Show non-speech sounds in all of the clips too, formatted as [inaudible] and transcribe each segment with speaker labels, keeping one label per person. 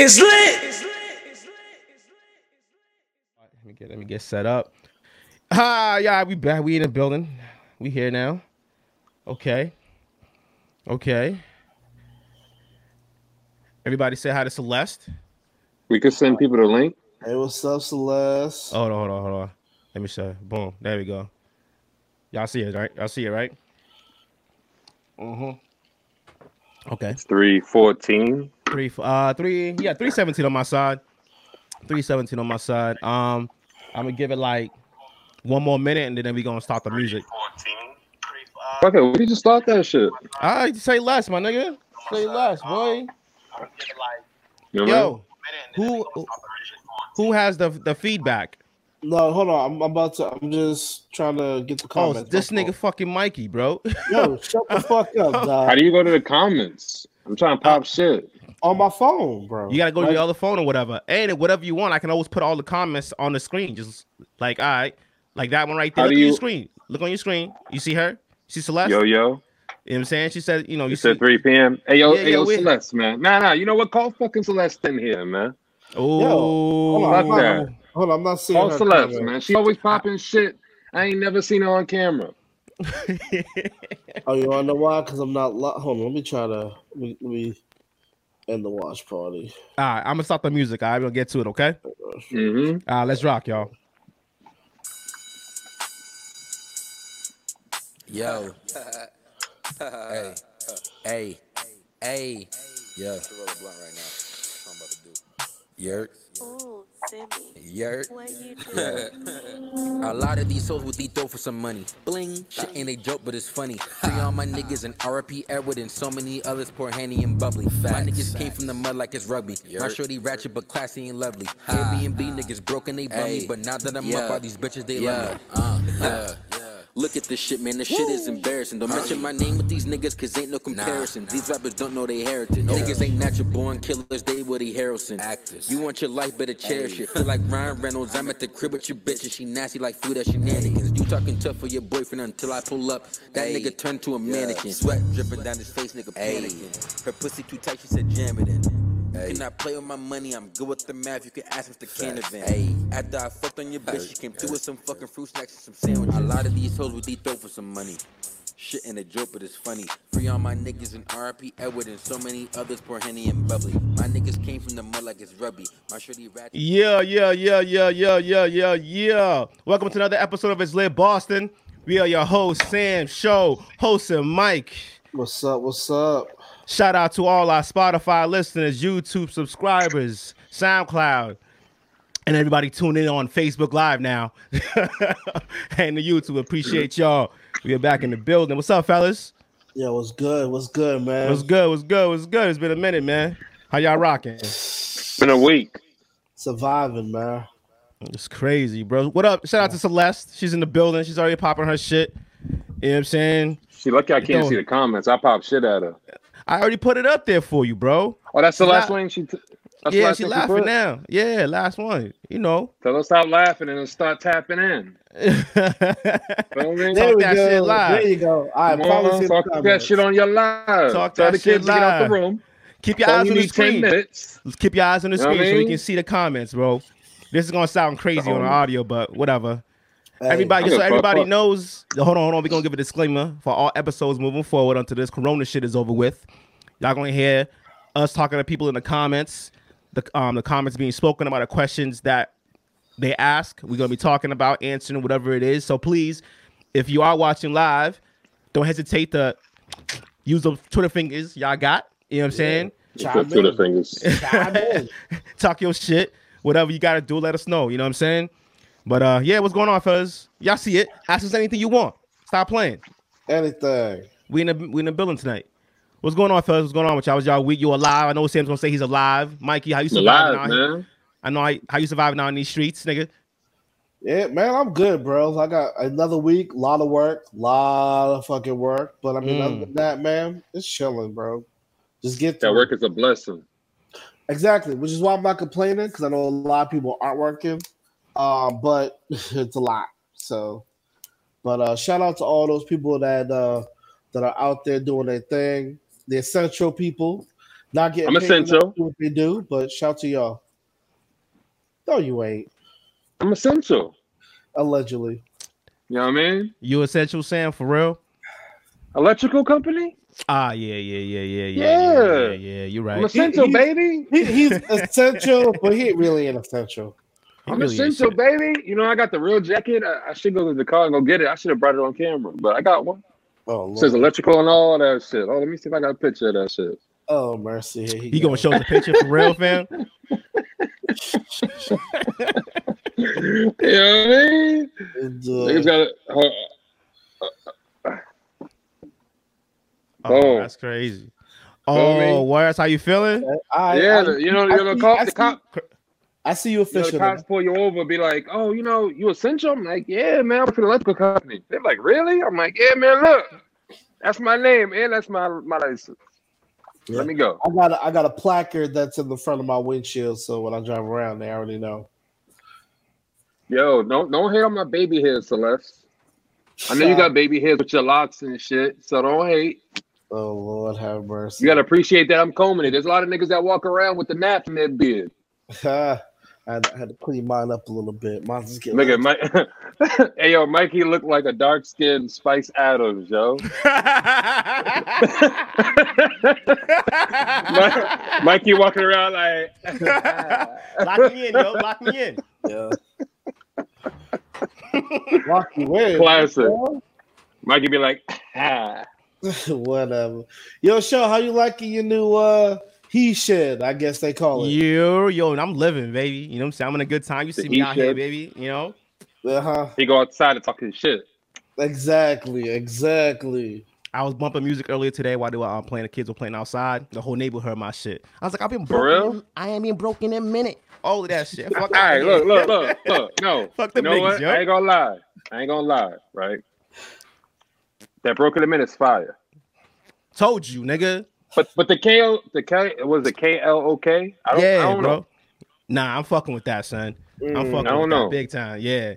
Speaker 1: It's lit.
Speaker 2: Let me get let me get set up. Ah, yeah, we back. We in the building. We here now. Okay. Okay. Everybody say hi to Celeste.
Speaker 3: We could send people the link.
Speaker 4: Hey, what's up, Celeste?
Speaker 2: Hold on, hold on, hold on. Let me show. Boom. There we go. Y'all see it, right? Y'all see it, right? Mm-hmm. Okay.
Speaker 3: It's three fourteen.
Speaker 2: Three uh three yeah, three seventeen on my side. Three seventeen on my side. Um I'm gonna give it like one more minute and then we gonna start the music.
Speaker 3: Fuck it, we just start that shit.
Speaker 2: I say less, my nigga. Say less,
Speaker 4: Um,
Speaker 2: boy.
Speaker 3: You know what I mean?
Speaker 2: Yo, who who has the the feedback?
Speaker 4: No, hold on. I'm about to. I'm just trying to get the
Speaker 2: Oh,
Speaker 4: comments.
Speaker 2: this nigga fucking Mikey, bro. [laughs]
Speaker 4: Yo, shut the fuck up,
Speaker 3: How
Speaker 4: dog.
Speaker 3: do you go to the comments? I'm trying to
Speaker 2: Uh,
Speaker 3: pop shit.
Speaker 4: On my phone, bro.
Speaker 2: You gotta go to
Speaker 4: Like,
Speaker 2: your other phone or whatever. And whatever you want, I can always put all the comments on the screen. Just like all right, like that one right there.
Speaker 3: How
Speaker 2: Look
Speaker 3: do
Speaker 2: at your
Speaker 3: you-
Speaker 2: screen. Look on your screen. You see her? She Celeste?
Speaker 3: Yo, yo.
Speaker 2: You know what I'm saying? She said, you know, you
Speaker 3: You
Speaker 2: see.
Speaker 3: said 3 p.m. Hey, yo,
Speaker 2: Yeah,
Speaker 3: hey,
Speaker 2: yeah,
Speaker 3: yo,
Speaker 2: we-
Speaker 3: Celeste, man. Nah, nah. You know what? Call fucking Celeste in here, man.
Speaker 2: Oh,
Speaker 4: on,
Speaker 3: Fuck
Speaker 4: hold
Speaker 3: that.
Speaker 4: Hold on, I'm not seeing
Speaker 3: Call
Speaker 4: her
Speaker 3: Celeste,
Speaker 4: comment.
Speaker 3: man. She always popping shit. I ain't never seen her on camera.
Speaker 4: Oh, you wanna know why? Because I'm not. Lo- hold on, let me try to. Let me, let me end the watch party.
Speaker 2: [laughs] All right, I'm gonna stop the music. All right, we'll get to it, okay?
Speaker 3: hmm
Speaker 2: All right, let's rock, y'all.
Speaker 1: Yo. [laughs] hey. Hey. Hey. Yeah. Yerk.
Speaker 5: Ooh, Sammy,
Speaker 1: Yerk.
Speaker 5: what you doing?
Speaker 1: A lot of these souls would eat dope for some money. Bling, shit ain't a joke, but it's funny. Free all my niggas and R.P. Edward and so many others pour Henny and bubbly. My niggas came from the mud like it's rugby. My shorty ratchet, but classy and lovely. Airbnb niggas broken, they bummy,
Speaker 6: Ay.
Speaker 1: but now that I'm up,
Speaker 6: Yeah.
Speaker 1: all these bitches they love
Speaker 6: Yeah,
Speaker 1: me.
Speaker 6: uh, yeah, Look at this shit, man. This shit is embarrassing. Don't mention my name with these niggas, cause ain't no comparison. These rappers don't know they heritage. Niggas ain't natural born killers, they Woody Harrelson. Actors. You want your life, better cherish it. Feel like Ryan Reynolds, I'm at the crib with your bitch, and she nasty like food at shenanigans. You talking tough for your boyfriend until I pull up. That
Speaker 1: Ay.
Speaker 6: nigga turned to a mannequin.
Speaker 1: Sweat dripping down his face, nigga
Speaker 6: Ayy.
Speaker 1: panicking. Her pussy too tight, she said jam it in. You cannot play with my money, I'm good with the math. You can ask Mr. Canavan.
Speaker 6: Ayy.
Speaker 1: After I fucked on your bitch, she came through with some fucking fruit snacks and some sandwiches.
Speaker 6: A lot of these hoes would eat dope for some money. Shit in a joke, but it's funny. Free all my niggas and RP Edward and so many others pour Henny and bubbly. My niggas came from the mud like it's rubby. My shorty ratchet.
Speaker 2: Yeah, yeah, yeah, yeah, yeah, yeah, yeah, yeah. Welcome to another episode of It's Lit Boston. We are your host, Sam Show, host and Mike.
Speaker 4: What's up? What's up?
Speaker 2: Shout out to all our Spotify listeners, YouTube subscribers, SoundCloud, and everybody tuning in on Facebook Live now [laughs] and the YouTube. Appreciate y'all. We are back in the building. What's up, fellas?
Speaker 4: Yeah, what's good? What's good, man?
Speaker 2: What's good? What's good? What's good? It's been a minute, man. How y'all rocking?
Speaker 3: Been a week.
Speaker 4: Surviving, man.
Speaker 2: It's crazy, bro. What up? Shout out to Celeste. She's in the building. She's already popping her shit. You know what I'm saying?
Speaker 3: She lucky I can't
Speaker 2: doing?
Speaker 3: see the comments. I pop shit at her.
Speaker 2: I already put it up there for you, bro.
Speaker 3: Oh, that's the
Speaker 2: She
Speaker 3: last
Speaker 2: la-
Speaker 3: link she. T- that's the
Speaker 2: yeah,
Speaker 3: last
Speaker 2: she
Speaker 3: thing
Speaker 2: laughing
Speaker 3: put?
Speaker 2: now. Yeah, last one. You know.
Speaker 3: Tell her to stop laughing and then start tapping in. Feel me?
Speaker 4: There we
Speaker 2: that
Speaker 4: go.
Speaker 2: shit live.
Speaker 4: There you go. I
Speaker 3: Come on,
Speaker 4: probably see the
Speaker 3: talk that
Speaker 4: comments.
Speaker 3: shit on your live.
Speaker 2: Talk
Speaker 3: Tell
Speaker 2: that
Speaker 3: the
Speaker 2: shit
Speaker 3: kids to get out
Speaker 2: live.
Speaker 3: the room.
Speaker 2: [laughs] Keep your
Speaker 3: Only
Speaker 2: eyes on
Speaker 3: need
Speaker 2: the
Speaker 3: 10
Speaker 2: screen.
Speaker 3: minutes.
Speaker 2: Keep your eyes on the
Speaker 3: Know what I
Speaker 2: screen so we
Speaker 3: mean? Um,
Speaker 2: can see the comments, bro. This is gonna sound crazy on the
Speaker 3: homie.
Speaker 2: audio, but whatever.
Speaker 4: Hey,
Speaker 2: Everybody,
Speaker 3: I'm
Speaker 2: so
Speaker 3: gonna fuck
Speaker 2: everybody
Speaker 3: up.
Speaker 2: knows. Hold on, hold on. We're gonna give a disclaimer for all episodes moving forward until this Corona shit is over with. Y'all gonna hear us talking to people in the comments. The um the comments being spoken about the questions that they ask. We're gonna be talking about answering whatever it is. So please, if you are watching live, don't hesitate to use those Twitter fingers y'all got. You know what I'm saying?
Speaker 4: chime
Speaker 3: Twitter
Speaker 4: in.
Speaker 3: fingers.
Speaker 4: Chime
Speaker 2: [laughs]
Speaker 4: in.
Speaker 2: Talk your shit. Whatever you gotta do, let us know. You know what I'm saying? But uh yeah, what's going on, fellas? Y'all see it. Ask us anything you want. Stop playing.
Speaker 4: Anything.
Speaker 2: We in the we in the building tonight. What's going on, fellas? What's going on with y'all? Was y'all week? You alive? I know Sam's gonna say he's alive. Mikey, how you surviving
Speaker 3: Live,
Speaker 2: out here?
Speaker 3: man.
Speaker 2: I know I, how you surviving out in these streets, nigga.
Speaker 4: Yeah, man, I'm good, bro. I got another week, lot of work, lot of fucking work. But I mean,
Speaker 2: Mm.
Speaker 4: other than that, man, it's chilling, bro. Just get
Speaker 3: That
Speaker 4: through.
Speaker 3: work is a blessing.
Speaker 4: Exactly, which is why I'm not complaining because I know a lot of people aren't working, um, but [laughs] it's a lot. So, but uh, shout out to all those people that uh, that are out there doing their thing, the essential people, Not getting
Speaker 3: I'm
Speaker 4: paid enough
Speaker 3: essential.
Speaker 4: to do What they do, but shout to y'all. No, you ain't.
Speaker 3: I'm essential.
Speaker 4: Allegedly,
Speaker 3: You know what I mean?
Speaker 2: You essential, Sam, for real?
Speaker 3: Electrical company?
Speaker 2: Ah, yeah, yeah, yeah, yeah, yeah, yeah, yeah.
Speaker 3: Yeah.
Speaker 2: yeah, yeah. You're
Speaker 3: I'm
Speaker 2: right.
Speaker 3: essential,
Speaker 4: He- he-
Speaker 3: baby.
Speaker 4: he, he's essential, but he ain't really an essential.
Speaker 2: He
Speaker 3: I'm
Speaker 2: really is
Speaker 3: essential,
Speaker 2: shit.
Speaker 3: baby. You know, I got the real jacket. I, I should go to the car and go get it. I should have brought it on camera, but I got one.
Speaker 4: Oh,
Speaker 3: It
Speaker 4: Lord.
Speaker 3: says electrical and all that shit. Oh, let me see if I got a picture of that shit. [laughs]
Speaker 4: oh mercy. Here he
Speaker 2: You gonna
Speaker 4: goes.
Speaker 2: show the picture for real, fam?
Speaker 3: you know what I mean?
Speaker 4: And, uh,
Speaker 3: Niggas got uh,
Speaker 2: Oh,
Speaker 3: Oh.
Speaker 2: that's crazy.
Speaker 3: Feel me?
Speaker 2: Oh, where's how you feeling?
Speaker 3: [laughs]
Speaker 4: I,
Speaker 3: yeah,
Speaker 4: I-
Speaker 3: the- you know, you
Speaker 4: I
Speaker 3: know,
Speaker 4: see-
Speaker 3: the cop,
Speaker 4: I
Speaker 3: the
Speaker 4: see-
Speaker 3: cop,
Speaker 4: I see
Speaker 3: you
Speaker 4: you
Speaker 3: know, the
Speaker 4: officially.
Speaker 3: cops pull you over, and be like, "Oh, you know, you essential." I'm like, "Yeah, man, I'm for the electrical company." They're like, "Really?" I'm like, "Yeah, man, look, that's my name and that's my my license."
Speaker 4: Yeah.
Speaker 3: Let me go.
Speaker 4: I got a, I got a placard that's in the front of my windshield, so when I drive around, they already know.
Speaker 3: Yo, don't don't hate on my baby hair, Celeste. I know you got baby hairs with your locks and shit, so don't hate.
Speaker 4: Oh Lord, have mercy.
Speaker 3: You gotta appreciate that I'm combing it. There's a lot of niggas that walk around with the naps in their beard.
Speaker 4: I, had, [laughs] I had to clean mine up a little bit. Mine's just getting
Speaker 3: Look at Mike. [laughs] hey yo, Mikey looked like a dark skinned Spice Adams, yo. Mi- Mikey walking around like
Speaker 2: [laughs] lock me in, yo. Lock me in.
Speaker 4: Yeah. [laughs] Lock you in.
Speaker 3: classic. Mikey be like, [laughs] ah.
Speaker 4: [laughs] Whatever. Yo, show how you liking your new uh he shed? I guess they call it.
Speaker 2: Yo, yo, and I'm living, baby. You know what I'm saying? I'm in a good time. You see me
Speaker 3: he
Speaker 2: out here,
Speaker 3: shed.
Speaker 2: baby. You know?
Speaker 4: Uh huh.
Speaker 3: he go outside and talk his shit.
Speaker 4: Exactly. Exactly.
Speaker 2: I was bumping music earlier today while they were um, playing. The kids were playing outside. The whole neighborhood heard my shit. I was like, I've been
Speaker 3: For
Speaker 2: broken.
Speaker 3: real?
Speaker 2: in- I ain't been broken in a minute. All of that shit. Fuck
Speaker 3: All right,
Speaker 2: that.
Speaker 3: look, look, look, look. No,
Speaker 2: Fuck
Speaker 3: you
Speaker 2: them
Speaker 3: know
Speaker 2: niggas,
Speaker 3: what?
Speaker 2: yo.
Speaker 3: I ain't gonna lie. I ain't gonna lie, right? That broken a minute's fire.
Speaker 2: Told you, nigga.
Speaker 3: But but the KO the K was the K L O K. I don't,
Speaker 2: yeah,
Speaker 3: I don't
Speaker 2: bro.
Speaker 3: know.
Speaker 2: Nah, I'm fucking with that, son. I'm
Speaker 4: Mm,
Speaker 2: fucking
Speaker 3: I don't
Speaker 2: with that
Speaker 3: know.
Speaker 2: big time. Yeah.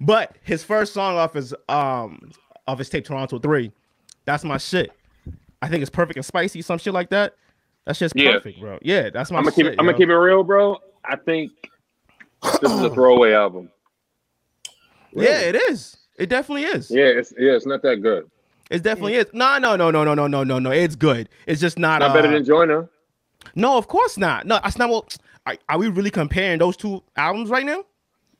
Speaker 2: But his first song off his um off his tape Toronto 3. That's my shit. I think it's perfect and spicy, some shit like that. That shit's
Speaker 3: Yeah.
Speaker 2: perfect, bro. Yeah, that's my
Speaker 3: I'm gonna
Speaker 2: shit.
Speaker 3: keep it, I'm gonna
Speaker 2: yo.
Speaker 3: keep it real, bro. I think this
Speaker 2: [clears throat]
Speaker 3: is a throwaway album.
Speaker 2: Yeah, it is. It definitely is.
Speaker 3: Yeah, it's yeah, it's not that good.
Speaker 2: It definitely is. No, no, no, no, no, no, no, no, no. It's good. It's just not,
Speaker 3: Not
Speaker 2: uh,
Speaker 3: better than Joyner.
Speaker 2: No, of course not. No, that's not what are, are we really comparing those two albums right now?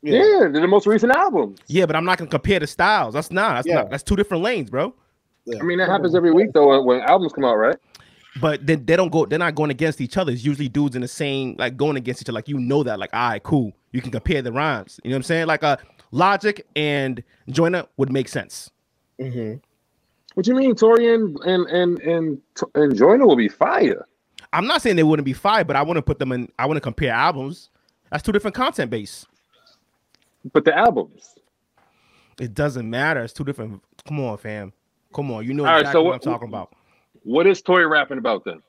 Speaker 3: Yeah, they're the most recent album.
Speaker 2: Yeah, but I'm not gonna compare the styles. That's not. That's
Speaker 4: Yeah.
Speaker 2: not. That's two different lanes, bro.
Speaker 3: I mean, that happens every week though when, when albums come out, right?
Speaker 2: But then they don't go. They're not going against each other. It's usually dudes in the same like going against each other. Like you know that. Like all right, cool. You can compare the rhymes. You know what I'm saying? Like uh, Logic and Joyner would make sense.
Speaker 4: Mhm.
Speaker 3: What you mean, Tori and and and and, and Joyner will be fire?
Speaker 2: I'm not saying they wouldn't be fire, but I want to put them in. I want to compare albums. That's two different content base.
Speaker 3: But the albums.
Speaker 2: It doesn't matter. It's two different. Come on, fam. Come on. You know
Speaker 3: All right,
Speaker 2: exactly
Speaker 3: so
Speaker 2: what,
Speaker 3: what-
Speaker 2: I'm talking about.
Speaker 3: What is Tori rapping about then?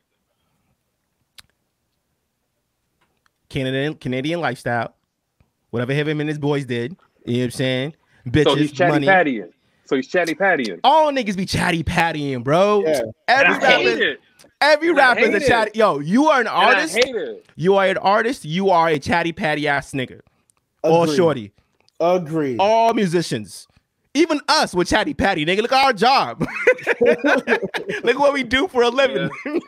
Speaker 2: Canadian Canadian lifestyle. Whatever him and his boys did. You know what I'm saying? Bitches,
Speaker 3: so he's chatty
Speaker 2: money. Oh,
Speaker 3: pattying. So he's chatty pattying.
Speaker 2: All niggas be chatty pattying, bro.
Speaker 4: Yeah.
Speaker 2: Every
Speaker 3: I hate
Speaker 2: rapper,
Speaker 3: it.
Speaker 2: every
Speaker 3: And I
Speaker 2: rapper is a
Speaker 3: hate it.
Speaker 2: chatty. Yo, you are an
Speaker 3: And
Speaker 2: artist.
Speaker 3: I hate it.
Speaker 2: You are an artist. You are a chatty patty ass nigga. All
Speaker 4: Agreed.
Speaker 2: shorty.
Speaker 4: Agreed.
Speaker 2: All musicians. Even us with chatty patty, nigga. Look at our job. [laughs] Look what we do for a living. [laughs]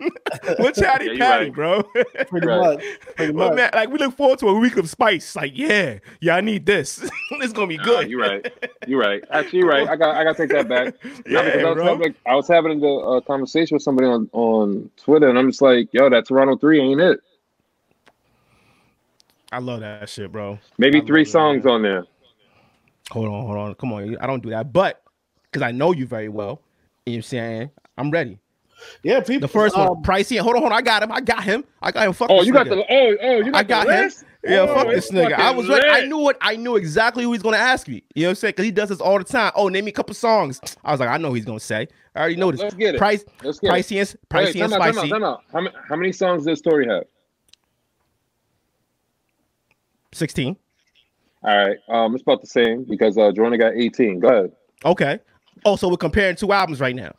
Speaker 2: We're chatty
Speaker 3: Yeah, you
Speaker 2: patty,
Speaker 3: right.
Speaker 2: bro.
Speaker 4: pretty
Speaker 3: Right.
Speaker 4: much. Pretty
Speaker 2: Well,
Speaker 4: much.
Speaker 2: man, like we look forward to a week of spice. Like, yeah, yeah, I need this. [laughs] it's gonna be
Speaker 3: Nah,
Speaker 2: good.
Speaker 3: you're Oh, right. You're right. Actually, you're right. I got. I got to take that back. Nah,
Speaker 2: [laughs] Yeah,
Speaker 3: because I, was
Speaker 2: bro.
Speaker 3: having, a- I was having a uh, conversation with somebody on on Twitter, and I'm just like, "Yo, that Toronto three ain't it?
Speaker 2: I love that shit, bro.
Speaker 3: Maybe
Speaker 2: I love
Speaker 3: three
Speaker 2: it,
Speaker 3: songs on there."
Speaker 2: Hold on, hold on. Come on, I don't do that, but because I know you very well, you know what I'm saying I'm ready.
Speaker 4: Yeah, people.
Speaker 2: The first
Speaker 4: um,
Speaker 2: one, pricey. Hold on, hold on. I got him. I got him. I got him. Fuck
Speaker 3: Oh,
Speaker 2: this
Speaker 3: you got
Speaker 2: nigga.
Speaker 3: the. Oh, oh, you got,
Speaker 2: I got
Speaker 3: the
Speaker 2: him.
Speaker 3: list?
Speaker 2: Yeah,
Speaker 3: Oh,
Speaker 2: fuck
Speaker 3: it's
Speaker 2: this nigga. I
Speaker 3: fucking
Speaker 2: was ready. I
Speaker 3: lit.
Speaker 2: knew what I knew exactly who he's gonna ask me. You know what I'm saying? Because he does this all the time. Oh, name me a couple songs. I was like, I know he's gonna say. I already know this.
Speaker 3: Let's get it.
Speaker 2: Price,
Speaker 3: Let's get it.
Speaker 2: pricey, and
Speaker 3: Wait,
Speaker 2: pricey,
Speaker 3: time out,
Speaker 2: and
Speaker 3: time out,
Speaker 2: spicy.
Speaker 3: time out. How, many, how many songs does Story have?
Speaker 2: Sixteen.
Speaker 3: All right, um, it's about the same because uh, Jordan got 18. Go ahead.
Speaker 2: Okay. Oh, so we're comparing two albums right now.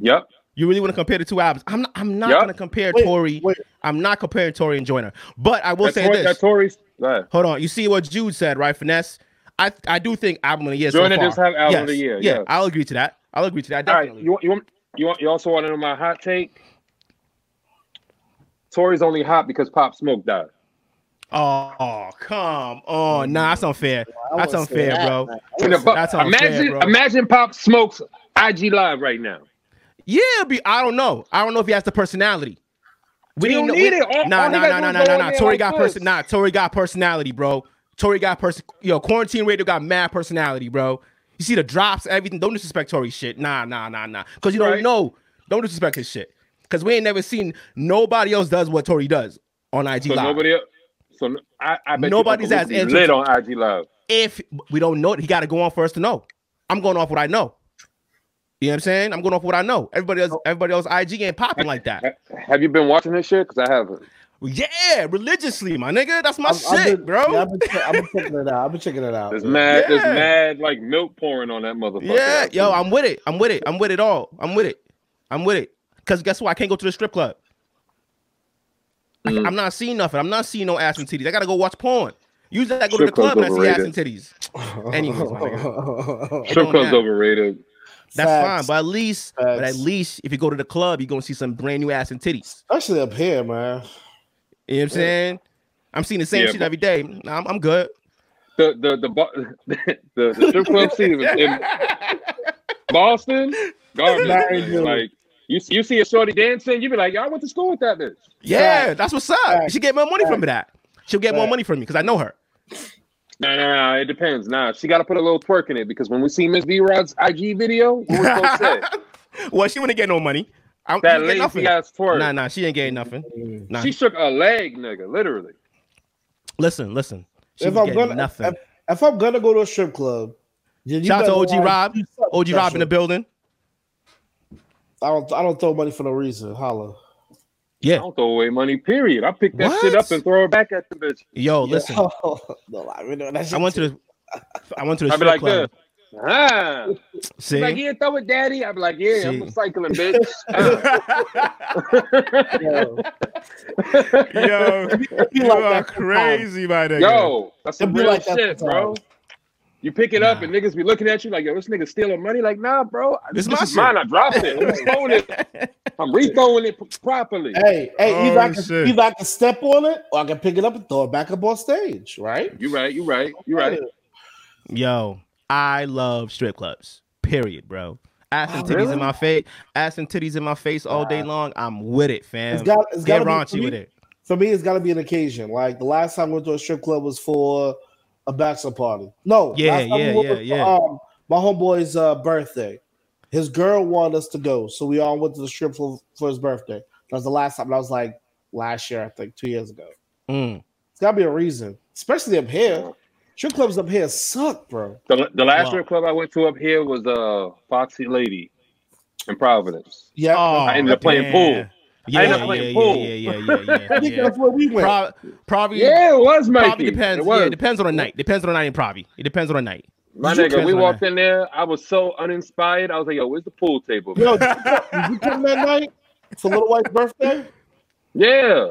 Speaker 3: Yep.
Speaker 2: You really want to compare the two albums? I'm not. I'm not
Speaker 3: Yup.
Speaker 2: gonna compare
Speaker 4: Wait,
Speaker 2: Tory.
Speaker 4: wait.
Speaker 2: I'm not comparing Tory and Joyner. But I will
Speaker 3: That
Speaker 2: say
Speaker 3: Tory-
Speaker 2: this.
Speaker 3: that Tory's. Go ahead.
Speaker 2: Hold on. You see what Jude said, right? Finesse. I I do think album of the year. so
Speaker 3: Joyner
Speaker 2: far.
Speaker 3: does have album of the
Speaker 2: Yes.
Speaker 3: year,
Speaker 2: Yeah,
Speaker 3: yes.
Speaker 2: I'll agree to that. I'll agree to that.
Speaker 3: All right,
Speaker 2: Definitely.
Speaker 3: you want, you want you want you also want to know my hot take? Tory's only hot because Pop Smoke died.
Speaker 2: Oh, come on. Nah, that's unfair.
Speaker 4: I
Speaker 2: That's
Speaker 4: wouldn't say
Speaker 2: unfair,
Speaker 4: that,
Speaker 2: bro.
Speaker 4: man. I
Speaker 3: And the,
Speaker 4: wouldn't say-
Speaker 2: that's unfair,
Speaker 3: imagine
Speaker 2: bro.
Speaker 3: imagine Pop Smoke's IG live right now.
Speaker 2: Yeah, be, I don't know. I don't know if he has the personality. We
Speaker 3: He don't
Speaker 2: didn't know,
Speaker 3: need
Speaker 2: we,
Speaker 3: it. All-
Speaker 2: Nah,
Speaker 3: all he
Speaker 2: nah, nah,
Speaker 3: gotta do
Speaker 2: nah,
Speaker 3: is go
Speaker 2: nah, nah,
Speaker 3: in
Speaker 2: nah.
Speaker 3: there
Speaker 2: Tory
Speaker 3: like
Speaker 2: got
Speaker 3: this.
Speaker 2: person. Nah, Tory got personality, bro. Tory got person. Yo, quarantine radio got mad personality, bro. You see the drops, everything. Don't disrespect Tory shit. Nah, nah, nah, nah. Cause you don't
Speaker 3: Right.
Speaker 2: know. Don't disrespect his shit. Cause we ain't never seen nobody else does what Tory does on IG
Speaker 3: So
Speaker 2: Live.
Speaker 3: nobody else. So n- I, I bet you
Speaker 2: Nobody's
Speaker 3: Uncle
Speaker 2: as
Speaker 3: Luke be
Speaker 2: entertain-
Speaker 3: lit on IG live.
Speaker 2: if we don't know it, he got to go on for us to know. I'm going off what I know. You know what I'm saying? I'm going off what I know. Everybody
Speaker 3: Oh.
Speaker 2: else, everybody else, IG ain't popping like that.
Speaker 3: Have you been watching this shit? Because I haven't.
Speaker 2: Yeah, religiously, my nigga. That's my
Speaker 4: I've- I've
Speaker 2: shit,
Speaker 4: been-
Speaker 2: bro.
Speaker 4: yeah,
Speaker 2: Yeah,
Speaker 4: I've been, che- I've been checking it out. I've been checking it out.
Speaker 3: There's mad. There's
Speaker 2: Yeah.
Speaker 3: mad like milk pouring on that motherfucker. That's
Speaker 2: yo,
Speaker 3: it.
Speaker 2: I'm with it. I'm with it. I'm with it all. I'm with it. I'm with it. Cause guess what? I can't go to the strip club. I,
Speaker 3: Mm.
Speaker 2: am not seeing nothing. I'm not seeing no ass and titties. I gotta go watch porn. Usually I go to
Speaker 3: Strip
Speaker 2: the club and I
Speaker 3: club's
Speaker 2: see ass and
Speaker 3: overrated.
Speaker 2: titties. Anyways, my
Speaker 4: nigga.
Speaker 3: Strip
Speaker 2: don't
Speaker 3: club's
Speaker 2: matter.
Speaker 3: overrated.
Speaker 2: That's fine. But at least, but at
Speaker 4: Facts.
Speaker 2: least if you go to the club, you're gonna see some brand new ass and titties.
Speaker 4: [laughs] especially up here, man.
Speaker 2: You know what I'm saying? I'm seeing the
Speaker 3: Yeah,
Speaker 2: same shit
Speaker 3: but-
Speaker 2: every day. Nah, I'm, I'm good.
Speaker 3: The the the bu- [laughs] the, the strip
Speaker 2: [laughs]
Speaker 3: club scene in, in Boston, garbage.
Speaker 4: Nah,
Speaker 3: man.
Speaker 4: dude.
Speaker 3: like you you see a shorty dancing, you be like, "Yo, I went to school with that bitch.
Speaker 2: Yeah, that's what's up.
Speaker 4: Fact.
Speaker 2: She get more money from that. She'll get more
Speaker 4: Fact.
Speaker 2: money from me because I know her.
Speaker 3: Nah, nah, nah. It depends. Nah, she got to put a little twerk in it because when we see Miss B Rod's IG video, we were so
Speaker 2: [laughs]
Speaker 3: upset.
Speaker 2: Well, she wouldn't get no money. I she
Speaker 3: that
Speaker 2: ain't get nothing.
Speaker 3: lazy ass twerk.
Speaker 2: Nah, nah, she ain't getting nothing. Nah,
Speaker 3: She shook a leg, nigga, literally.
Speaker 2: listen, listen. She
Speaker 4: if
Speaker 2: was
Speaker 4: I'm
Speaker 2: getting
Speaker 4: gonna,
Speaker 2: nothing.
Speaker 4: if, if I'm gonna go to a strip club, then you
Speaker 2: Shout out to
Speaker 4: better
Speaker 2: OG
Speaker 4: have
Speaker 2: Rob.
Speaker 4: you something
Speaker 2: OG Rob in
Speaker 4: special.
Speaker 2: the building.
Speaker 4: I don't, I don't throw money for no reason. Holla.
Speaker 3: I
Speaker 2: Yeah.
Speaker 3: don't throw away money. Period. I pick that shit
Speaker 2: What?
Speaker 3: up and throw it back at the bitch.
Speaker 2: Yo,
Speaker 4: [laughs]
Speaker 2: Oh, listen.
Speaker 4: no, I, mean, that shit
Speaker 2: I went to the I went to the
Speaker 3: I'd be like
Speaker 2: strip
Speaker 3: this.
Speaker 2: club.
Speaker 3: Ah,
Speaker 2: See?
Speaker 3: like yeah, throw it, daddy. I'm like, yeah, I'm
Speaker 2: See.
Speaker 3: recycling, bitch. Ah.
Speaker 4: yo,
Speaker 2: [laughs] yo,
Speaker 4: [laughs] you like that sometimes.
Speaker 2: my nigga.
Speaker 3: Yo, that's some
Speaker 4: It'd be
Speaker 3: real
Speaker 4: like that
Speaker 3: shit, bro.
Speaker 4: sometimes.
Speaker 3: You pick it up
Speaker 2: Nah.
Speaker 3: and niggas be looking at you like, yo, this nigga stealing money. Like, nah, bro,
Speaker 2: This
Speaker 3: this,
Speaker 2: my
Speaker 3: is
Speaker 2: shit.
Speaker 3: mine. I dropped it. I'm
Speaker 2: [laughs]
Speaker 3: throwing it. I'm rethrowing it p- properly.
Speaker 4: Hey, hey,
Speaker 2: Oh,
Speaker 4: either, I can,
Speaker 2: shit.
Speaker 4: either I can step on it or I can pick it up and throw it back up on stage, right?
Speaker 3: You right. You right. You right.
Speaker 2: Yo, I love strip clubs. Period, bro. Ass
Speaker 4: Oh,
Speaker 2: and titties
Speaker 3: really?
Speaker 2: in my face. Ass and titties in my face all day long. I'm with it, fam.
Speaker 4: It's got- it's
Speaker 2: Get
Speaker 4: gotta be-
Speaker 2: raunchy with it.
Speaker 4: For me, it's got to be an occasion. Like the last time I went to a strip club was for a bachelor party. No,
Speaker 2: Yeah,
Speaker 4: last time
Speaker 2: yeah,
Speaker 4: went
Speaker 2: yeah,
Speaker 4: was for,
Speaker 2: yeah.
Speaker 4: Um, my homeboy's uh, birthday. His girl wanted us to go, so we all went to the strip for, for his birthday. That was the last time. That was like last year, I think, two years ago.
Speaker 2: Mm.
Speaker 4: It's got to be a reason, especially up here. Strip clubs up here suck, bro.
Speaker 3: The, the
Speaker 2: Wow.
Speaker 3: last strip club I went to up here was uh Foxy Lady in Providence.
Speaker 4: Yeah,
Speaker 2: I
Speaker 3: ended up playing pool.
Speaker 2: Oh, Yeah,
Speaker 3: I ended up
Speaker 2: yeah,
Speaker 3: playing
Speaker 2: yeah,
Speaker 3: pool.
Speaker 2: yeah, yeah, yeah,
Speaker 3: [laughs]
Speaker 4: I
Speaker 2: yeah,
Speaker 4: think
Speaker 2: yeah.
Speaker 4: that's where we went.
Speaker 2: Pro- probably,
Speaker 3: Yeah, it was Mikey.
Speaker 2: Oh, probably depends.
Speaker 3: It
Speaker 2: Yeah,
Speaker 3: was.
Speaker 2: it depends on the night. Depends on the night in probably. It depends on the night.
Speaker 3: My
Speaker 2: Did you
Speaker 3: nigga, we
Speaker 2: catch my
Speaker 3: walked in there. I was so uninspired. I was like, yo, where's the pool table?
Speaker 4: Yo, did you- did you come that night for Little White's birthday?
Speaker 3: Yeah.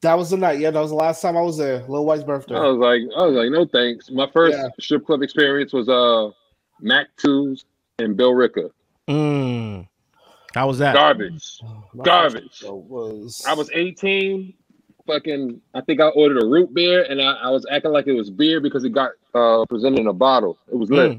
Speaker 4: That was the night. Yeah, that was the last time I was there. Little White's birthday.
Speaker 3: I was like, I was like, no thanks. My first
Speaker 4: Yeah.
Speaker 3: strip club experience was uh Mac Two's and Bill Ricka.
Speaker 2: Mm. How was that?
Speaker 3: Garbage.
Speaker 4: [sighs] My
Speaker 3: Garbage.
Speaker 4: first show Was,
Speaker 3: I was 18. Fucking, I think I ordered a root beer and I, I was acting like it was beer because it got uh presented in a bottle. It was lit.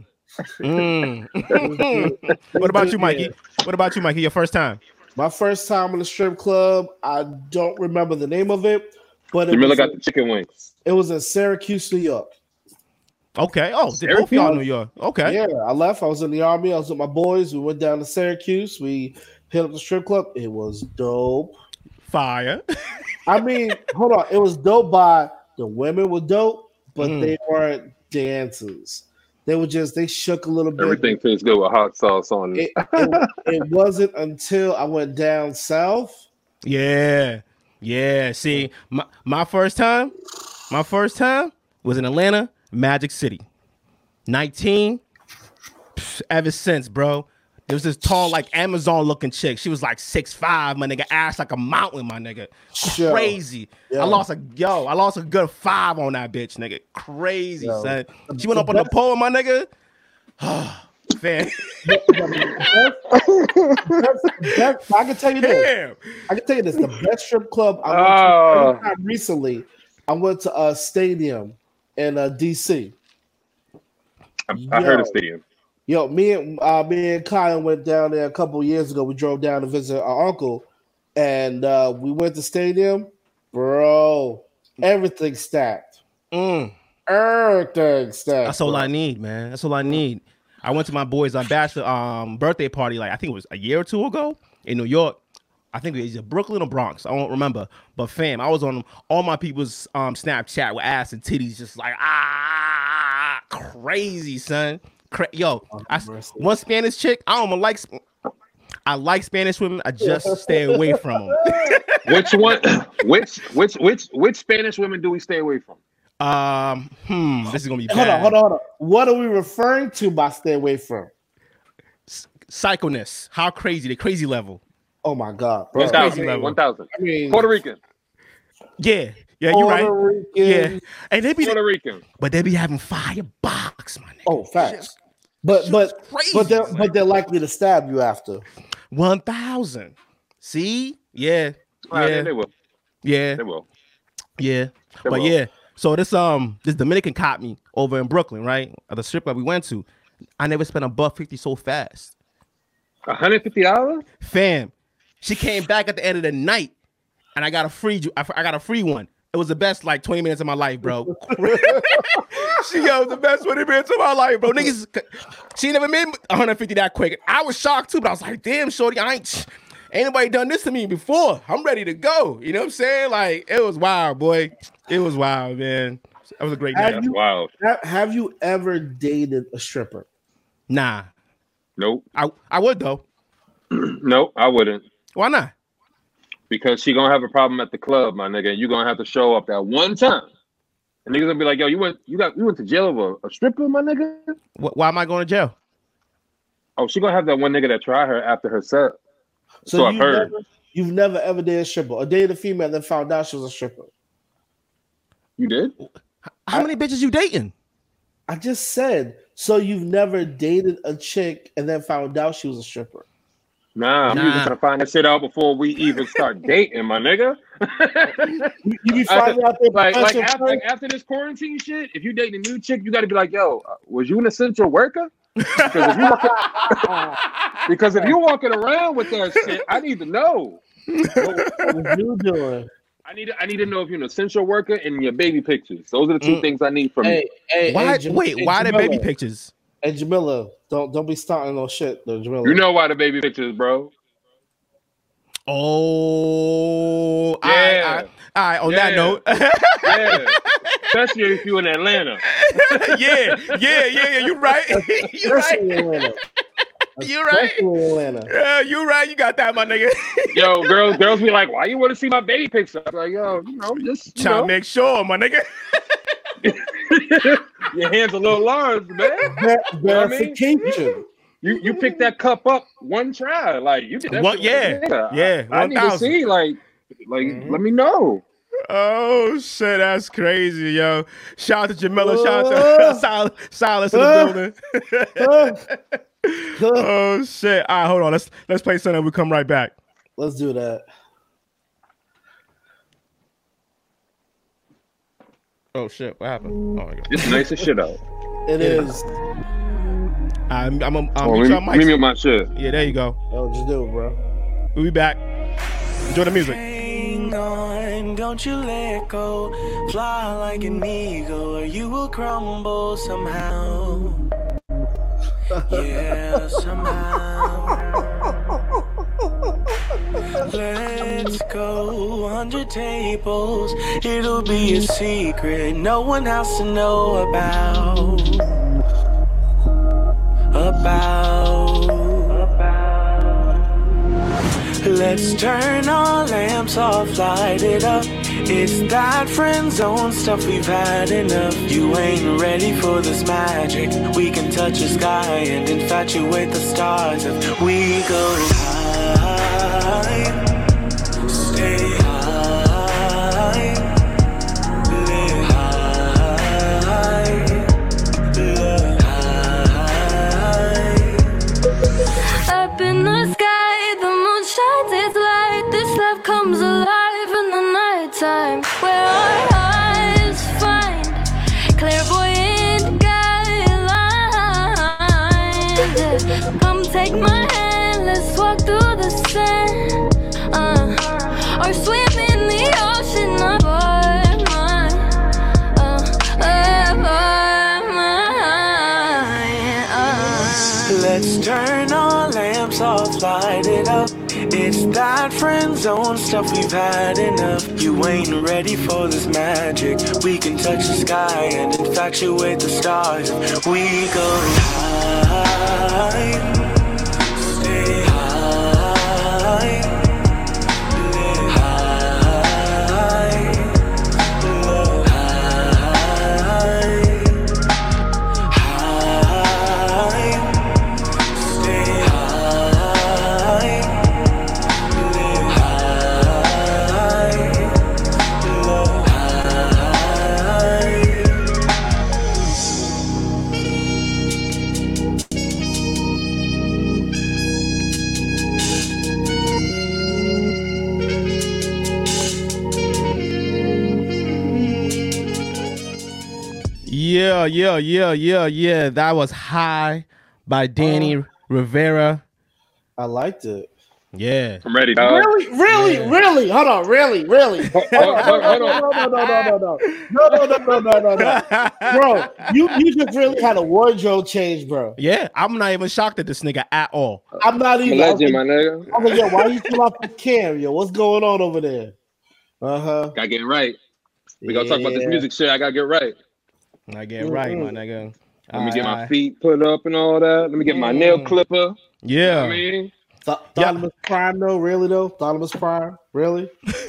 Speaker 2: Mm. Mm. [laughs] what about you, Mikey? What about you, Mikey? Your first time?
Speaker 4: [laughs] my first time in a strip club. I don't remember the name of it, but it,
Speaker 3: Jamila
Speaker 4: was,
Speaker 3: got the chicken wings.
Speaker 4: it was in Syracuse, New York.
Speaker 2: Okay. Oh, did both of y'all
Speaker 4: Syracuse?
Speaker 2: New York? Okay.
Speaker 4: Yeah, I left. I was in the army. I was with my boys. We went down to Syracuse. We hit up the strip club. It was dope.
Speaker 2: Fire.
Speaker 4: I mean, hold on. It was dope by the women were dope, but
Speaker 2: Mm.
Speaker 4: they weren't dancers. They were just they shook a little bit.
Speaker 3: Everything tastes good with hot sauce on
Speaker 4: It,
Speaker 3: it.
Speaker 4: it, it wasn't until I went down south.
Speaker 2: Yeah. Yeah. See, my, my first time, my first time was in Atlanta, Magic City. 19. Pff, ever since, bro. There was this tall, like Amazon looking chick. She was like six five, my nigga, ass like a mountain, my nigga.
Speaker 4: Yo.
Speaker 2: Crazy. I
Speaker 4: Yo.
Speaker 2: lost a yo, I lost a good five on that bitch, nigga. Crazy,
Speaker 4: Yo.
Speaker 2: son. She went up on the pole, my nigga. [sighs] Fan.
Speaker 4: That- I can tell you this.
Speaker 2: Damn.
Speaker 4: I can tell you this: the best strip club I
Speaker 3: Oh.
Speaker 4: went to recently. I went to a stadium in uh, DC.
Speaker 3: I heard
Speaker 4: Yo.
Speaker 3: a stadium.
Speaker 4: Yo, me and uh, me and Kyle went down there a couple years ago. We drove down to visit our uncle, and uh, we went to stadium, bro. Everything stacked.
Speaker 2: Mm.
Speaker 4: Everything stacked.
Speaker 2: That's all
Speaker 4: bro.
Speaker 2: I need, man. That's all I need. I went to my boys' on bachelor um birthday party, like I think it was a year or two ago in New York. I think it was either Brooklyn or Bronx. I don't remember. But fam, I was on all my people's um Snapchat with ass and titties, just like ah crazy, son. Cra- Yo, I,
Speaker 4: mercy.
Speaker 2: one Spanish chick. I don't like. Sp- I like Spanish women. I just stay away from them.
Speaker 3: Which one? [coughs] which which which which Spanish women do we stay away from?
Speaker 2: [laughs] Um, hmm, this is gonna be bad.
Speaker 4: Hold on, hold on, hold on. What are we referring to by stay away from?
Speaker 2: Psychoness. How crazy? The crazy level.
Speaker 4: Oh my god, bro.
Speaker 3: One
Speaker 2: That's crazy
Speaker 3: thousand.
Speaker 2: level.
Speaker 3: One thousand.
Speaker 4: I mean,
Speaker 3: Puerto Rican.
Speaker 2: Yeah, yeah, you're right.
Speaker 4: Puerto
Speaker 2: Yeah,
Speaker 4: Rican.
Speaker 2: and they be
Speaker 3: Puerto Rican.
Speaker 2: but they be having firebox, my nigga.
Speaker 4: Oh, facts. But but but they're but they're likely to stab you after.
Speaker 2: One thousand. See? Yeah.
Speaker 3: Yeah.
Speaker 2: Yeah.
Speaker 3: they will.
Speaker 2: Yeah.
Speaker 3: They will.
Speaker 2: Yeah.
Speaker 3: They
Speaker 2: But
Speaker 3: will.
Speaker 2: yeah. So this um this Dominican caught me over in Brooklyn, right? At the strip club we went to. I never spent a buck fifty so fast.
Speaker 3: One hundred fifty dollars.
Speaker 2: Fam. She came back at the end of the night and I got a free ju- I I got a free one. It was the best like 20 minutes of my
Speaker 4: [laughs]
Speaker 2: life, bro. she got the best 20 minutes of my life, bro. Niggas, she never made 150 that quick. I was shocked too, but I was like, damn, shorty, I ain't, ain't nobody done this to me before. I'm ready to go. You know what I'm saying? Like, it was wild, boy. It was wild, man. That was a great night.
Speaker 4: Have
Speaker 3: That's
Speaker 4: you,
Speaker 3: wild.
Speaker 4: ha- have you ever dated a stripper?
Speaker 2: Nah,
Speaker 3: Nope.
Speaker 2: I, I would though.
Speaker 3: Nope. I wouldn't.
Speaker 2: Why not?
Speaker 3: because she gonna have a problem at the club, my nigga. And you gonna have to show up that one time. And niggas gonna be like, yo, you went, you got, you went to jail over a stripper, my nigga.
Speaker 2: Wh- Why am I going to jail?
Speaker 3: Oh, she gonna have that one nigga that tried her after her set. So, I've
Speaker 4: you've
Speaker 3: heard.
Speaker 4: Never, you've never ever dated a stripper or dated a female and then found out she was a stripper.
Speaker 3: You did?
Speaker 2: How many bitches you dating?
Speaker 4: I just said so. You've never dated a chick and then found out she was a stripper.
Speaker 3: Nah, I'm usually
Speaker 2: Nah.
Speaker 3: trying to find that shit out before we even start dating, my nigga. [laughs]
Speaker 4: You, you be finding out their
Speaker 3: like, like
Speaker 4: profession
Speaker 3: after,
Speaker 4: first.
Speaker 3: like after this quarantine shit, if you dating a new chick, you gotta be like, yo, uh, was you an essential worker? Because if you walking, [laughs] because if you walking around with that shit, I need to know.
Speaker 4: What was you doing?
Speaker 3: I need to, I need to know if you're an essential worker and your baby pictures. Those are the two
Speaker 2: Mm.
Speaker 3: things I need from
Speaker 4: Hey, hey,
Speaker 2: Why?
Speaker 4: hey, Jam-
Speaker 2: wait,
Speaker 4: hey,
Speaker 2: why the baby
Speaker 4: Jamila.
Speaker 2: pictures?
Speaker 4: Hey, Jamila, don't don't be starting no shit, though, Jamila.
Speaker 3: you. You know why the baby pictures, bro?
Speaker 2: Oh, yeah.
Speaker 3: Yeah.
Speaker 2: All right. On that
Speaker 3: Yeah.
Speaker 2: note, [laughs]
Speaker 3: Yeah, especially if you in Atlanta.
Speaker 2: yeah, yeah, yeah, yeah. You're right. [laughs] you're
Speaker 4: Especially
Speaker 2: right.
Speaker 4: in Atlanta.
Speaker 2: You're right.
Speaker 4: Especially in Atlanta.
Speaker 2: Yeah, you're right. You got that, my nigga. [laughs]
Speaker 3: Yo, girls, girls be like, why you want to see my baby pictures? I'm like, yo, you know, just you
Speaker 2: Trying to
Speaker 3: know,
Speaker 2: make sure, my nigga.
Speaker 3: your hands a little large, man.
Speaker 4: Ver-
Speaker 3: know what I mean?
Speaker 4: verification.
Speaker 3: You you pick that cup up one try, like you did that.
Speaker 2: One-
Speaker 3: shit with
Speaker 2: yeah,
Speaker 3: a nigga.
Speaker 2: yeah, Mm-hmm.
Speaker 3: I, I need
Speaker 2: 1,000.
Speaker 3: to see, like, like, let me know.
Speaker 2: Oh shit, that's crazy, yo. Shout out to Jamila. Shout out
Speaker 4: Uh.
Speaker 2: to [laughs] Sil- Silas in the
Speaker 4: Uh.
Speaker 2: building. [laughs]
Speaker 4: Huh? Huh?
Speaker 2: oh shit. All right, hold on. Let's let's play something. We will come right back.
Speaker 4: Let's do that.
Speaker 2: Oh shit. What happened? Oh my god.
Speaker 3: It's nice as shit out.
Speaker 4: It is.
Speaker 2: I'm I'm I'm,
Speaker 3: Oh, let
Speaker 2: mute your
Speaker 3: me, let me
Speaker 2: mics.
Speaker 3: mute my shit.
Speaker 2: Yeah, there you go.
Speaker 4: Yo, just do it, bro.
Speaker 2: We'll be back. Enjoy the music.
Speaker 7: Hang on, don't you let go. Fly like an eagle, or you will crumble somehow. Yeah, somehow. Let's go under tables. It'll be a secret no one has to know about. About. About. Let's turn our lamps off, light it up. It's that friend zone stuff we've had enough. You ain't ready for this magic. We can touch the sky and infatuate the stars if we go high. Stay high. Live high. Love high.
Speaker 8: Up in the sky, the moon shines its light. This love comes alive in the nighttime, where our eyes find clairvoyant guidelines. Come take my hand, let's walk through the sand, uh, or swim in the ocean of our mind. Uh, of our mind. uh.
Speaker 7: Let's turn our lamps off, light it up. It's that friend zone stuff we've had enough. You ain't ready for this magic. We can touch the sky and infatuate the stars. We go high, stay high, live high, love high, high. Stay high, live high, love high.
Speaker 2: Yeah, yeah, yeah, yeah, yeah. That was High by Danny Rivera.
Speaker 4: I liked it.
Speaker 2: [laughs] Yeah.
Speaker 3: I'm ready. dog.
Speaker 4: Really, really, really. Hold on, really, really. Hold on,
Speaker 3: Hold on,
Speaker 4: hold on, [laughs]
Speaker 3: hold
Speaker 4: no, no, no, no, no, no, no, no, no, no, no, no, bro. You, you just really had a wardrobe change, bro.
Speaker 2: Yeah, I'm not even shocked at this nigga at all.
Speaker 4: I'm not
Speaker 3: I'm a
Speaker 4: even. I was
Speaker 3: legend,
Speaker 4: like,
Speaker 3: my nigga.
Speaker 4: I was like, yo, why you still off the cam, yo? What's going on over there? Uh huh.
Speaker 3: Gotta get it right. We gonna talk about this music shit. I gotta get right.
Speaker 2: I get right, my nigga.
Speaker 3: Let me get my
Speaker 2: Aight, aight.
Speaker 3: feet put up and all that. Let me get my nail clipper. You know what I
Speaker 2: Yeah.
Speaker 3: mean,
Speaker 4: Th- Thonimus Prime, though, really though. Thonimus Prime, really,
Speaker 2: [laughs]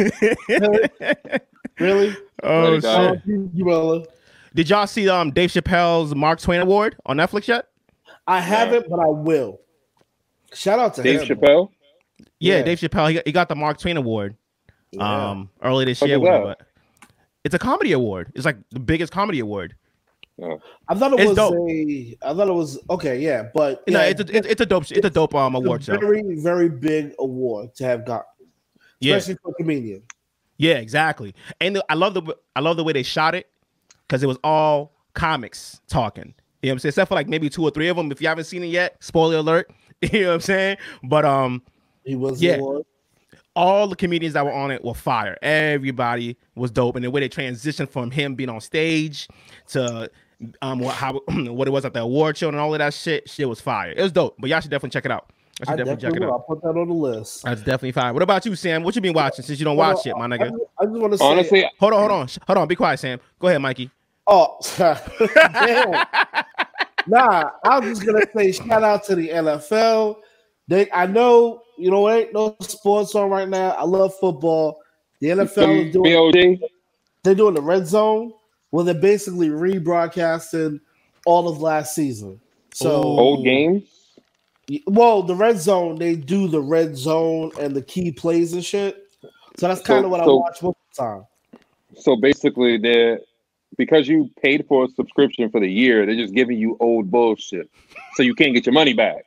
Speaker 4: really.
Speaker 2: oh
Speaker 3: Yeah.
Speaker 4: Oh,
Speaker 2: shit.
Speaker 4: you, you really.
Speaker 2: Did y'all see um Dave Chappelle's Mark Twain Award on Netflix yet?
Speaker 4: I haven't, but I will. Shout out to
Speaker 3: Dave
Speaker 4: him.
Speaker 3: Chappelle.
Speaker 2: Yeah,
Speaker 4: Yeah.
Speaker 2: Dave Chappelle. He got, he got the Mark Twain Award um early this
Speaker 3: What
Speaker 2: year.
Speaker 3: is
Speaker 2: whatever.
Speaker 3: that?
Speaker 2: It's a comedy award. It's like the biggest comedy award.
Speaker 3: Oh.
Speaker 4: I thought it
Speaker 2: It's
Speaker 4: was
Speaker 2: dope.
Speaker 4: a. I thought it was okay. Yeah, but
Speaker 2: No,
Speaker 4: yeah,
Speaker 2: it's a it's, it's a dope it's a dope um award
Speaker 4: it's a
Speaker 2: show.
Speaker 4: very very big award to have got,
Speaker 2: Yeah.
Speaker 4: especially for a comedian.
Speaker 2: Yeah, exactly. And the- I love the w- I love the way they shot it because it was all comics talking. You know what I'm saying? Except for like maybe two or three of them. If you haven't seen it yet, spoiler alert. [laughs] You know what I'm saying? But um,
Speaker 4: He was
Speaker 2: Yeah.
Speaker 4: the award.
Speaker 2: all the comedians that were on it were fire. Everybody was dope, and the way they transitioned from him being on stage to um what how [clears throat] what it was at the award show and all of that shit, shit was fire. It was dope. But y'all should definitely check it out. I should
Speaker 4: I
Speaker 2: definitely,
Speaker 4: definitely
Speaker 2: check it
Speaker 4: will. I'll
Speaker 2: out.
Speaker 4: put that on the list.
Speaker 2: That's definitely fire. What about you, Sam? What you been watching since you don't
Speaker 4: Well,
Speaker 2: watch it, my
Speaker 4: I- I
Speaker 2: nigga?
Speaker 4: just, I just want to say,
Speaker 3: Honestly,
Speaker 2: Hold on, hold on, Sh- hold on. Be quiet, Sam. Go ahead, Mikey.
Speaker 4: oh, [laughs] damn. nah, I was just gonna say shout out to the NFL. They, I know you know ain't no sports on right now. I love football. The NFL is doing
Speaker 3: B.O.D.
Speaker 4: they're doing the red zone where they're basically rebroadcasting all of last season. So,
Speaker 2: Ooh.
Speaker 3: Old game.
Speaker 4: well, the red zone they do the red zone and the key plays and shit. So that's kind
Speaker 3: So-
Speaker 4: of what I
Speaker 3: so-
Speaker 4: watch most of the time.
Speaker 3: So basically, they're because you paid for a subscription for the year, they're just giving you old bullshit, so you can't get your money back.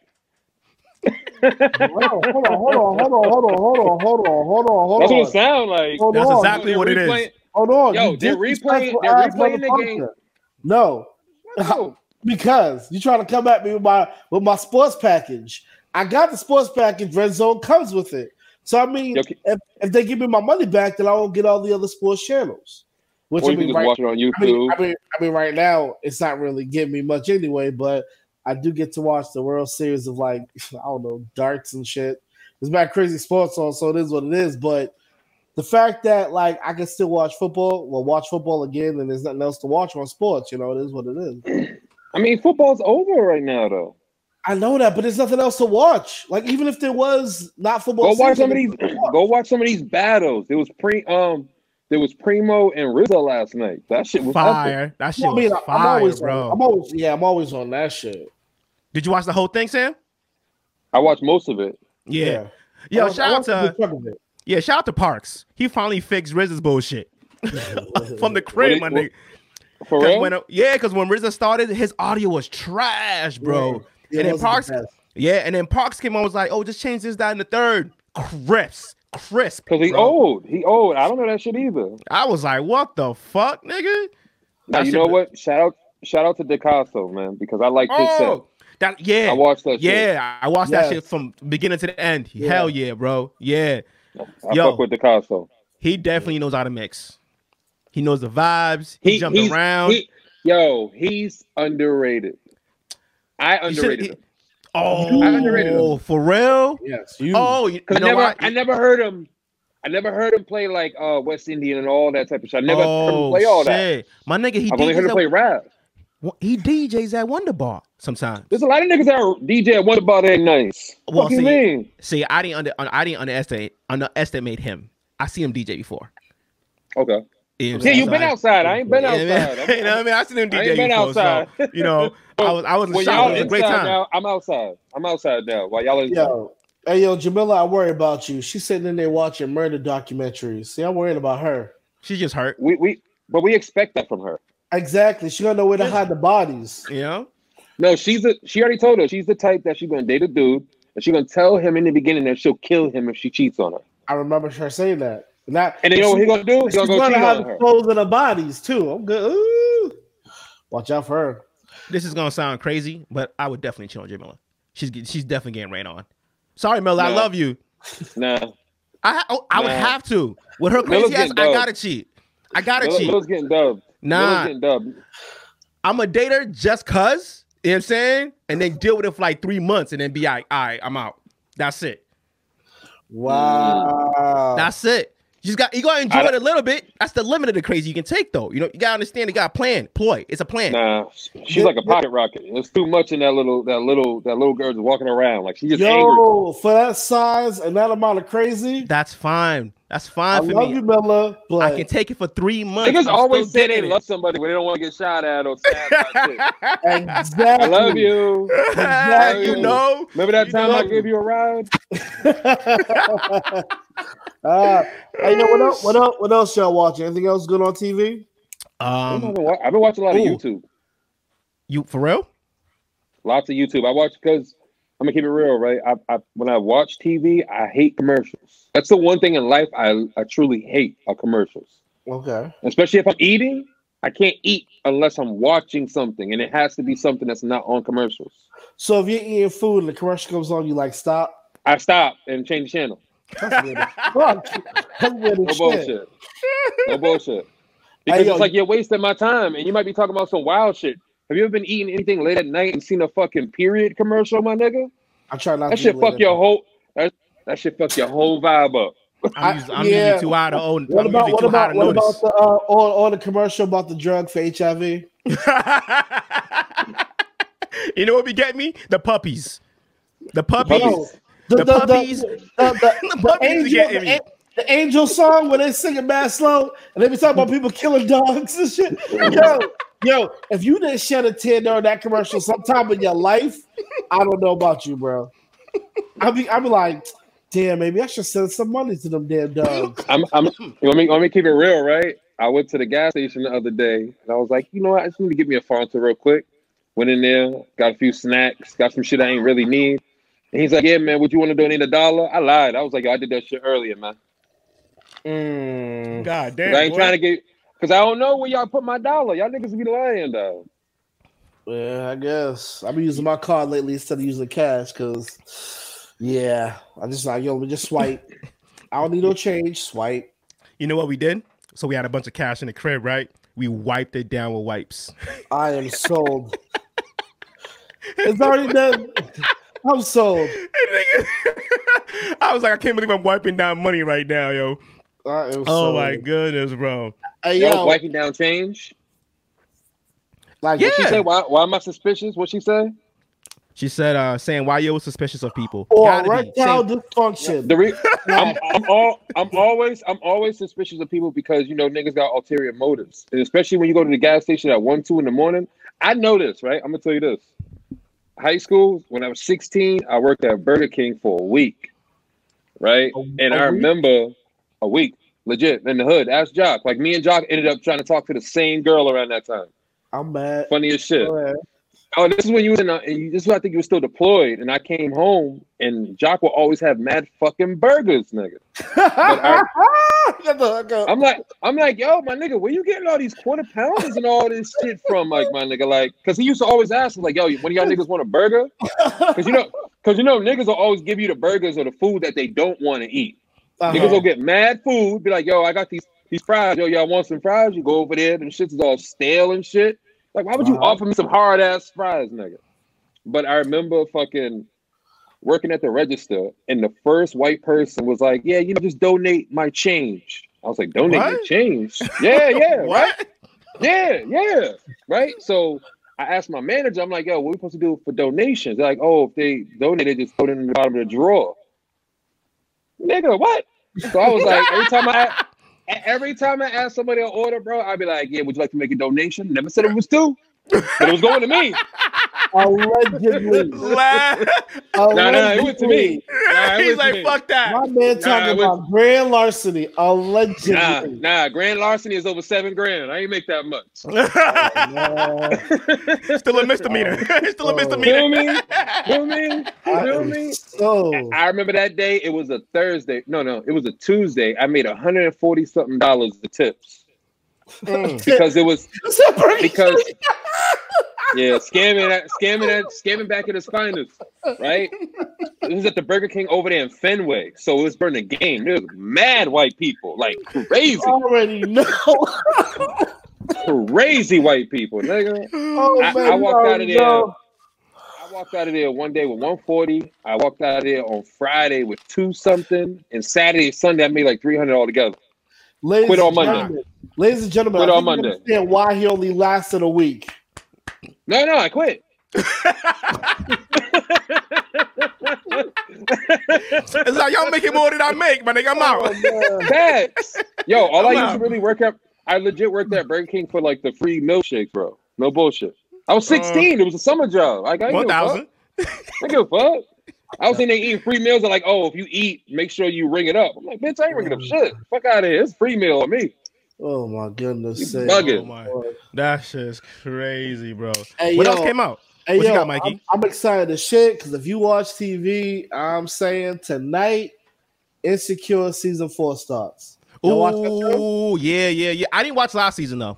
Speaker 4: Hold on, hold on, hold on, hold on, hold on, hold on, hold on, hold on, hold
Speaker 3: That's what
Speaker 4: on.
Speaker 3: it sound like.
Speaker 4: Hold
Speaker 2: That's
Speaker 4: on.
Speaker 2: exactly
Speaker 3: They're
Speaker 2: what it
Speaker 3: replaying-
Speaker 2: is.
Speaker 4: Hold on.
Speaker 3: Yo,
Speaker 4: you
Speaker 3: they're
Speaker 4: disrespectful
Speaker 3: replaying- they're
Speaker 4: ass
Speaker 3: replaying the
Speaker 4: motherfucker.
Speaker 3: game.
Speaker 4: No, because you're trying to come at me with my with my sports package. I got the sports package. Red Zone comes with it. So I mean,
Speaker 3: Yo, can-
Speaker 4: if, if they give me my money back, then I won't get all the other sports channels. Which
Speaker 3: Or
Speaker 4: I
Speaker 3: you can
Speaker 4: mean,
Speaker 3: just
Speaker 4: right,
Speaker 3: watch it on
Speaker 4: I mean,
Speaker 3: YouTube.
Speaker 4: I mean, I mean, right now it's not really giving me much anyway. But I do get to watch the World Series of like [laughs] I don't know darts and shit. It's not crazy sports on, so it is what it is. But the fact that like I can still watch football, well, watch football again, and there's nothing else to watch on sports. You know, it is what it is.
Speaker 3: I mean, football's over right now, though.
Speaker 4: I know that, but there's nothing else to watch. Like even if there was not football,
Speaker 3: go watch
Speaker 4: season,
Speaker 3: some of these.
Speaker 4: there's nothing to watch.
Speaker 3: Go watch some of these battles. It was pre um There was Primo and Rizzo last night. That shit was epic.
Speaker 2: Fire. That shit
Speaker 4: I mean,
Speaker 2: was
Speaker 4: I'm
Speaker 2: fire,
Speaker 4: always,
Speaker 2: bro.
Speaker 4: on, I'm always, yeah, I'm always on that shit.
Speaker 2: Did you watch the whole thing, Sam?
Speaker 3: I watched most of it.
Speaker 2: Yeah.
Speaker 4: I
Speaker 2: Yo,
Speaker 4: was-
Speaker 2: shout
Speaker 4: I
Speaker 2: out
Speaker 4: was
Speaker 2: to
Speaker 4: a good chunk of it.
Speaker 2: yeah, shout out to Parks. He finally fixed Riz's bullshit [laughs]
Speaker 4: [laughs]
Speaker 2: from the crib, my
Speaker 3: What-
Speaker 2: nigga.
Speaker 3: For
Speaker 2: 'Cause
Speaker 3: real?
Speaker 2: when- yeah, because when RZA started, his audio was trash, bro.
Speaker 4: Yeah, it
Speaker 2: and then
Speaker 4: wasn't the
Speaker 2: Parks,
Speaker 4: best.
Speaker 2: yeah, and then Parks came on was like, oh, just change this, that, and the third. Crisp, crisp.
Speaker 3: Because he
Speaker 2: bro.
Speaker 3: old. He old. I don't know that shit either.
Speaker 2: I was like, what the fuck, nigga?
Speaker 3: Now,
Speaker 2: That
Speaker 3: you
Speaker 2: shit
Speaker 3: know
Speaker 2: was-
Speaker 3: what? Shout out shout out to DeCasso, man, because I like his set.
Speaker 2: Oh, that yeah.
Speaker 3: I watched that shit.
Speaker 2: Yeah, I watched that
Speaker 4: Yes.
Speaker 2: shit from beginning to the end. Hell yeah, bro. Yeah,
Speaker 3: I
Speaker 2: Yo.
Speaker 3: fuck with DeCasso.
Speaker 2: he definitely knows how to mix. He knows the vibes. He, jumped
Speaker 3: he's-
Speaker 2: around.
Speaker 3: he- yo, he's underrated. I
Speaker 2: You should-
Speaker 3: underrated
Speaker 2: he-
Speaker 3: him.
Speaker 2: oh,
Speaker 3: I underrated him.
Speaker 2: for real?
Speaker 4: Yes, you.
Speaker 2: Oh, you,
Speaker 3: Because
Speaker 2: you know
Speaker 3: I never,
Speaker 2: what?
Speaker 3: I never heard him. I never heard him play like uh, West Indian and all that type of shit. I never heard him
Speaker 2: oh,
Speaker 3: play all that.
Speaker 2: shit. My nigga, he
Speaker 3: I've only heard him
Speaker 2: DJs,
Speaker 3: play rap.
Speaker 2: at, he DJs at Wonder Bar sometimes.
Speaker 3: There's a lot of niggas that are DJ at Wonder Bar that ain't nice.
Speaker 2: Well,
Speaker 3: What do you
Speaker 2: see-
Speaker 3: mean?
Speaker 2: See, I didn't under, I didn't underestimate underestimate him. I see him DJ before.
Speaker 3: Okay.
Speaker 2: You know what I'm
Speaker 3: Yeah,
Speaker 2: saying?
Speaker 3: you
Speaker 2: So
Speaker 3: been
Speaker 2: I-
Speaker 3: outside. I ain't been
Speaker 2: Yeah,
Speaker 3: outside.
Speaker 2: man.
Speaker 3: I'm-
Speaker 2: [laughs] you know what I mean? I seen him
Speaker 3: I
Speaker 2: DJ
Speaker 3: ain't been
Speaker 2: before, so,
Speaker 3: outside.
Speaker 2: you know, I was I
Speaker 3: [laughs]
Speaker 2: was
Speaker 3: When
Speaker 2: in shock.
Speaker 3: y'all
Speaker 2: It was a
Speaker 3: inside
Speaker 2: great time.
Speaker 3: now, I'm outside. I'm outside now. While y'all inside.
Speaker 4: Yo, hey, yo, Jamila, I worry about you. She's sitting in there watching murder documentaries. See, I'm worrying about her.
Speaker 2: She's just hurt.
Speaker 3: We we but we expect that from her.
Speaker 4: Exactly. She don't know where to hide the bodies.
Speaker 2: You know?
Speaker 3: No, she's a she already told her she's the type that she's gonna date a dude and she's gonna tell him in the beginning that she'll kill him if she cheats on her.
Speaker 4: I remember her saying that. And, that,
Speaker 3: And you know what he gonna do? He's
Speaker 4: she's
Speaker 3: gonna go
Speaker 4: gonna
Speaker 3: cheat
Speaker 4: hide
Speaker 3: on
Speaker 4: the
Speaker 3: her.
Speaker 4: clothes and the bodies too. I'm good. Ooh. Watch out for her.
Speaker 2: This is gonna sound crazy, but I would definitely chill on J Miller. She's get- she's definitely getting rain on. Sorry, Miller, I
Speaker 3: No.
Speaker 2: love you.
Speaker 3: Nah.
Speaker 2: I oh, I would
Speaker 3: No.
Speaker 2: have to. With her
Speaker 3: Miller's
Speaker 2: crazy ass,
Speaker 3: getting
Speaker 2: I
Speaker 3: dope.
Speaker 2: gotta cheat. I gotta
Speaker 3: Miller-
Speaker 2: cheat.
Speaker 3: Miller's getting dubbed.
Speaker 2: Nah.
Speaker 3: Miller's getting dubbed.
Speaker 2: I'm a dater just cuz, you know what I'm saying? And then deal with it for like three months and then be like, all right, I'm out. That's it.
Speaker 4: Wow.
Speaker 2: That's it. You just got you gotta enjoy
Speaker 3: I
Speaker 2: it
Speaker 3: don't-
Speaker 2: a little bit. That's the limit of the crazy you can take though. You know, you gotta understand you got a plan, ploy. It's a plan.
Speaker 3: Nah. She's like a pocket rocket. There's too much in that little that little that little girl just walking around. Like she's just angry.
Speaker 4: Yo, for that size and that amount of crazy,
Speaker 2: That's fine. That's
Speaker 4: I
Speaker 2: fine for
Speaker 4: love
Speaker 2: me.
Speaker 4: you, Miller. But
Speaker 2: I can take it for three months.
Speaker 3: Niggas
Speaker 2: I'm
Speaker 3: always
Speaker 2: still
Speaker 3: say they
Speaker 2: dating it.
Speaker 3: love somebody when they don't want to get shot at or stabbed by
Speaker 2: [laughs]
Speaker 3: a chick. [laughs]
Speaker 4: exactly.
Speaker 3: I love you.
Speaker 2: Exactly, you
Speaker 3: you.
Speaker 2: know.
Speaker 3: Remember that
Speaker 2: You
Speaker 3: time
Speaker 2: know.
Speaker 3: I gave you a ride?
Speaker 4: [laughs] Uh, hey, yo, what else? What else? What else y'all watching? Anything else good on TV?
Speaker 3: I've,
Speaker 2: Um,
Speaker 3: been, wa- I've been watching a lot of
Speaker 2: Ooh.
Speaker 3: YouTube.
Speaker 2: you for real?
Speaker 3: Lots of YouTube. I watch because I'm gonna keep it real, right? I, I when I watch TV, I hate commercials. That's the one thing in life I, I truly hate are commercials.
Speaker 4: Okay.
Speaker 3: Especially if I'm eating, I can't eat unless I'm watching something, and it has to be something that's not on commercials.
Speaker 4: So if you're eating food and the commercial comes on, you like stop.
Speaker 3: I stop and change the channel.
Speaker 4: That's weird. as Fuck. That's weird
Speaker 3: No
Speaker 4: as shit.
Speaker 3: bullshit. No
Speaker 4: [laughs]
Speaker 3: bullshit. Because
Speaker 4: yo,
Speaker 3: it's like you're wasting my time, and you might be talking about some wild shit. Have you ever been eating anything late at night and seen a fucking period commercial, my nigga?
Speaker 4: I try not.
Speaker 3: That
Speaker 4: to
Speaker 3: shit
Speaker 4: eat
Speaker 3: fuck
Speaker 4: later.
Speaker 3: your whole that, that shit fuck your whole vibe up.
Speaker 4: [laughs]
Speaker 2: I'm,
Speaker 4: I-
Speaker 2: usually, I'm
Speaker 4: yeah.
Speaker 2: usually too high to own.
Speaker 4: What
Speaker 2: I'm
Speaker 4: about
Speaker 2: usually
Speaker 4: what
Speaker 2: too high
Speaker 4: about
Speaker 2: to
Speaker 4: what
Speaker 2: notice.
Speaker 4: about the uh, all all the commercial about the drug for HIV?
Speaker 2: [laughs] you know what be getting me? The puppies. The puppies.
Speaker 4: Yo,
Speaker 2: The puppies-
Speaker 4: the, the, the,
Speaker 2: the puppies
Speaker 4: angel,
Speaker 2: getting
Speaker 4: the,
Speaker 2: me.
Speaker 4: an- the angel song where they sing it mad slow and they be talking about people killing dogs and shit. Yo, yo, if you didn't shed a tear during that commercial sometime in your life, I don't know about you, bro. I be I be like, damn, maybe I should send some money to them damn dogs.
Speaker 3: I'm I'm let me let me keep it real, right? I went to the gas station the other day and I was like, you know what, I just need to get me a Fanta real quick. Went in there, got a few snacks, got some shit I ain't really need. And he's like, Yeah, man, would you want to donate a dollar? I lied. I was like, Yo, I did that shit earlier, man.
Speaker 4: [laughs] Mm.
Speaker 2: God
Speaker 3: 'Cause
Speaker 2: damn.
Speaker 3: I ain't
Speaker 2: boy.
Speaker 3: trying to get because I don't know where y'all put my dollar. Y'all niggas be lying though.
Speaker 4: Yeah, I guess I've been using my card lately instead of using cash because, yeah, I just like yo, let me just swipe. I don't need no change. Swipe.
Speaker 2: You know what we did? So we had a bunch of cash in the crib, right? We wiped it down with wipes. [laughs]
Speaker 4: I am sold. it's already done. I'm sold.
Speaker 2: I was like, I can't believe I'm wiping down money right now, yo.
Speaker 4: I am
Speaker 2: Oh
Speaker 4: sold.
Speaker 2: my goodness, bro.
Speaker 4: Hey,
Speaker 3: Y'all
Speaker 4: yo,
Speaker 3: was wiping down change.
Speaker 4: like
Speaker 2: Yeah.
Speaker 3: She said, why, why am I suspicious? What she say?
Speaker 2: She said, uh, saying why you suspicious of people.
Speaker 4: Or
Speaker 2: Gotta be.
Speaker 4: erectile
Speaker 2: Same-
Speaker 4: dysfunction.
Speaker 3: The
Speaker 4: [laughs]
Speaker 3: re- I'm, I'm all I'm always I'm always suspicious of people because you know niggas got ulterior motives, and especially when you go to the gas station at one two in the morning. I know this, right? I'm gonna tell you this. High school, when I was 16, I worked at Burger King for a week, right?
Speaker 4: A-
Speaker 3: and
Speaker 4: a
Speaker 3: I
Speaker 4: week?
Speaker 3: remember a week, legit, in the hood. Ask Jock. Like me and Jock ended up trying to talk to the same girl around that time.
Speaker 4: I'm mad.
Speaker 3: Funny as shit. [laughs]
Speaker 4: Go ahead.
Speaker 3: Oh, this is when you was in. A, and you- this is when I think you were still deployed, and I came home, and Jock will always have mad fucking burgers, nigga.
Speaker 4: [laughs] Get the fuck up.
Speaker 3: uh, I'm like, I'm like, yo, my nigga, where you getting all these quarter pounders and all this shit from, like, my nigga, like, cause he used to always ask, like, yo, one of y'all niggas want a burger? Cause you know, cause you know, niggas will always give you the burgers or the food that they don't want to eat.
Speaker 4: Uh-huh.
Speaker 3: Niggas will get mad food, be like, yo, I got these these fries, yo, y'all want some fries? You go over there, them shits is all stale and shit. Like, why would you
Speaker 4: Uh-huh.
Speaker 3: offer me some hard ass fries, nigga? But I remember fucking working at the register, and the first white person was like, "Yeah, you know, just donate my change." I was like, "Donate your
Speaker 2: What? [laughs]
Speaker 3: change?" Yeah, yeah, right?
Speaker 2: What?
Speaker 3: yeah, yeah, right. So I asked my manager, I'm like, "Yo, what we supposed to do for donations?" They're like, "Oh, if they donate, they just put it in the bottom of the drawer." Nigga, what? So I was like, every time I. Every time I ask somebody an order, bro, I'd be like, "Yeah, would you like to make a donation?" Never said it was to, but it was going to me. [laughs]
Speaker 4: Allegedly.
Speaker 2: Laugh.
Speaker 4: Allegedly.
Speaker 3: No, no, it went to me. Nah, it
Speaker 2: He's
Speaker 3: was to
Speaker 2: like,
Speaker 3: me.
Speaker 2: fuck that.
Speaker 4: My man talking
Speaker 3: Nah, it was-
Speaker 4: about grand larceny. Allegedly.
Speaker 3: Nah, nah, grand larceny is over seven grand. I ain't make that
Speaker 4: [laughs]
Speaker 3: much.
Speaker 2: [laughs]
Speaker 4: Man.
Speaker 2: Still
Speaker 3: [laughs]
Speaker 2: a misdemeanor. Still a
Speaker 3: Feel
Speaker 4: Oh.
Speaker 2: misdemeanor.
Speaker 3: me? Feel me?
Speaker 4: I
Speaker 3: Feel
Speaker 4: am
Speaker 3: me?
Speaker 2: [laughs]
Speaker 4: So
Speaker 3: I remember that day. It was a Thursday. No, no, it was a Tuesday. I made 140 something dollars the tips
Speaker 4: Mm.
Speaker 3: because it was
Speaker 4: [laughs]
Speaker 3: because yeah, scamming at scamming at scamming back at his finest, right? It was at the Burger King over there in Fenway, so it was during the game. There was mad white people, like crazy,
Speaker 4: already know. [laughs]
Speaker 3: crazy white people, nigga.
Speaker 4: Oh,
Speaker 3: I-
Speaker 4: man,
Speaker 3: I walked
Speaker 4: you
Speaker 3: out of there.
Speaker 4: know.
Speaker 3: I walked out of there one day with 140. I walked out of there on Friday with two something, and Saturday and Sunday I made like 300 altogether.
Speaker 4: Ladies
Speaker 3: Quit on
Speaker 4: and
Speaker 3: Monday.
Speaker 4: gentlemen, Ladies and gentlemen,
Speaker 3: Quit
Speaker 4: I
Speaker 3: on
Speaker 4: think you
Speaker 3: Monday.
Speaker 4: understand why he only lasted a
Speaker 2: [laughs]
Speaker 4: week.
Speaker 3: No, no, I quit.
Speaker 2: It's like y'all making more than I make, my nigga. I'm
Speaker 3: Oh,
Speaker 2: out.
Speaker 3: Facts.
Speaker 2: [laughs]
Speaker 3: Yo, all I
Speaker 2: I'm
Speaker 3: used to
Speaker 2: out.
Speaker 3: really work at, I legit worked at Burger King for like the free milkshake, bro. No bullshit. I was 16. it was a summer job. Like, I
Speaker 2: Uh, One
Speaker 3: didn't give a fuck.
Speaker 2: thousand.
Speaker 3: I didn't give a fuck. I was in there eating free meals. I'm like, oh, if you eat, make sure you ring it up. I'm like, bitch, I ain't ringing up shit. Fuck out of here. It's free meal on me.
Speaker 4: Oh my goodness!
Speaker 3: You
Speaker 4: sake.
Speaker 3: bugging.
Speaker 2: Oh my, that shit's crazy, bro.
Speaker 4: Hey,
Speaker 2: what
Speaker 4: yo.
Speaker 2: else came out?
Speaker 4: Hey,
Speaker 2: What you
Speaker 4: yo,
Speaker 2: got, Mikey?
Speaker 4: I'm, I'm excited as shit because if you watch TV, I'm saying tonight, Insecure season four starts. You watch that show?
Speaker 2: Ooh, yeah, yeah, yeah. I didn't watch last season though.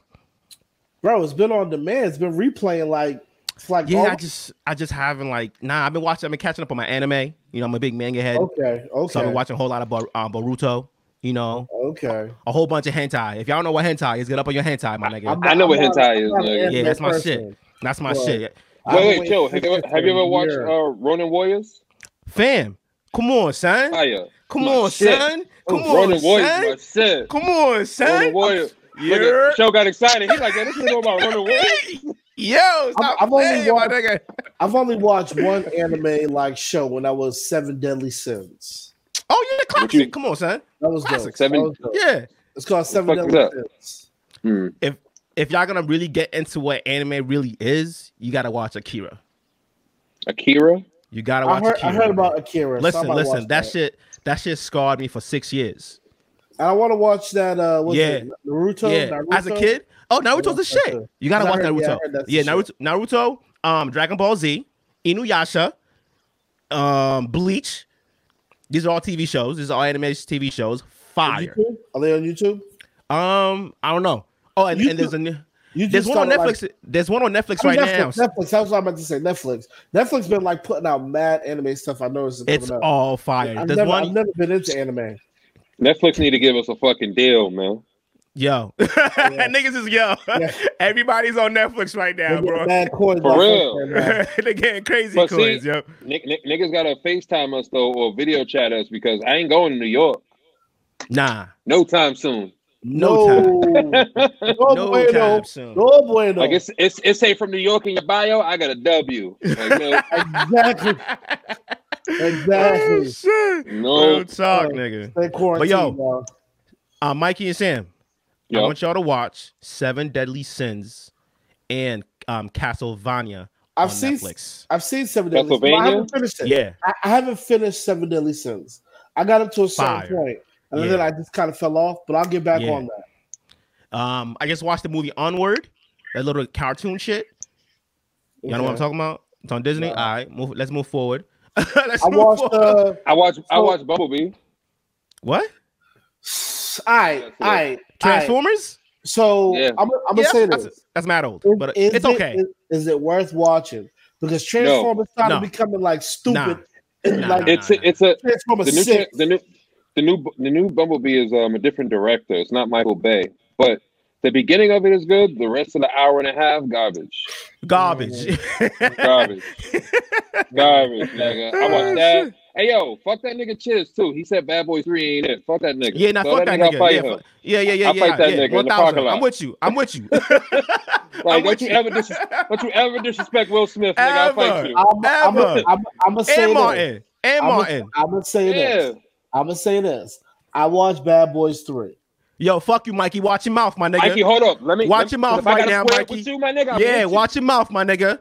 Speaker 4: bro, it's been on demand. It's been replaying like, it's like
Speaker 2: Yeah,
Speaker 4: all-
Speaker 2: I just, I just haven't like. Nah, I've been watching. I've been catching up on my anime. You know, I'm a big manga head,
Speaker 4: okay, Oh, okay,
Speaker 2: so I've been watching a whole lot of Bar- um, Boruto. You know,
Speaker 4: okay.
Speaker 2: a whole bunch of hentai. If y'all know what hentai is, get up on your hentai, my nigga.
Speaker 4: I'm
Speaker 3: I know
Speaker 4: not-
Speaker 3: what
Speaker 4: I'm not-
Speaker 3: hentai
Speaker 4: I'm
Speaker 3: is,
Speaker 4: not an
Speaker 3: nigga.
Speaker 4: anime
Speaker 2: Yeah, that's my
Speaker 4: person.
Speaker 2: shit. That's my
Speaker 4: Well,
Speaker 2: shit.
Speaker 4: I
Speaker 3: Wait, wait,
Speaker 4: waited
Speaker 3: Joe.
Speaker 4: for
Speaker 3: Have you,
Speaker 4: this
Speaker 3: have you
Speaker 4: for a
Speaker 3: ever watched
Speaker 4: year.
Speaker 3: uh, Ronin Warriors?
Speaker 2: Fam, come on, son.
Speaker 3: Fire.
Speaker 2: Come
Speaker 3: my
Speaker 2: on,
Speaker 3: shit.
Speaker 2: son. Come
Speaker 3: Ronin Warriors,
Speaker 2: on,
Speaker 3: my
Speaker 2: son.
Speaker 3: shit.
Speaker 2: Come on,
Speaker 3: Ronin
Speaker 2: son.
Speaker 3: Warriors. Look
Speaker 2: Yeah.
Speaker 3: at, Joe got excited. He's like, yeah, this is all about Ronin Warriors.
Speaker 2: Yo, stop
Speaker 4: I've only
Speaker 2: playing, my
Speaker 4: watched-
Speaker 2: nigga.
Speaker 4: I've only watched one anime like show when I was Seven Deadly Sins.
Speaker 2: Oh yeah,
Speaker 3: What you-
Speaker 2: classic. Come on, son.
Speaker 4: That was
Speaker 2: Classic.
Speaker 4: dope.
Speaker 3: Seven-
Speaker 4: That was dope.
Speaker 2: Yeah.
Speaker 4: It's called Seven
Speaker 3: fuck is
Speaker 4: Deadly
Speaker 3: that?
Speaker 4: Sins.
Speaker 2: If y'all gonna really get into what anime really is, you gotta watch Akira.
Speaker 3: Akira.
Speaker 2: You gotta
Speaker 4: I
Speaker 2: watch
Speaker 4: heard,
Speaker 2: Akira.
Speaker 4: I heard
Speaker 2: my
Speaker 4: about
Speaker 2: nigga.
Speaker 4: Akira. so I
Speaker 2: Listen,
Speaker 4: might
Speaker 2: listen.
Speaker 4: watch
Speaker 2: That shit, that shit scarred me for six years.
Speaker 4: And I want to watch that. Uh, what's
Speaker 2: Yeah.
Speaker 4: it, Naruto.
Speaker 2: yeah,
Speaker 4: Naruto?
Speaker 2: as a kid. Oh, Naruto's the
Speaker 4: watched that
Speaker 2: shit.
Speaker 4: too.
Speaker 2: You gotta
Speaker 4: I
Speaker 2: watch
Speaker 4: heard- yeah, I
Speaker 2: Naruto.
Speaker 4: heard that's the
Speaker 2: Yeah, Naruto,
Speaker 4: shit.
Speaker 2: Naruto, um, Dragon Ball Z, Inuyasha, um, Bleach. These are all TV shows. These are all anime TV shows. Fire.
Speaker 4: YouTube? Are they on YouTube?
Speaker 2: Um, I don't know. Oh, and, and there's a new-
Speaker 4: You
Speaker 2: there's one on
Speaker 4: started, like-
Speaker 2: Netflix. there's one on Netflix
Speaker 4: I mean,
Speaker 2: right
Speaker 4: Netflix,
Speaker 2: now.
Speaker 4: Netflix. That's what I'm about to say. Netflix. Netflix been like putting out mad anime stuff. I noticed. It's,
Speaker 2: It's
Speaker 4: coming out.
Speaker 2: all fire.
Speaker 4: I've
Speaker 2: There's
Speaker 4: never,
Speaker 2: one.
Speaker 4: I've never been into anime.
Speaker 3: Netflix need to give us a fucking deal, man.
Speaker 2: Yo, [laughs] niggas is yo.
Speaker 4: Yeah.
Speaker 2: [laughs] Everybody's on Netflix right now,
Speaker 4: They get
Speaker 2: bro. [laughs]
Speaker 4: mad coins
Speaker 3: For
Speaker 4: like
Speaker 3: real.
Speaker 4: that, man.
Speaker 2: They're getting crazy
Speaker 3: But see-
Speaker 2: coins, yo.
Speaker 3: Nick, Nick, niggas gotta FaceTime us though or video chat us because I ain't going to New York
Speaker 2: Nah,
Speaker 3: no time soon.
Speaker 2: [laughs] No time.
Speaker 4: no,
Speaker 2: No
Speaker 4: bueno.
Speaker 2: time soon.
Speaker 4: No bueno.
Speaker 3: Like it's it's it's say from New York in your bio. I got a W. Like, no,
Speaker 2: [laughs]
Speaker 4: exactly.
Speaker 2: Oh,
Speaker 4: exactly.
Speaker 2: shit. Real
Speaker 3: no.
Speaker 2: talk,
Speaker 4: Oh.
Speaker 2: nigga.
Speaker 4: They quarantine.
Speaker 2: yo,
Speaker 4: now.
Speaker 2: Uh, Mikey and Sam, I
Speaker 3: Yo,
Speaker 2: want y'all to watch Seven Deadly Sins and um, Castlevania
Speaker 4: I've
Speaker 2: on
Speaker 4: seen
Speaker 2: Netflix.
Speaker 4: I've seen Seven Deadly Sins. but I
Speaker 3: Pennsylvania?
Speaker 4: haven't finished it.
Speaker 2: Yeah,
Speaker 4: I, I haven't finished Seven Deadly Sins. I got up to a certain
Speaker 2: Fire.
Speaker 4: point, and
Speaker 2: Yeah.
Speaker 4: then I just kind of fell off. But I'll get back
Speaker 2: Yeah.
Speaker 4: on that.
Speaker 2: um, I just watched the movie Onward, that little cartoon shit. Y'all know what I'm
Speaker 4: Okay.
Speaker 2: talking about? It's on Disney.
Speaker 4: Nah.
Speaker 2: All right, move, let's move forward. [laughs] Let's
Speaker 4: I
Speaker 2: move
Speaker 4: watched.
Speaker 2: forward.
Speaker 4: Uh,
Speaker 3: I watch I
Speaker 4: So-
Speaker 3: watch Bumblebee.
Speaker 2: what
Speaker 4: all right, all right,
Speaker 2: Transformers?
Speaker 4: So
Speaker 3: Yeah.
Speaker 4: I'm, I'm gonna
Speaker 2: Yeah,
Speaker 4: say this:
Speaker 2: that's, that's, that's mad old,
Speaker 4: Is-
Speaker 2: but
Speaker 4: is
Speaker 2: it's
Speaker 4: it-
Speaker 2: okay.
Speaker 4: is- Is, it worth watching? Because Transformers started
Speaker 2: No.
Speaker 4: becoming like stupid. and
Speaker 2: Nah,
Speaker 4: like
Speaker 2: nah,
Speaker 3: It's a, it's a the
Speaker 4: Transformers
Speaker 3: new
Speaker 4: six.
Speaker 3: the new the new the new Bumblebee is um a different director. It's not Michael Bay, but the beginning of it is good. The rest of the hour and a half garbage,
Speaker 2: [laughs] Garbage. [laughs]
Speaker 3: garbage, garbage, nigga.
Speaker 2: Oh,
Speaker 3: I watched that. Hey yo, fuck that nigga Chiz too. He said Bad Boy Three ain't it. Fuck that nigga.
Speaker 2: Yeah, nah,
Speaker 3: So
Speaker 2: fuck that
Speaker 3: I'll
Speaker 2: nigga.
Speaker 3: fight
Speaker 2: Yeah,
Speaker 3: him.
Speaker 2: fuck- yeah, yeah, yeah,
Speaker 3: I'll fight
Speaker 2: yeah.
Speaker 3: that
Speaker 2: yeah.
Speaker 3: nigga in the
Speaker 2: 1000.
Speaker 3: parking lot.
Speaker 2: I'm with you. I'm with you. [laughs]
Speaker 3: Like,
Speaker 2: with
Speaker 3: don't you
Speaker 2: you.
Speaker 3: ever dis- don't you ever disrespect Will Smith, nigga? I'll fight
Speaker 2: Ever.
Speaker 3: you.
Speaker 4: I'm
Speaker 2: Ever.
Speaker 4: gonna say
Speaker 2: and
Speaker 4: this.
Speaker 2: Martin. And Martin.
Speaker 4: I'm gonna say
Speaker 3: Yeah,
Speaker 4: this. I'm gonna say this. I watched Bad Boys three.
Speaker 2: Yo, fuck you, Mikey. Watch your mouth, my nigga.
Speaker 3: Mikey, hold up. Let me
Speaker 2: Watch
Speaker 3: let-
Speaker 2: your mouth
Speaker 3: if I
Speaker 2: right
Speaker 3: gotta
Speaker 2: now,
Speaker 3: square up
Speaker 2: Mikey.
Speaker 3: With you, my nigga, I'm
Speaker 2: yeah,
Speaker 3: with you.
Speaker 2: watch your mouth, my nigga.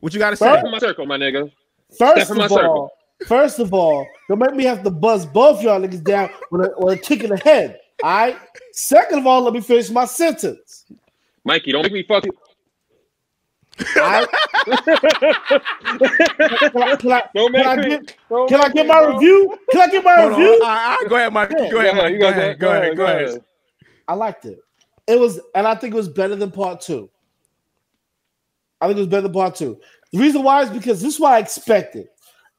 Speaker 2: What you gotta say?
Speaker 3: Step in my circle, my nigga.
Speaker 4: First
Speaker 3: Step in my
Speaker 4: of
Speaker 3: circle.
Speaker 4: all, first of all, don't make me have to buzz both y'all niggas down with a, with a kick in the head. All right. Second of all, let me finish my sentence.
Speaker 3: Mikey, don't make me fuck you.
Speaker 4: All right. can I, can I,
Speaker 3: Don't
Speaker 4: can
Speaker 3: make
Speaker 4: I
Speaker 3: me.
Speaker 4: get,
Speaker 3: don't
Speaker 4: can I
Speaker 3: make
Speaker 4: get
Speaker 3: me,
Speaker 4: my
Speaker 3: bro.
Speaker 4: review? Can I get my
Speaker 2: Hold on.
Speaker 4: review?
Speaker 2: All right, all right, go ahead, Mikey. Go
Speaker 3: Go
Speaker 2: ahead,
Speaker 3: ahead,
Speaker 2: Mikey.
Speaker 3: you
Speaker 2: Go
Speaker 3: guys
Speaker 2: ahead. Go ahead. Go ahead.
Speaker 4: I liked it. It was, and I think it was better than part two. I think it was better than part two. The reason why is because this is what I expected.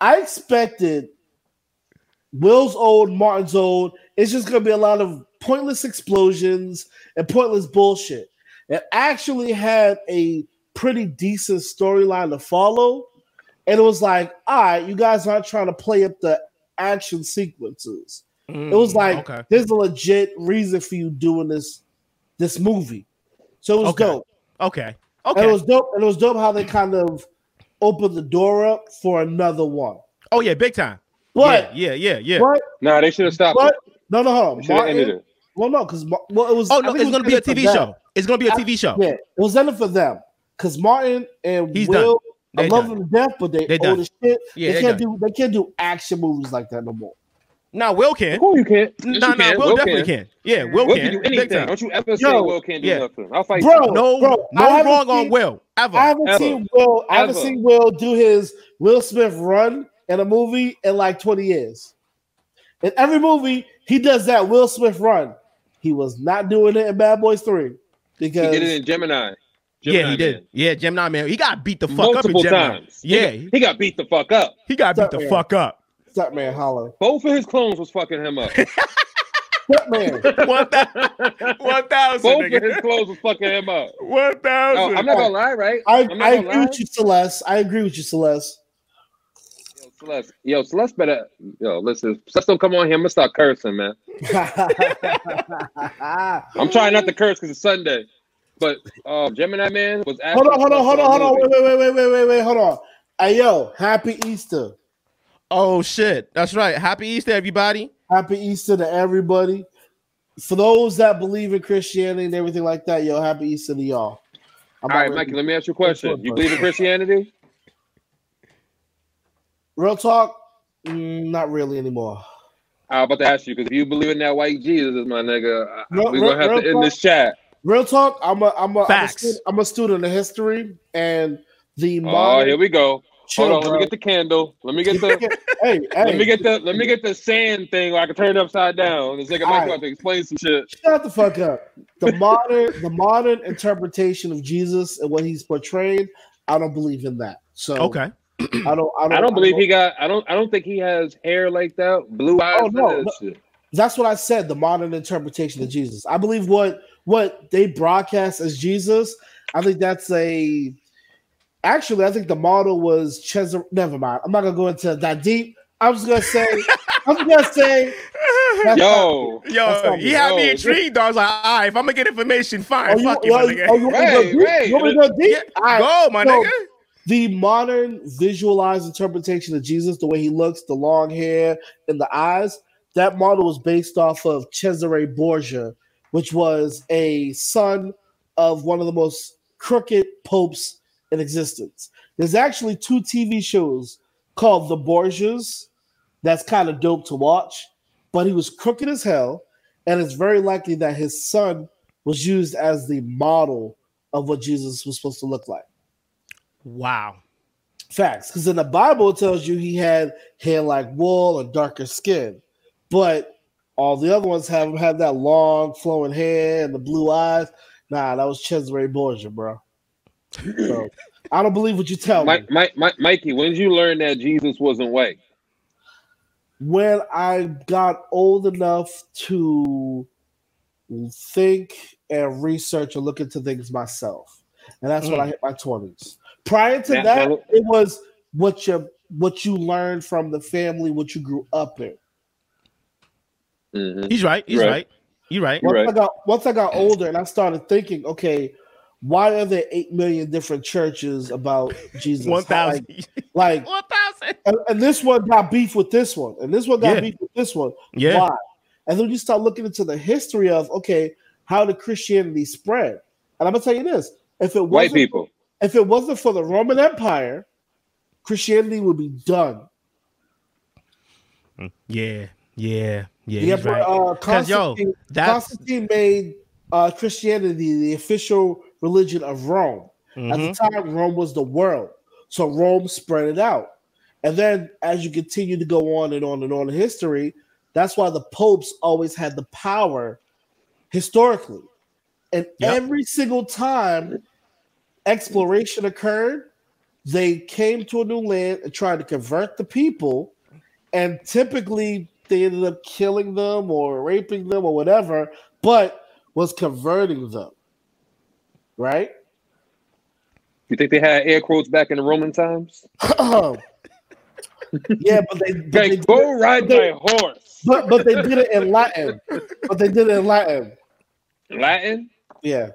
Speaker 4: I expected Will's old, Martin's old. It's just going to be a lot of pointless explosions and pointless bullshit. It actually had a pretty decent storyline to follow. And it was like, all right, you guys aren't trying to play up the action sequences. It was like
Speaker 2: Mm. okay.
Speaker 4: there's a legit reason for you doing this this movie. So it was
Speaker 2: Okay.
Speaker 4: dope.
Speaker 2: Okay.
Speaker 4: And it
Speaker 2: Okay.
Speaker 4: was dope. And it was dope how they kind of opened the door up for another one.
Speaker 2: oh yeah, big time.
Speaker 4: But
Speaker 2: Yeah, yeah, yeah. yeah.
Speaker 4: but
Speaker 3: Nah, they should have stopped.
Speaker 4: but
Speaker 3: it.
Speaker 4: no no hold
Speaker 3: They should have
Speaker 4: on.
Speaker 3: ended
Speaker 4: Martin,
Speaker 3: it.
Speaker 4: well no, because well it was
Speaker 2: Oh
Speaker 4: I
Speaker 2: no,
Speaker 4: think it
Speaker 2: it's
Speaker 4: was
Speaker 2: gonna be a
Speaker 4: ended for
Speaker 2: TV
Speaker 4: them.
Speaker 2: show. It's gonna be a TV show.
Speaker 4: Yeah, it was ended for them. Cause Martin and
Speaker 2: He's
Speaker 4: Will
Speaker 2: done.
Speaker 4: I
Speaker 2: They
Speaker 4: love
Speaker 2: done.
Speaker 4: them to death, but they,
Speaker 2: They
Speaker 4: old
Speaker 2: done.
Speaker 4: as shit.
Speaker 2: Yeah,
Speaker 4: they
Speaker 2: they
Speaker 4: can't do they can't do action movies like that no more.
Speaker 2: Now Will can.
Speaker 3: Cool, you can't. Yes,
Speaker 2: No,
Speaker 3: you
Speaker 2: no,
Speaker 3: can.
Speaker 2: Will definitely can. Yeah, Will
Speaker 3: Will can
Speaker 2: can.
Speaker 3: do
Speaker 2: Big
Speaker 3: anything.
Speaker 2: time.
Speaker 3: Don't you ever say
Speaker 4: Yo,
Speaker 3: Will can't do
Speaker 2: yeah.
Speaker 3: nothing. I'll fight
Speaker 4: Bro,
Speaker 3: you.
Speaker 2: No,
Speaker 4: Bro, I
Speaker 2: no
Speaker 4: haven't
Speaker 2: wrong on
Speaker 4: seen-
Speaker 2: Will ever.
Speaker 4: I haven't
Speaker 3: Ever.
Speaker 4: seen Will. I haven't
Speaker 3: Ever.
Speaker 4: seen Will do his Will Smith run in a movie in like twenty years. In every movie, he does that Will Smith run. He was not doing it in Bad Boys Three
Speaker 3: He
Speaker 4: because
Speaker 3: did it in Gemini. Gemini
Speaker 2: yeah, he
Speaker 3: Man.
Speaker 2: did. Yeah, Gemini man, he got beat the fuck
Speaker 3: Multiple
Speaker 2: up in Gemini.
Speaker 3: times.
Speaker 2: Yeah,
Speaker 3: he,
Speaker 2: he,
Speaker 3: got beat the fuck up.
Speaker 2: got beat the
Speaker 4: Sorry.
Speaker 2: fuck up.
Speaker 4: Stuntman Hollow.
Speaker 3: Both of his clones was fucking him
Speaker 4: [laughs]
Speaker 3: up. [laughs]
Speaker 4: Stuntman. [laughs]
Speaker 2: One thousand. One thousand.
Speaker 3: Both of his
Speaker 2: nigga.
Speaker 3: clones was fucking him up.
Speaker 2: One
Speaker 3: No,
Speaker 2: thousand.
Speaker 3: I'm not gonna lie, right? [laughs]
Speaker 4: I,
Speaker 3: I'm not
Speaker 4: I
Speaker 3: gonna
Speaker 4: agree with you, Celeste. I agree with
Speaker 3: [laughs]
Speaker 4: you, Celeste. [laughs]
Speaker 3: Yo, Celeste, yo, Celeste better. Yo, listen, Celeste don't come on here. I'm gonna start cursing, man.
Speaker 4: hold
Speaker 3: I'm trying not to curse because it's Sunday. But um, Gemini Man was actually.
Speaker 4: on, hold on, hold on, hold on.
Speaker 3: movie.
Speaker 4: Wait, wait, wait, wait, wait, wait, wait. Hold on. Hey yo, happy Easter.
Speaker 2: Oh shit. That's right. Happy Easter, everybody.
Speaker 4: Happy Easter to everybody. For those that believe in Christianity and everything like that, yo, happy Easter to y'all.
Speaker 3: All
Speaker 4: I'm
Speaker 3: right,
Speaker 4: already-
Speaker 3: Mikey, let me ask you a question.
Speaker 4: Which
Speaker 3: You
Speaker 4: one
Speaker 3: believe in Christianity?
Speaker 4: Real talk, mm, not really anymore.
Speaker 3: I was about to ask you because if you believe in that white Jesus, my nigga,
Speaker 4: Real-
Speaker 3: we're
Speaker 4: real-
Speaker 3: gonna have
Speaker 4: real
Speaker 3: to end
Speaker 4: talk.
Speaker 3: this chat.
Speaker 4: Real talk, I'm a I'm a, I'm a,
Speaker 2: Facts.
Speaker 4: student, I'm a student of history and the
Speaker 3: Oh,
Speaker 4: modern.
Speaker 3: here we go.
Speaker 4: Chill,
Speaker 3: Hold on, let me
Speaker 4: bro.
Speaker 3: get the candle. Let me get the
Speaker 4: [laughs] hey, hey,
Speaker 3: [laughs] let me get the let me get the sand thing where I can turn it upside down. This nigga
Speaker 4: All
Speaker 3: Mike
Speaker 4: right.
Speaker 3: about to explain some shit.
Speaker 4: shut the fuck up. The modern the modern interpretation of Jesus and what he's portrayed, I don't believe in that. So
Speaker 2: Okay.
Speaker 4: I don't I don't,
Speaker 3: I don't believe he got. I don't. I don't think he has hair like that. Blue eyes.
Speaker 4: Oh,
Speaker 3: none
Speaker 4: no,
Speaker 3: of that shit.
Speaker 4: that's what I said. The modern interpretation of Jesus. I believe what what they broadcast as Jesus. I think that's a. Actually, I think the model was Cesar. Never mind. I'm not gonna go into that deep. I'm just gonna say. I'm just gonna say That's
Speaker 3: Yo,
Speaker 4: That's
Speaker 2: Yo,
Speaker 4: not
Speaker 2: he
Speaker 4: good.
Speaker 2: had me
Speaker 3: Yo.
Speaker 2: intrigued. I was like, all right, if I'm gonna get information, fine,
Speaker 4: Oh, you,
Speaker 2: fuck you, my
Speaker 4: oh, you- oh,
Speaker 2: nigga.
Speaker 4: you want
Speaker 3: Right,
Speaker 4: me to go deep?
Speaker 3: right.
Speaker 4: You want me to go deep?
Speaker 2: Yeah,
Speaker 4: All right.
Speaker 2: Go, my
Speaker 4: So,
Speaker 2: nigga.
Speaker 4: the modern visualized interpretation of Jesus, the way he looks, the long hair, and the eyes, that model was based off of Cesare Borgia, which was a son of one of the most crooked popes in existence. There's actually two TV shows called The Borgias. That's kind of dope to watch, but he was crooked as hell, and it's very likely that his son was used as the model of what Jesus was supposed to look like.
Speaker 2: Wow.
Speaker 4: Facts, because in the Bible it tells you he had hair like wool and darker skin, but all the other ones have him have that long flowing hair and the blue eyes. Nah, that was Cesare Borgia, bro. So, I don't believe what you tell me.
Speaker 3: Mike, Mike, Mike, Mikey, when did you learn that Jesus wasn't white?
Speaker 4: When I got old enough to think and research and look into things myself, and that's
Speaker 2: Hmm.
Speaker 4: when I hit my twenties. Prior to
Speaker 3: Now-
Speaker 4: that,
Speaker 3: now-
Speaker 4: it was what you what you learned from the family, what you grew up in.
Speaker 3: Mm-hmm.
Speaker 2: He's right. He's
Speaker 3: Right.
Speaker 2: right. You're right.
Speaker 4: Once I
Speaker 3: Right.
Speaker 4: got once I got older and I started thinking, okay, why are there eight million different churches
Speaker 2: [laughs]
Speaker 4: about Jesus?
Speaker 2: [laughs] One thousand.
Speaker 4: Like, like,
Speaker 2: [laughs] One thousand.
Speaker 4: and, and this one got beef with this one, and this one got
Speaker 2: Yeah.
Speaker 4: beef with this one.
Speaker 2: Yeah.
Speaker 4: Why? And then you start looking into the history of okay, how did Christianity spread? And I'm gonna tell you this: if it
Speaker 3: White
Speaker 4: wasn't
Speaker 3: people.
Speaker 4: if it wasn't for the Roman Empire, Christianity would be done.
Speaker 2: Yeah. Yeah. Yeah.
Speaker 4: Yeah,
Speaker 2: He's
Speaker 4: but
Speaker 2: right.
Speaker 4: uh,
Speaker 2: 'Cause, yo,
Speaker 4: Constantine,
Speaker 2: that's-
Speaker 4: Constantine made uh, Christianity the official religion of Rome.
Speaker 2: Mhm.
Speaker 4: At the time, Rome was the world, so Rome spread it out. And then, as you continue to go on and on and on in history, that's why the popes always had the power historically. And
Speaker 2: Yep.
Speaker 4: every single time exploration occurred, they came to a new land and tried to convert the people. And typically, they ended up killing them or raping them or whatever, but was converting them. Right?
Speaker 3: You think they had air quotes back in the Roman times?
Speaker 4: [coughs] yeah, but they, but they
Speaker 3: Like, go ride
Speaker 4: they-
Speaker 3: my horse.
Speaker 4: but, but they did it in Latin. But they did it in Latin.
Speaker 3: Latin?
Speaker 4: Yeah.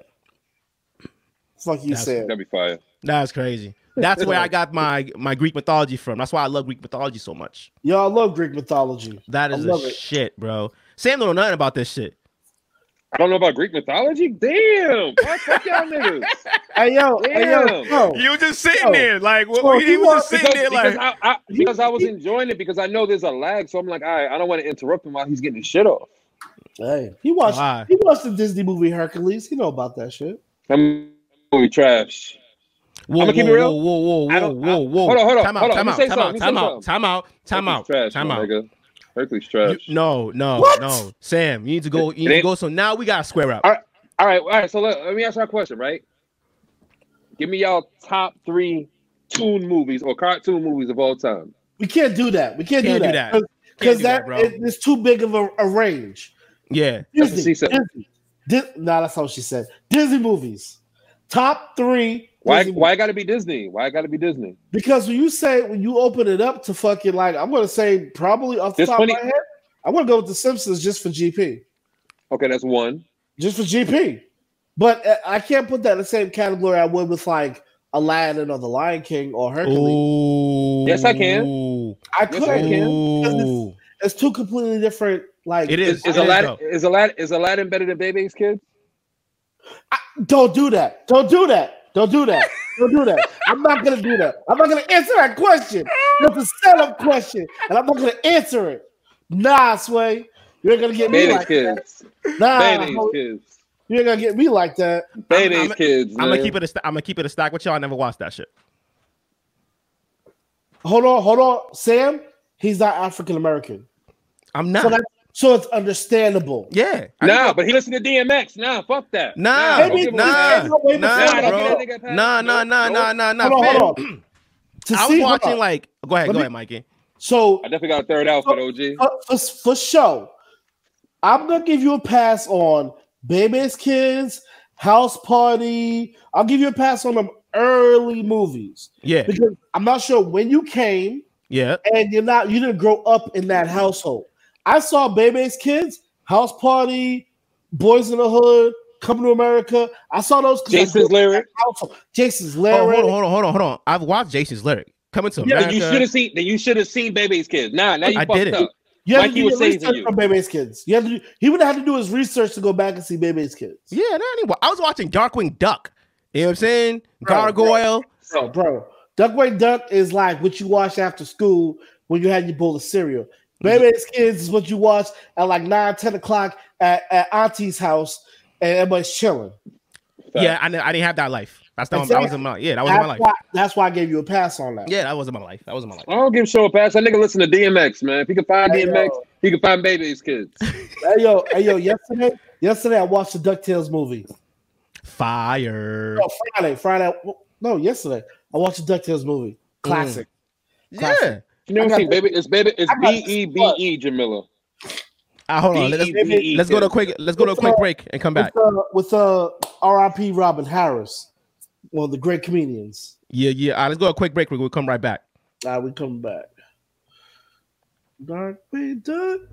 Speaker 4: Fuck you
Speaker 2: That's-
Speaker 4: said.
Speaker 3: That'd be fire.
Speaker 2: That's crazy. That's where I got my my Greek mythology from. That's why I love Greek mythology so much.
Speaker 4: Y'all love Greek mythology.
Speaker 2: That
Speaker 4: I
Speaker 2: is
Speaker 4: love
Speaker 2: a
Speaker 4: it.
Speaker 2: shit, bro. Sam don't know nothing about this shit.
Speaker 3: I don't know about Greek mythology. Damn. Why fuck y'all niggas?
Speaker 4: Hey yo, hey yo,
Speaker 3: Damn.
Speaker 4: yo.
Speaker 2: You just sitting
Speaker 4: Yo.
Speaker 2: there, like what,
Speaker 4: Yo,
Speaker 2: he,
Speaker 4: he
Speaker 2: was just
Speaker 4: wants-
Speaker 2: sitting
Speaker 3: Because,
Speaker 2: there,
Speaker 3: because
Speaker 2: like
Speaker 3: I, I, because I was enjoying it because I know there's a lag. So I'm like, all right, I don't want to interrupt him while he's getting his shit off.
Speaker 4: Hey, he watched
Speaker 2: Why?
Speaker 4: he watched the Disney movie Hercules. He know about that shit.
Speaker 3: I'm movie trash.
Speaker 2: whoa,
Speaker 3: I'ma keep it
Speaker 2: whoa,
Speaker 3: real.
Speaker 2: whoa, whoa,
Speaker 3: I
Speaker 2: whoa,
Speaker 3: don't-
Speaker 2: whoa,
Speaker 3: I-
Speaker 2: whoa.
Speaker 3: hold on, hold on,
Speaker 2: Time out,
Speaker 3: hold on.
Speaker 2: time
Speaker 3: Let
Speaker 2: out,
Speaker 3: me say
Speaker 2: time out,
Speaker 3: something, let
Speaker 2: time
Speaker 3: me say
Speaker 2: out,
Speaker 3: something.
Speaker 2: time out, time
Speaker 3: Hercules
Speaker 2: out,
Speaker 3: trash,
Speaker 2: time
Speaker 3: my
Speaker 2: out.
Speaker 3: nigga. Hercules
Speaker 2: You-
Speaker 3: trash.
Speaker 2: No, no,
Speaker 4: What?
Speaker 2: no, Sam, you need to go. You
Speaker 3: It
Speaker 2: need to
Speaker 3: ain't-
Speaker 2: go. So now we gotta square up.
Speaker 3: All right, all right, all right. So let, let me ask y'all a question, right? Give me y'all top three toon movies or cartoon movies of all time.
Speaker 4: We can't do that. We can't,
Speaker 2: Can't
Speaker 4: do
Speaker 2: do
Speaker 4: that.
Speaker 2: that.
Speaker 4: Because
Speaker 2: do
Speaker 4: that,
Speaker 2: that, bro.
Speaker 4: it- it's too big of a, a range.
Speaker 2: Yeah,
Speaker 3: That's what
Speaker 4: Disney,
Speaker 3: she said.
Speaker 4: Disney. Di- nah, that's how she said. Disney movies. Top three.
Speaker 3: Why?
Speaker 4: Disney
Speaker 3: Why it gotta be Disney? Why it gotta be Disney?
Speaker 4: Because when you say when you open it up to fucking like, I'm gonna say probably off the
Speaker 3: There's
Speaker 4: top
Speaker 3: plenty-
Speaker 4: of my head, I'm gonna go with the Simpsons just for GP,
Speaker 3: Okay, that's one.
Speaker 4: just for GP. But uh, I can't put that in the same category I would with like Aladdin or The Lion King or Hercules.
Speaker 2: Ooh.
Speaker 3: Yes, I can.
Speaker 2: Ooh.
Speaker 3: yes,
Speaker 4: I
Speaker 3: I
Speaker 4: couldn't.
Speaker 3: can.
Speaker 2: Ooh.
Speaker 4: It's two completely different. Like
Speaker 2: It is.
Speaker 3: Is
Speaker 2: It is,
Speaker 3: Aladdin
Speaker 2: though.
Speaker 3: is Aladdin is Aladdin better than Bebe's kid?
Speaker 4: Don't do that. Don't do that. Don't do that. Don't
Speaker 3: [laughs]
Speaker 4: do that. I'm not gonna do that. I'm not gonna answer that question. That's a setup question, and I'm not gonna answer it. Nah, Sway, you ain't gonna get me
Speaker 3: Bebe's
Speaker 4: like that. Uh,
Speaker 3: kids.
Speaker 4: Nah,
Speaker 3: Bebe's
Speaker 4: ho-
Speaker 3: kids.
Speaker 4: you ain't gonna get me like that.
Speaker 3: Bebe's kids.
Speaker 2: I'm gonna
Speaker 3: man.
Speaker 2: keep it. A st- I'm gonna keep it a stack with y'all. I never watched that shit.
Speaker 4: Hold on, hold on, Sam. He's not African American,
Speaker 2: I'm not.
Speaker 4: so that so it's understandable.
Speaker 2: yeah. I-
Speaker 3: Nah, but he listened to DMX. Nah, fuck that.
Speaker 2: Nah,
Speaker 3: don't
Speaker 4: Maybe-
Speaker 3: give him
Speaker 2: nah,
Speaker 3: that.
Speaker 4: Maybe- maybe-
Speaker 2: nah,
Speaker 4: maybe-
Speaker 2: bro.
Speaker 3: maybe-
Speaker 2: Nah, nah, nah, nah, nah, nah.
Speaker 4: hold on,
Speaker 2: fam.
Speaker 4: hold on. To see-
Speaker 2: I was
Speaker 4: hold
Speaker 2: watching
Speaker 4: on.
Speaker 2: like. Go ahead,
Speaker 4: Let
Speaker 2: go
Speaker 4: me-
Speaker 2: ahead, Mikey.
Speaker 4: so
Speaker 3: I definitely got a third outfit, OG.
Speaker 2: Oh,
Speaker 4: for, for, for show. I'm gonna give you a pass on Baby's Kids, House Party. I'll give you a pass on them early movies
Speaker 2: Yeah,
Speaker 4: because I'm not sure when you came
Speaker 2: yeah.
Speaker 4: and you're not you didn't grow up in that household. I saw Bebe's kids, House Party, Boys in the Hood, Coming to America. I saw those. 'cause I grew
Speaker 3: Jason's
Speaker 4: up in that
Speaker 3: lyric.
Speaker 4: household. Jason's
Speaker 2: Oh, hold
Speaker 4: lyric.
Speaker 2: on, hold on, hold on, hold on. I've watched Jason's lyric. Coming to
Speaker 3: Then you should
Speaker 2: America.
Speaker 3: have seen. Then you should have seen Baby's kids. Nah, now you
Speaker 2: I
Speaker 3: fucked
Speaker 2: didn't.
Speaker 3: up.
Speaker 4: You had
Speaker 3: Mikey
Speaker 4: to do
Speaker 3: was
Speaker 4: your
Speaker 3: saving
Speaker 4: research
Speaker 3: you.
Speaker 4: on Bebe's kids. You had to do, he would have had to do his research to go back and see Bebe's kids.
Speaker 2: Yeah, not anymore. I was watching Darkwing Duck. You know what I'm saying?
Speaker 4: Oh,
Speaker 2: Gargoyle.
Speaker 4: Bro, bro. Duckway Duck is like what you watch after school when you had your bowl of cereal. Baby's Kids is what you watch at like 9, 10 o'clock at, at Auntie's house and everybody's chilling.
Speaker 2: Yeah, I, didn't- I didn't have that life. That's not, that wasn't my yeah, that wasn't
Speaker 4: That's
Speaker 2: my life.
Speaker 4: why, that's why I gave you a pass on that.
Speaker 2: Yeah, that wasn't my life. That wasn't my life.
Speaker 3: I don't give a show a pass. That nigga listen to DMX, man. If he can find
Speaker 4: Hey,
Speaker 3: DMX,
Speaker 4: yo.
Speaker 3: he can find Baby's
Speaker 2: [laughs]
Speaker 3: kids.
Speaker 4: Hey yo, hey yo, yesterday, yesterday I watched the DuckTales
Speaker 2: [laughs]
Speaker 4: movie.
Speaker 2: Fire.
Speaker 4: No, Friday, Friday. No, yesterday. I watched the DuckTales movie. Classic.
Speaker 2: Mm. yeah.
Speaker 3: You never
Speaker 4: I got
Speaker 3: seen
Speaker 4: this.
Speaker 3: Baby? It's Baby. It's
Speaker 4: I got
Speaker 3: B
Speaker 4: this.
Speaker 3: E B E
Speaker 2: [laughs]
Speaker 3: Jamila.
Speaker 2: Ah, hold on.
Speaker 4: E
Speaker 2: Let's,
Speaker 3: B-E-B-E.
Speaker 2: let's go to a quick let's go to a quick break and come back.
Speaker 4: With uh, with uh R.I.P. Robin Harris, one of the great comedians.
Speaker 2: Yeah, yeah. All right, let's go to a quick break. We'll come right back.
Speaker 4: Now we come back. Dark we done.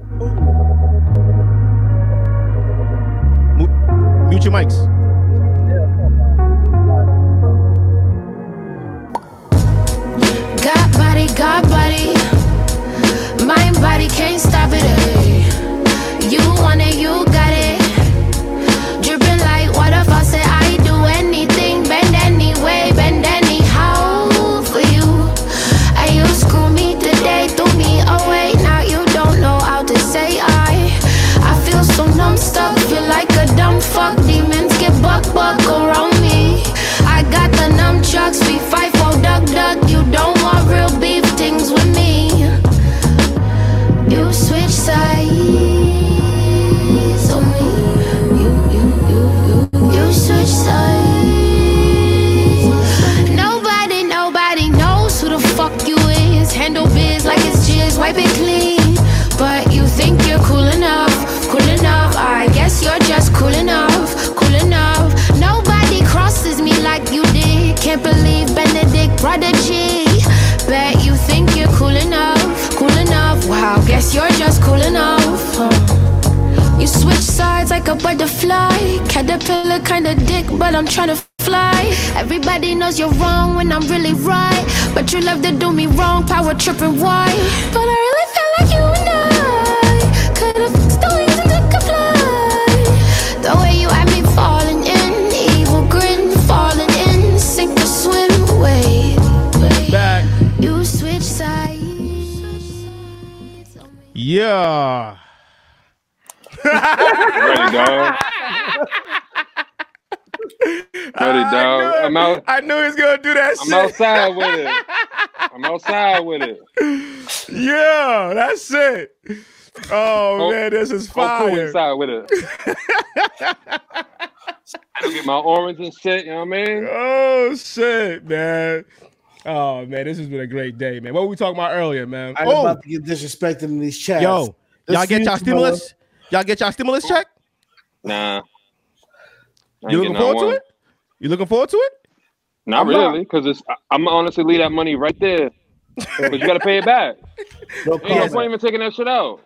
Speaker 2: Mu- Mute your mics.
Speaker 9: God body, God body. Mind body can't stop it. ayy. You want it, you got it. Dripping like water faucet. I do anything, bend any way, bend anyhow for you. And you screw me today, threw me away. Now you don't know how to say I. I feel so numb, stuck. Feel like a dumb fuck. Demons get buck buck around me. I got the numb chucks. We fight for duck duck. You don't want real beef things with me. You switch sides on me. You, you, you, you, you switch sides. Nobody, nobody knows who the fuck you is. Handle biz like it's jizz, wipe it clean. But you think you're cool enough, cool enough. I guess you're just cool enough, cool enough. Nobody crosses me like you did. Can't believe Benedict Prodigy. Bet you think you're cool enough, cool enough. Wow, guess you're just cool enough. huh. You switch sides like a butterfly. Caterpillar kinda dick, but I'm tryna fly. Everybody knows you're wrong when I'm really right. But you love to do me wrong, power tripping why? But I really feel like you and I could've stories and took a fly. The way you had me falling in, evil grin, falling in, sink or swim. Wait, wait.
Speaker 2: Back.
Speaker 9: You switch sides.
Speaker 2: Yeah.
Speaker 3: Ready,
Speaker 2: [laughs]
Speaker 3: dog. Ready, dog. I'm out.
Speaker 2: I knew he was gonna do that
Speaker 3: I'm outside with it. I'm outside with it.
Speaker 2: Yeah, that's it. Oh,
Speaker 3: Oh,
Speaker 2: man, this is
Speaker 3: I'm cool
Speaker 2: fire.
Speaker 3: inside with
Speaker 2: [laughs]
Speaker 3: it. I get my orange and shit. You know what I mean?
Speaker 2: oh shit, man. Oh man, this has been a great day, man. What were we talking about earlier, man?
Speaker 4: I'm
Speaker 2: Oh,
Speaker 4: about to get disrespected in these chats.
Speaker 2: yo,
Speaker 4: This
Speaker 2: y'all get y'all
Speaker 4: future,
Speaker 2: stimulus? Y'all get y'all stimulus check?
Speaker 3: Nah. I Oh, ain't getting
Speaker 2: You looking
Speaker 3: not
Speaker 2: forward to
Speaker 3: one.
Speaker 2: it? You looking forward to it?
Speaker 3: Not really, because it's. I- I'm gonna honestly leave that money right
Speaker 2: [laughs]
Speaker 3: there, but you gotta pay it back.
Speaker 4: No
Speaker 3: Ain't no
Speaker 4: comment.
Speaker 3: point even taking that shit out.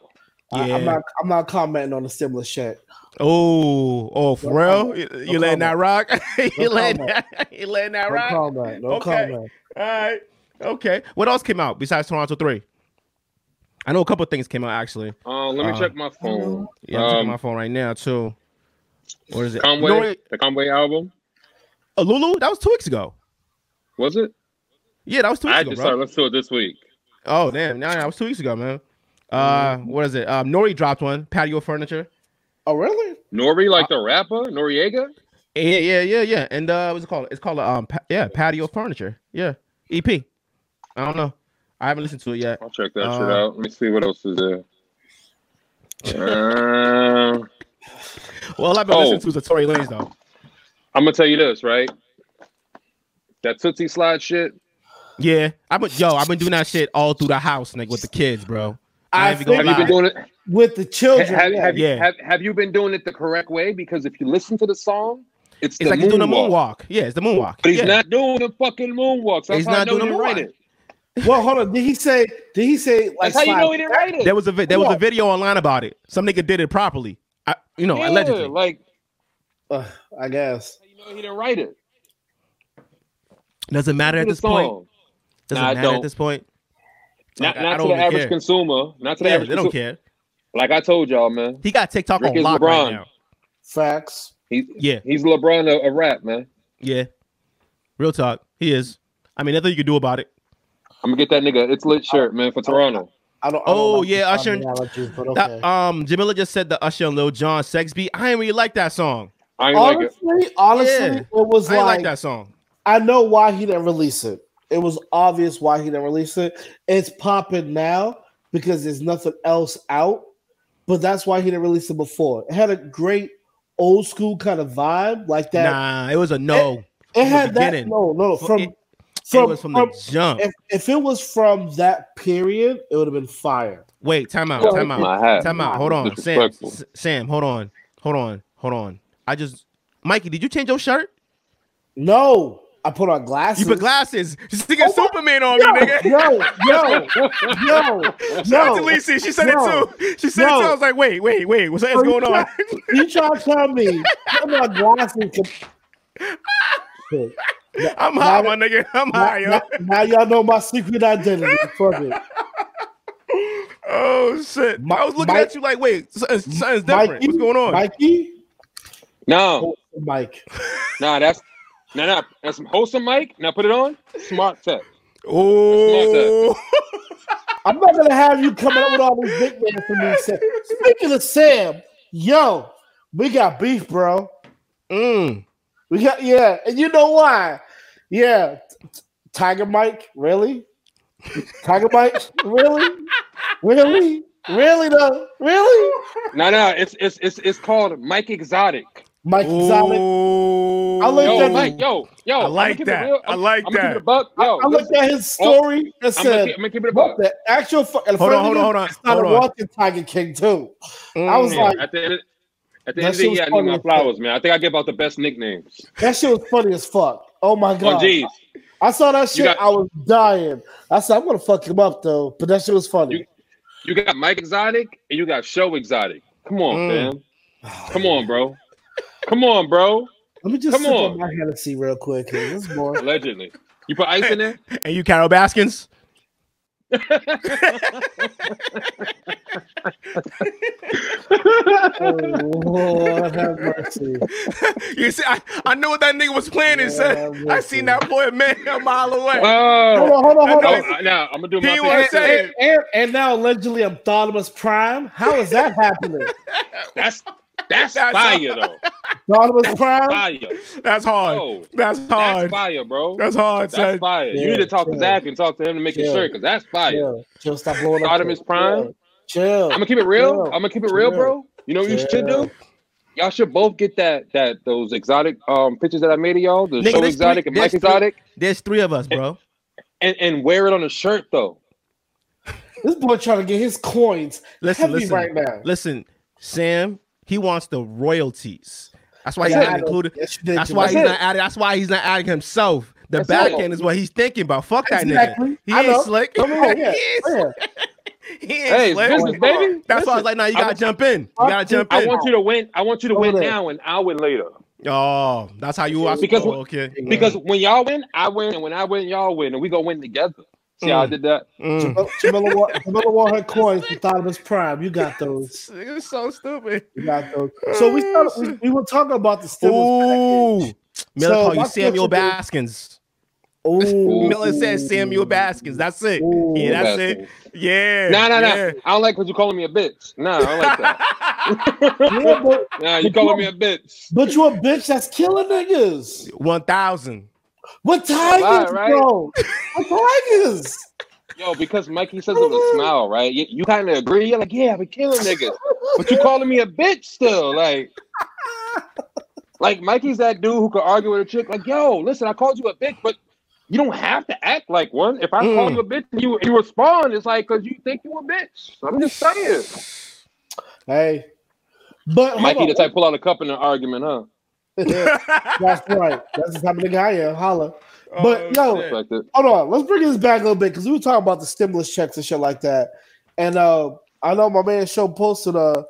Speaker 4: I,
Speaker 2: Yeah.
Speaker 4: am not. I'm not commenting on the stimulus check.
Speaker 2: Oh, oh, for
Speaker 4: No
Speaker 2: real? You,
Speaker 4: No
Speaker 2: you letting that
Speaker 4: comment.
Speaker 2: rock? [laughs] you
Speaker 4: No
Speaker 2: letting
Speaker 4: comment.
Speaker 2: that? [laughs] You letting that
Speaker 4: No
Speaker 2: rock?
Speaker 4: comment. No
Speaker 2: Okay.
Speaker 4: comment.
Speaker 2: All right. Okay. What else came out besides Toronto Three? I know a couple of things came out actually.
Speaker 3: Uh, let me
Speaker 2: Uh,
Speaker 3: check my phone.
Speaker 2: Yeah, I'm checking
Speaker 3: Um,
Speaker 2: my phone right now too. What is it?
Speaker 3: Conway,
Speaker 2: No, wait,
Speaker 3: the Conway album
Speaker 2: uh, Lulu? That was two weeks ago.
Speaker 3: was it?
Speaker 2: Yeah, that was two weeks
Speaker 3: I
Speaker 2: ago,
Speaker 3: just
Speaker 2: bro.
Speaker 3: started listening to it this week.
Speaker 2: Oh damn! Nah, that was two weeks ago, man. Uh, what is it? Um, Nori dropped one. Patio furniture.
Speaker 4: Oh really?
Speaker 3: Nori, like
Speaker 2: Uh,
Speaker 3: the rapper Noriega.
Speaker 2: Yeah, yeah, yeah, yeah. And uh, what's it called? It's called um, pa- yeah, patio furniture. Yeah, EP. I don't know. I haven't listened to it yet.
Speaker 3: I'll check that shit
Speaker 2: Uh,
Speaker 3: out. Let me see what else is there.
Speaker 2: [laughs]
Speaker 3: Uh,
Speaker 2: Well, I've been
Speaker 3: Oh.
Speaker 2: listening to is the Tory Lanez though.
Speaker 3: I'm gonna tell you this, right? That Tootsie Slide shit.
Speaker 2: Yeah, I've been yo, I've been doing that shit all through the house, nigga, with the kids, bro. I
Speaker 4: I
Speaker 2: ain't even
Speaker 4: think-
Speaker 2: gonna
Speaker 3: Have you
Speaker 2: lie.
Speaker 3: been doing it?
Speaker 4: With the
Speaker 3: Have,
Speaker 4: children.
Speaker 3: have,
Speaker 4: yeah.
Speaker 3: have, you-
Speaker 2: Yeah.
Speaker 3: have, have you been doing it the correct way? Because if you listen to the song, it's, the
Speaker 2: It's like
Speaker 3: moonwalk.
Speaker 2: he's doing a moonwalk. Yeah, it's the moonwalk.
Speaker 3: But he's
Speaker 2: yeah.
Speaker 3: not doing the fucking moonwalk. So
Speaker 2: He's
Speaker 3: that's how I
Speaker 2: not
Speaker 3: know
Speaker 2: doing
Speaker 3: you
Speaker 2: the
Speaker 3: didn't write
Speaker 2: moonwalk.
Speaker 3: it.
Speaker 4: Well, hold on. Did he say? Did he say like?
Speaker 3: That's how you
Speaker 4: slide
Speaker 3: know he didn't write it.
Speaker 2: There was a vi- there was a video online about it. Some nigga did it properly. I, you know,
Speaker 3: Yeah,
Speaker 2: allegedly.
Speaker 3: Like
Speaker 4: Ugh, I guess.
Speaker 3: you know he didn't write it.
Speaker 2: Doesn't matter at
Speaker 3: The
Speaker 2: this point.
Speaker 3: song.
Speaker 2: Doesn't
Speaker 3: Nah, I
Speaker 2: matter at
Speaker 3: don't.
Speaker 2: this point.
Speaker 3: Not,
Speaker 2: Like, I- I
Speaker 3: not to
Speaker 2: don't
Speaker 3: the
Speaker 2: even
Speaker 3: average
Speaker 2: care.
Speaker 3: consumer. Not to the
Speaker 2: Yeah,
Speaker 3: average
Speaker 2: they don't
Speaker 3: consu-
Speaker 2: care.
Speaker 3: Like I told y'all, man.
Speaker 2: He got TikTok
Speaker 3: Rick
Speaker 2: on
Speaker 3: is
Speaker 2: lock
Speaker 3: LeBron.
Speaker 2: right now.
Speaker 4: Facts.
Speaker 3: He's
Speaker 2: Yeah.
Speaker 3: he's LeBron of, of rap, man.
Speaker 2: Yeah. Real talk. He is. I mean, nothing you can do about it.
Speaker 3: I'm gonna get that nigga. It's lit shirt, man, for Toronto.
Speaker 4: I don't. I don't
Speaker 2: Oh,
Speaker 4: like
Speaker 2: yeah,
Speaker 4: these
Speaker 2: Usher-
Speaker 4: analogies, but
Speaker 2: That-
Speaker 4: okay.
Speaker 2: um, Jamila just said the Usher and Lil John sex beat. I ain't really like that song.
Speaker 3: I ain't like it.
Speaker 4: honestly, honestly,
Speaker 2: Yeah.
Speaker 4: it was
Speaker 2: I ain't
Speaker 4: like,
Speaker 2: like that song.
Speaker 4: I know why he didn't release it. It was obvious why he didn't release it. It's popping now because there's nothing else out, but that's why he didn't release it before. It had a great old school kind of vibe, like that.
Speaker 2: nah, it was a no.
Speaker 4: it
Speaker 2: from the
Speaker 4: had that.
Speaker 2: beginning.
Speaker 4: No, no, no,
Speaker 2: Fr-
Speaker 4: from
Speaker 2: it-
Speaker 4: from,
Speaker 2: it was from the jump.
Speaker 4: if, if it was from that period, it would have been fire.
Speaker 2: Wait, time out,
Speaker 3: Yo,
Speaker 2: time
Speaker 3: my
Speaker 2: out,
Speaker 3: hat.
Speaker 2: time out. Hold on, Sam,
Speaker 3: Disrespectful.
Speaker 2: S- Sam, hold on, hold on, hold on. I just, Mikey, did you change your shirt?
Speaker 4: No, I put on glasses.
Speaker 2: You put glasses. This nigga Superman on
Speaker 4: Oh, Yo,
Speaker 2: me, nigga.
Speaker 4: yo,
Speaker 3: [laughs]
Speaker 4: yo,
Speaker 2: [laughs]
Speaker 4: yo,
Speaker 2: Shout out to
Speaker 4: yo.
Speaker 2: Lisa. She said
Speaker 4: yo,
Speaker 2: it too. She said it
Speaker 4: yo.
Speaker 2: too. I was like, wait, wait, wait. What's what's
Speaker 4: Are you
Speaker 2: going
Speaker 4: try-
Speaker 2: on?
Speaker 4: you trying to tell me putting on glasses can-
Speaker 2: I'm high,
Speaker 4: now-
Speaker 2: my nigga. [laughs] I'm
Speaker 4: now,
Speaker 2: high, yo.
Speaker 4: now- now y'all know my secret identity. Fuck it.
Speaker 2: Oh shit!
Speaker 4: Mi-
Speaker 2: I was looking
Speaker 4: Mike-
Speaker 2: at you like, wait, something's, something's different. What's going on?
Speaker 4: Mikey?
Speaker 3: No,
Speaker 4: Oh, Mike.
Speaker 3: nah, that's no, no. That's some wholesome mic. Now put it on. Smart tech.
Speaker 2: Oh,
Speaker 4: I'm not gonna have you coming up with all these nicknames for me. Sam. Speaking of Sam, yo, we got beef, bro.
Speaker 2: mm.
Speaker 4: We got yeah, and you know why? Yeah, t- t- Tiger Mike, really? Tiger Mike, really? Really? Really though? Really?
Speaker 3: No, no. It's it's it's it's called Mike Exotic.
Speaker 4: Mike Exotic.
Speaker 2: Oh.
Speaker 4: I like
Speaker 3: Yo,
Speaker 4: that-
Speaker 3: Mike, yo, yo.
Speaker 2: I
Speaker 3: I'ma
Speaker 2: like
Speaker 3: keep it
Speaker 2: that.
Speaker 3: real.
Speaker 2: I like
Speaker 3: I'ma keep
Speaker 2: that.
Speaker 3: it a buck. Yo,
Speaker 4: I looked
Speaker 3: listen,
Speaker 4: at his
Speaker 2: Oh,
Speaker 4: story and
Speaker 3: I'ma keep-
Speaker 4: said,
Speaker 3: I'ma keep it a
Speaker 4: "What
Speaker 3: buck.
Speaker 4: the actual?" Fu-? And
Speaker 2: Hold
Speaker 4: funny
Speaker 2: on, hold on,
Speaker 4: thing,
Speaker 2: hold on,
Speaker 4: I started
Speaker 2: hold on.
Speaker 4: watching Tiger King too. I was
Speaker 2: Mm.
Speaker 4: like,
Speaker 3: At the end, at the
Speaker 4: That
Speaker 3: end of
Speaker 4: shit
Speaker 3: the
Speaker 4: was
Speaker 3: year, I need
Speaker 4: funny
Speaker 3: my
Speaker 4: as
Speaker 3: flowers, man. I think I give out the best nicknames.
Speaker 4: that shit was funny as fuck. Oh my
Speaker 3: Oh,
Speaker 4: god!
Speaker 3: jeez.
Speaker 4: I saw that
Speaker 3: You
Speaker 4: shit.
Speaker 3: got-
Speaker 4: I was dying. I said, "I'm gonna fuck him up though," but that shit was funny.
Speaker 3: You- You got Mike Exotic and you got Show Exotic. Come on,
Speaker 4: Oh,
Speaker 2: Mm.
Speaker 3: man. Come on, bro. Come on, bro.
Speaker 4: Let me just
Speaker 3: Come
Speaker 4: sip
Speaker 3: on.
Speaker 4: on my Hennessy real quick. 'cause This boy,
Speaker 3: Allegedly. You put ice in
Speaker 4: [laughs]
Speaker 3: there?
Speaker 2: And you, Carol Baskins?
Speaker 4: oh, Lord
Speaker 2: [laughs]
Speaker 4: have mercy.
Speaker 2: you see, I, I know what that nigga was planning. son.
Speaker 4: Yeah,
Speaker 2: I seen that boy man a mile away.
Speaker 4: Hold
Speaker 3: Oh,
Speaker 4: on, hold on, hold
Speaker 2: I
Speaker 4: on.
Speaker 2: know.
Speaker 3: no, now I'm gonna do
Speaker 2: He
Speaker 3: my
Speaker 2: was
Speaker 3: thing.
Speaker 2: saying-
Speaker 4: And, and, and now allegedly I'm Thonimus Prime. How is that happening?
Speaker 2: [laughs]
Speaker 3: That's that's
Speaker 2: That's-
Speaker 3: fire though.
Speaker 4: Thonimus Prime.
Speaker 3: Fire.
Speaker 2: That's hard.
Speaker 3: Oh,
Speaker 2: that's
Speaker 3: That's
Speaker 2: hard.
Speaker 3: fire, bro.
Speaker 2: That's hard.
Speaker 3: That's
Speaker 2: son.
Speaker 3: fire. you need to talk to
Speaker 4: Yeah,
Speaker 3: Zach and talk to him to make it
Speaker 4: yeah.
Speaker 3: sure, cause that's fire.
Speaker 4: Chill, chill, stop blowing up.
Speaker 3: Thonimus Prime?
Speaker 4: Chill.
Speaker 3: I'm gonna keep it real.
Speaker 4: Yeah.
Speaker 3: I'm gonna keep it real,
Speaker 4: Yeah.
Speaker 3: bro. You know what you should
Speaker 4: Yeah.
Speaker 3: do? Y'all should both get that that those exotic um pictures that I made of y'all, the
Speaker 2: Nigga,
Speaker 3: show
Speaker 2: there's
Speaker 3: exotic
Speaker 2: three-
Speaker 3: and Mike
Speaker 2: there's three-
Speaker 3: exotic,
Speaker 2: There's three of us, bro.
Speaker 3: and, and wear it on a shirt though.
Speaker 4: This boy trying to get his coins
Speaker 2: Listen,
Speaker 4: heavy
Speaker 2: listen,
Speaker 4: right now.
Speaker 2: listen. Sam, he wants the royalties. That's why he's
Speaker 4: Yeah, I
Speaker 2: not
Speaker 4: know.
Speaker 2: included.
Speaker 4: Yes, you did,
Speaker 2: That's
Speaker 4: Jamel.
Speaker 2: why
Speaker 4: That's
Speaker 2: he's
Speaker 3: it.
Speaker 2: not adding. That's why he's not adding himself. The
Speaker 3: That's
Speaker 2: back
Speaker 3: it.
Speaker 2: end is what he's thinking about. Fuck that nigga.
Speaker 4: Exactly.
Speaker 2: He
Speaker 4: I
Speaker 2: ain't
Speaker 4: know.
Speaker 2: slick.
Speaker 4: Come on, yeah,
Speaker 2: [laughs] he ain't,
Speaker 4: yeah.
Speaker 2: slick. He ain't
Speaker 3: Hey,
Speaker 2: slick.
Speaker 3: business, baby.
Speaker 2: That's why I
Speaker 3: Listen,
Speaker 2: was like, nah, you
Speaker 3: I
Speaker 2: gotta
Speaker 3: want-
Speaker 2: jump in. You
Speaker 4: I
Speaker 2: gotta jump
Speaker 3: I
Speaker 2: in.
Speaker 3: want you to win. I want you to
Speaker 4: Over
Speaker 3: win
Speaker 4: there.
Speaker 3: now, and I'll win later.
Speaker 2: Oh, that's how you are.
Speaker 3: Because-
Speaker 2: oh, okay.
Speaker 3: Because when y'all win, I win, and when I win, y'all win, and we gonna win together. See how I
Speaker 2: Mm.
Speaker 3: did that?
Speaker 2: Mm.
Speaker 4: Jamila- Jamila want- Jamila want her coins from Thonimus Prime. You got those.
Speaker 2: This is so stupid.
Speaker 4: You got those. So we started, we, we were talking about the stimulus.
Speaker 2: Ooh,
Speaker 4: So
Speaker 2: Miller called you
Speaker 4: my
Speaker 2: Samuel
Speaker 4: question is-
Speaker 2: Baskins.
Speaker 4: package. Ooh.
Speaker 2: Miller said Samuel Baskins. That's it.
Speaker 4: Ooh.
Speaker 2: yeah, that's it. Yeah.
Speaker 3: Nah, nah, nah.
Speaker 2: yeah.
Speaker 3: I don't like what you calling me a bitch. Nah, I don't like that.
Speaker 4: Yeah, but,
Speaker 3: nah, you calling me a bitch.
Speaker 4: but you a bitch that's killing niggas.
Speaker 2: One
Speaker 4: [laughs]
Speaker 2: thousand.
Speaker 4: What tigers,
Speaker 3: Lie, right?
Speaker 4: bro? What tigers?
Speaker 3: Yo, because Mikey says it with a smile, right? You, you kind of agree. You're like, yeah, I've been killing niggas. But you calling me a bitch still. Like, like Mikey's that dude who could argue with a chick, like, yo, listen, I called you a bitch, but you don't have to act like one. If I call
Speaker 2: Mm.
Speaker 3: you a bitch and you, you respond, it's like because you think you a bitch. I'm just saying.
Speaker 4: Hey, but hold
Speaker 3: Mikey
Speaker 4: on.
Speaker 3: the type pull out a cup in an argument, huh?
Speaker 4: [laughs] That's right. That's the type of nigga I am. Holla.
Speaker 2: Oh,
Speaker 4: But yo,
Speaker 3: Respect it.
Speaker 4: hold on, let's bring this back a little bit because we were talking about the stimulus checks and shit like that. And uh, I know my man show posted uh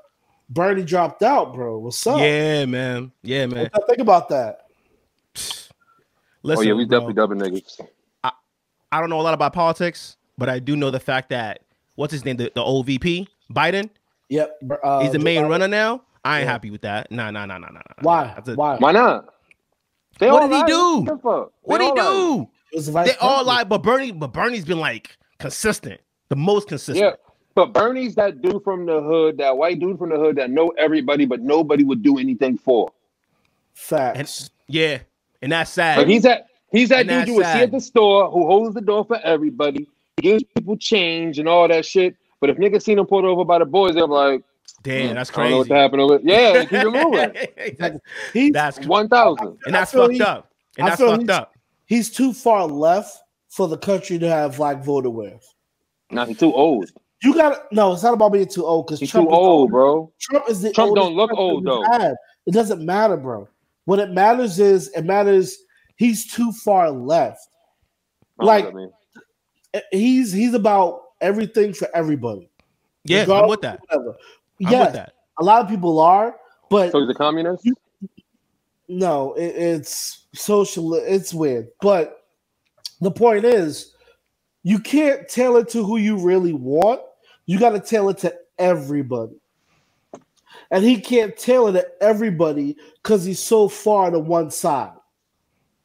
Speaker 4: Bernie dropped out, bro. What's up?
Speaker 2: Yeah, man. Yeah, man.
Speaker 4: What y'all think about that?
Speaker 3: Oh
Speaker 2: Listen,
Speaker 3: yeah, we
Speaker 2: bro,
Speaker 3: definitely dubbing niggas.
Speaker 2: I don't know a lot about politics, but I do know the fact that what's his name, the, the old VP, Biden,
Speaker 4: Yep. Uh,
Speaker 2: he's the
Speaker 4: Joe
Speaker 2: main
Speaker 4: Biden.
Speaker 2: runner now. I ain't
Speaker 4: Yeah.
Speaker 2: happy with that. Nah, nah, nah, nah, nah. nah.
Speaker 4: Why?
Speaker 2: That's it.
Speaker 4: Why?
Speaker 3: Why not? They
Speaker 2: What
Speaker 3: all
Speaker 2: did he
Speaker 3: lied.
Speaker 2: do?
Speaker 3: the fuck? They
Speaker 2: What do he
Speaker 3: all lied.
Speaker 2: do?
Speaker 4: It was the
Speaker 2: They
Speaker 4: vice
Speaker 2: all
Speaker 4: president.
Speaker 2: like, but Bernie, but Bernie's been like consistent, the most consistent.
Speaker 3: Yeah, but Bernie's that dude from the hood, that white dude from the hood that know everybody, but nobody would do anything for.
Speaker 4: facts.
Speaker 2: And, yeah, and that's sad.
Speaker 3: But he's that he's that
Speaker 2: And
Speaker 3: dude
Speaker 2: that's
Speaker 3: you would see
Speaker 2: sad.
Speaker 3: at the store who holds the door for everybody, gives people change and all that shit. But if niggas seen him pulled over by the boys, they're like, "Hmm,
Speaker 2: Damn, that's
Speaker 3: I don't know what
Speaker 2: crazy.
Speaker 3: happened over. Yeah,
Speaker 2: [laughs]
Speaker 3: keep it moving.
Speaker 2: that's,
Speaker 4: He's,
Speaker 2: that's-
Speaker 3: One thousand.
Speaker 2: and that's
Speaker 4: I feel
Speaker 2: fucked
Speaker 4: he's-
Speaker 2: up. And
Speaker 4: I
Speaker 2: that's
Speaker 4: feel
Speaker 2: fucked
Speaker 4: he's-
Speaker 2: up.
Speaker 4: he's too far left for the country to have like voted with.
Speaker 3: Nah, he's too old.
Speaker 4: You got to no. It's not about being too old because
Speaker 3: He's
Speaker 4: Trump
Speaker 3: too
Speaker 4: is the
Speaker 3: old, bro.
Speaker 4: Trump is the
Speaker 3: Trump
Speaker 4: oldest
Speaker 3: don't look
Speaker 4: president
Speaker 3: old,
Speaker 4: we've
Speaker 3: though.
Speaker 4: had. It doesn't matter, bro. What it matters is it matters he's too far left.
Speaker 3: I don't know
Speaker 4: Like-
Speaker 3: what I mean.
Speaker 4: Eh, He's he's about everything for everybody.
Speaker 2: Yeah, I'm
Speaker 4: Regardless
Speaker 2: with that.
Speaker 4: of Whatever.
Speaker 2: I'm
Speaker 4: Yes,
Speaker 2: with that.
Speaker 4: a lot of people are, but
Speaker 3: so he's a communist.
Speaker 4: no, it, it's social. It's weird, but the point is, you can't tailor to who you really want. You got to tailor to everybody, and he can't tailor to everybody because he's so far to one side.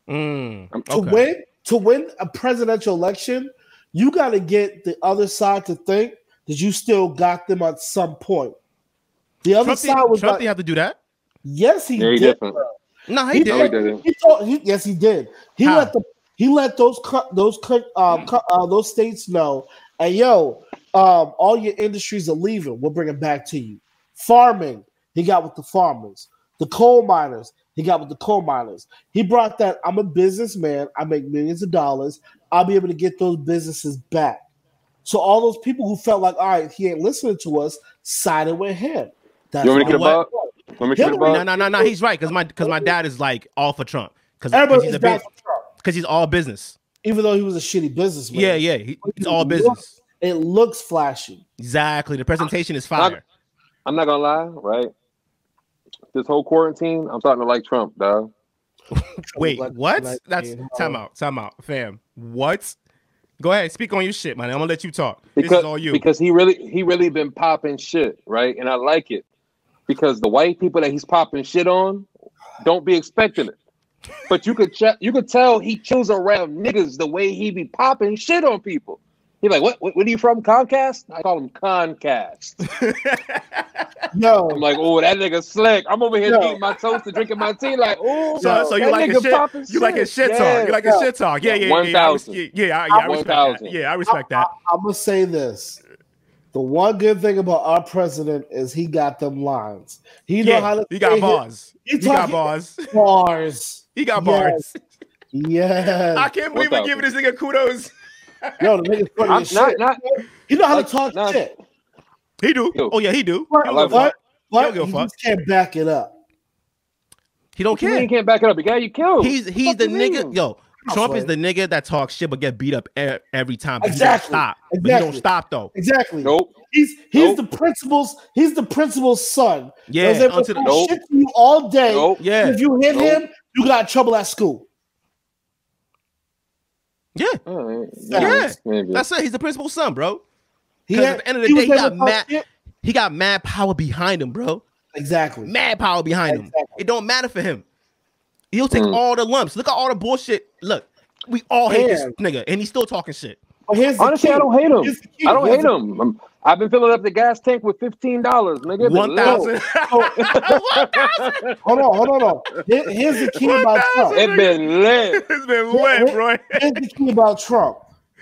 Speaker 2: Mm,
Speaker 4: to
Speaker 2: okay.
Speaker 4: win to win a presidential election, you got to get the other side to think that you still got them at some point. The other
Speaker 2: Trump,
Speaker 4: side
Speaker 2: didn't,
Speaker 4: was
Speaker 2: Trump
Speaker 4: like,
Speaker 2: didn't have to do that.
Speaker 4: yes, he
Speaker 3: Yeah, he
Speaker 4: did.
Speaker 3: different.
Speaker 4: bro.
Speaker 2: No, he,
Speaker 4: He
Speaker 2: did.
Speaker 3: No, he didn't.
Speaker 4: He told, he, yes, he did. He
Speaker 2: How?
Speaker 4: let the he let those co- those co-
Speaker 2: Hmm.
Speaker 4: um, co- uh, those states know, and yo, um, all your industries are leaving. We'll bring it back to you. Farming, he got with the farmers. The coal miners, he got with the coal miners. He brought that. I'm a businessman. I make millions of dollars. I'll be able to get those businesses back. So all those people who felt like, all right, he ain't listening to us, sided with him. That's
Speaker 3: You want me to get a
Speaker 4: all
Speaker 2: What?
Speaker 3: bug? You want me to get a
Speaker 4: Hillary-
Speaker 3: bug?
Speaker 2: No, no, no, no. He's right because my because my dad is like all for Trump because
Speaker 4: everybody
Speaker 2: he's
Speaker 4: is
Speaker 2: a
Speaker 4: back for Trump,
Speaker 2: because he's all business.
Speaker 4: even though he was a shitty businessman.
Speaker 2: Yeah, yeah. He, it's all business.
Speaker 4: It looks
Speaker 2: [laughs]
Speaker 4: flashy.
Speaker 2: Exactly. The presentation is fire.
Speaker 3: I'm not gonna lie, right? This whole quarantine, I'm starting to like Trump, dog.
Speaker 2: Wait,
Speaker 4: Like-
Speaker 2: what?
Speaker 4: like-
Speaker 2: That's
Speaker 4: yeah.
Speaker 2: time out, time out, fam. What? Go ahead, speak on your shit, man. I'm gonna let you talk. this
Speaker 3: Because
Speaker 2: is all you.
Speaker 3: because he really he really been popping shit, right? And I like it because the white people that he's popping shit on don't be expecting it. But you could check, you could tell he chills around niggas the way he be popping shit on people. He like, what? What, what are you from? Comcast? I call him Concast.
Speaker 2: [laughs]
Speaker 4: No,
Speaker 3: I'm like, oh, that nigga slick. I'm over here
Speaker 4: No.
Speaker 3: eating my toast and drinking my tea. Like, oh,
Speaker 2: so, so you
Speaker 3: that
Speaker 2: like his
Speaker 3: nigga
Speaker 2: shit?
Speaker 3: popping
Speaker 2: You like his shit
Speaker 3: Yeah,
Speaker 2: talk? You like his shit talk? Yeah, yeah, yeah. yeah, I res-
Speaker 3: 1,000.
Speaker 2: yeah, yeah, I- yeah, I
Speaker 3: I'm
Speaker 2: respect
Speaker 3: 1,000.
Speaker 2: that. Yeah, I respect that.
Speaker 4: I'm gonna say this. The one good thing about our president is he got them lines. He know how
Speaker 2: Yeah,
Speaker 4: to
Speaker 2: he
Speaker 4: say
Speaker 2: got
Speaker 4: his
Speaker 2: bars.
Speaker 4: He
Speaker 2: He got
Speaker 4: talking-
Speaker 2: bars.
Speaker 4: bars.
Speaker 2: He
Speaker 4: Yes.
Speaker 2: got bars. I
Speaker 4: Yeah.
Speaker 2: [laughs] can't believe we're
Speaker 3: 1,000.
Speaker 2: giving this nigga kudos.
Speaker 4: Yo, the nigga's funny
Speaker 3: I'm
Speaker 4: as
Speaker 3: not,
Speaker 4: shit.
Speaker 3: not,
Speaker 4: he know how
Speaker 3: like,
Speaker 4: to talk
Speaker 3: not-
Speaker 4: shit.
Speaker 2: He do.
Speaker 3: Yo.
Speaker 2: Oh yeah, he do.
Speaker 4: But,
Speaker 3: I
Speaker 2: He don't
Speaker 3: love
Speaker 2: give a
Speaker 4: but,
Speaker 2: fuck.
Speaker 4: but
Speaker 2: give a
Speaker 4: he
Speaker 2: fuck.
Speaker 4: just can't back it up.
Speaker 2: He don't
Speaker 3: You mean
Speaker 2: care.
Speaker 3: He can't back it up. The guy you killed.
Speaker 2: He's he's
Speaker 3: Fuck
Speaker 2: the
Speaker 3: you
Speaker 2: nigga.
Speaker 3: mean?
Speaker 2: Yo,
Speaker 4: on,
Speaker 2: Trump is
Speaker 4: Sway.
Speaker 2: the nigga that talks shit but get beat up e- every time. But
Speaker 4: Exactly,
Speaker 2: He don't stop. But he don't
Speaker 4: exactly.
Speaker 2: stop though.
Speaker 4: Exactly.
Speaker 3: Nope.
Speaker 4: He's
Speaker 3: Nope.
Speaker 4: he's the principal's he's the principal's son.
Speaker 2: Yeah,
Speaker 4: Those that
Speaker 2: onto the-
Speaker 4: will
Speaker 3: Nope.
Speaker 4: shit to you all day.
Speaker 3: Nope.
Speaker 2: Yeah.
Speaker 4: If you hit
Speaker 3: Nope.
Speaker 4: him, you got trouble at school.
Speaker 2: Yeah.
Speaker 3: All right.
Speaker 2: Yeah.
Speaker 3: Maybe.
Speaker 2: That's it. He's the principal's son, bro.
Speaker 4: He
Speaker 2: 'Cause
Speaker 4: had-
Speaker 2: at the end of the
Speaker 4: he
Speaker 2: day,
Speaker 4: was
Speaker 2: he
Speaker 4: able
Speaker 2: got
Speaker 4: to talk
Speaker 2: mad.
Speaker 4: shit.
Speaker 2: He got mad power behind him, bro.
Speaker 4: Exactly.
Speaker 2: Mad power behind him.
Speaker 4: Exactly.
Speaker 2: It don't matter for him. He'll take all the lumps. Look at all the bullshit. Look, we all hate this
Speaker 4: Man.
Speaker 2: nigga, and he's still talking shit.
Speaker 4: But here's the
Speaker 3: Honestly,
Speaker 4: key.
Speaker 3: I don't hate him.
Speaker 4: Here's the key.
Speaker 3: I don't hate
Speaker 4: Here's the-
Speaker 3: him. I'm, I've been filling up the gas tank with fifteen dollars, nigga. Been
Speaker 2: One thousand.
Speaker 4: [laughs] Oh.
Speaker 2: [laughs]
Speaker 3: lit.
Speaker 4: Hold on, hold on, hold on. Here- here's the key
Speaker 2: One
Speaker 4: about
Speaker 2: thousand.
Speaker 4: Trump.
Speaker 3: It been lit.
Speaker 2: it's been
Speaker 4: Yeah,
Speaker 2: lit,
Speaker 4: yeah.
Speaker 2: bro.
Speaker 4: Here's the key about Trump.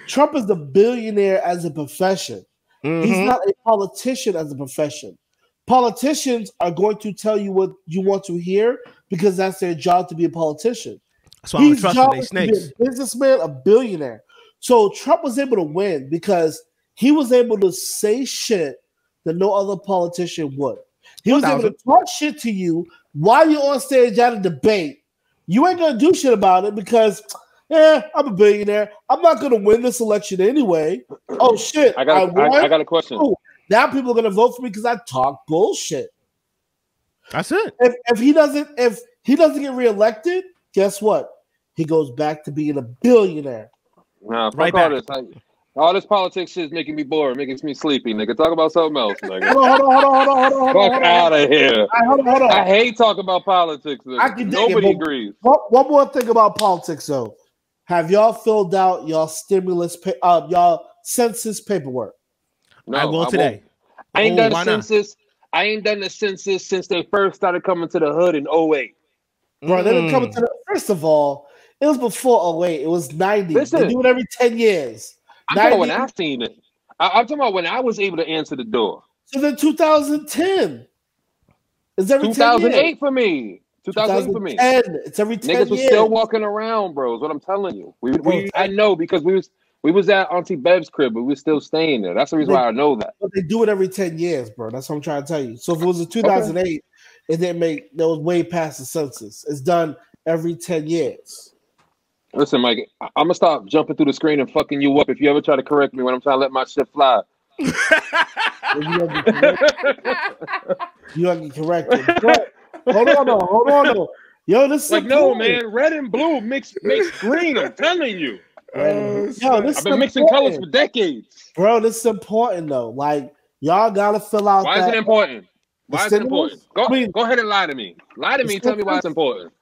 Speaker 4: Trump is a billionaire as a profession. He's
Speaker 3: Mm-hmm.
Speaker 2: Mhm.
Speaker 4: not a politician as a profession. Politicians are going to tell you what you want to hear because that's their job to be a politician.
Speaker 2: That's why I don't
Speaker 4: His
Speaker 2: trust
Speaker 4: job
Speaker 2: them. They
Speaker 4: is to be
Speaker 2: snakes.
Speaker 4: a businessman, a billionaire. So Trump was able to win because he was able to say shit that no other politician would. He was able to talk shit to you while you're on stage at a debate. You ain't gonna do shit about it because yeah, I'm a billionaire. I'm not going to win this election anyway. Oh shit!
Speaker 3: I got
Speaker 2: [laughs]
Speaker 3: a- I, I got a question.
Speaker 4: Oh, now people are going to vote for me because I talk bullshit.
Speaker 2: That's it.
Speaker 4: If, if he doesn't, if he doesn't get reelected, guess what? He goes back to being a billionaire.
Speaker 3: Nah, fuck
Speaker 2: Right
Speaker 3: all
Speaker 2: back.
Speaker 3: this. Like, all this politics shit is making me bored, making me sleepy, nigga. Talk about something
Speaker 2: [laughs]
Speaker 3: else, nigga.
Speaker 4: Hold on, hold on, hold on, hold on, hold on,
Speaker 3: Fuck
Speaker 4: hold on.
Speaker 3: out of here.
Speaker 4: All right, hold on, hold on.
Speaker 3: I hate talking about politics. Nigga.
Speaker 4: I can dig it,
Speaker 3: Nobody
Speaker 4: but-
Speaker 3: agrees.
Speaker 4: One, one more thing about politics, though. Have y'all filled out y'all stimulus, pa- uh, y'all census paperwork?
Speaker 3: No,
Speaker 2: I will
Speaker 3: won't.
Speaker 2: today.
Speaker 3: I ain't
Speaker 2: Oh,
Speaker 3: done
Speaker 2: why
Speaker 3: a
Speaker 2: not?
Speaker 3: census. I ain't done a census since they first started coming to the hood in 08.
Speaker 4: Bro, they didn't come
Speaker 3: Hmm.
Speaker 2: Mm.
Speaker 4: into the. First of all, it was before 08. It was 90.
Speaker 3: Listen.
Speaker 4: they do it every 10 years.
Speaker 3: I'm talking about when
Speaker 4: 90
Speaker 3: I seen it. I, I'm talking about when I was able to answer the door.
Speaker 4: So then 2010. It's every 10 years.
Speaker 3: 2008 for me. 2008 for me.
Speaker 4: 2010. It's every 10
Speaker 3: Niggas was
Speaker 4: years.
Speaker 3: still walking around, bro. Is what I'm telling you. We, we,
Speaker 4: Bro,
Speaker 3: I know because we was we was at Auntie Bev's crib, but we was still staying there. That's the reason why I know that.
Speaker 4: but they do it every 10 years, bro. That's what I'm trying to tell you. So if it was a 2008, it didn't make, that was way past the census. It's done every 10 years.
Speaker 3: Listen, Mike, I- I'm gonna stop jumping through the screen and fucking you up if you ever try to correct me when I'm trying to let my shit
Speaker 4: [laughs]
Speaker 3: fly.
Speaker 4: Well, you don't get [laughs] corrected. you don't get corrected. But, hold on, though. Hold on, though. Yo, this is
Speaker 3: Like,
Speaker 4: the
Speaker 3: no,
Speaker 4: point.
Speaker 3: man, red and blue mix mix green. I'm telling you,
Speaker 4: Yo, this
Speaker 3: I've
Speaker 4: is
Speaker 3: been mixing
Speaker 4: important.
Speaker 3: colors for decades.
Speaker 4: bro. This is important though. Like y'all gotta fill out.
Speaker 3: Why is
Speaker 4: that.
Speaker 3: it important? Why is it
Speaker 4: stimulus?
Speaker 3: important? Go,
Speaker 4: I mean-
Speaker 3: go ahead and lie to me. Lie to me.
Speaker 4: It's
Speaker 3: Tell me why it's
Speaker 4: stimulus.
Speaker 3: important.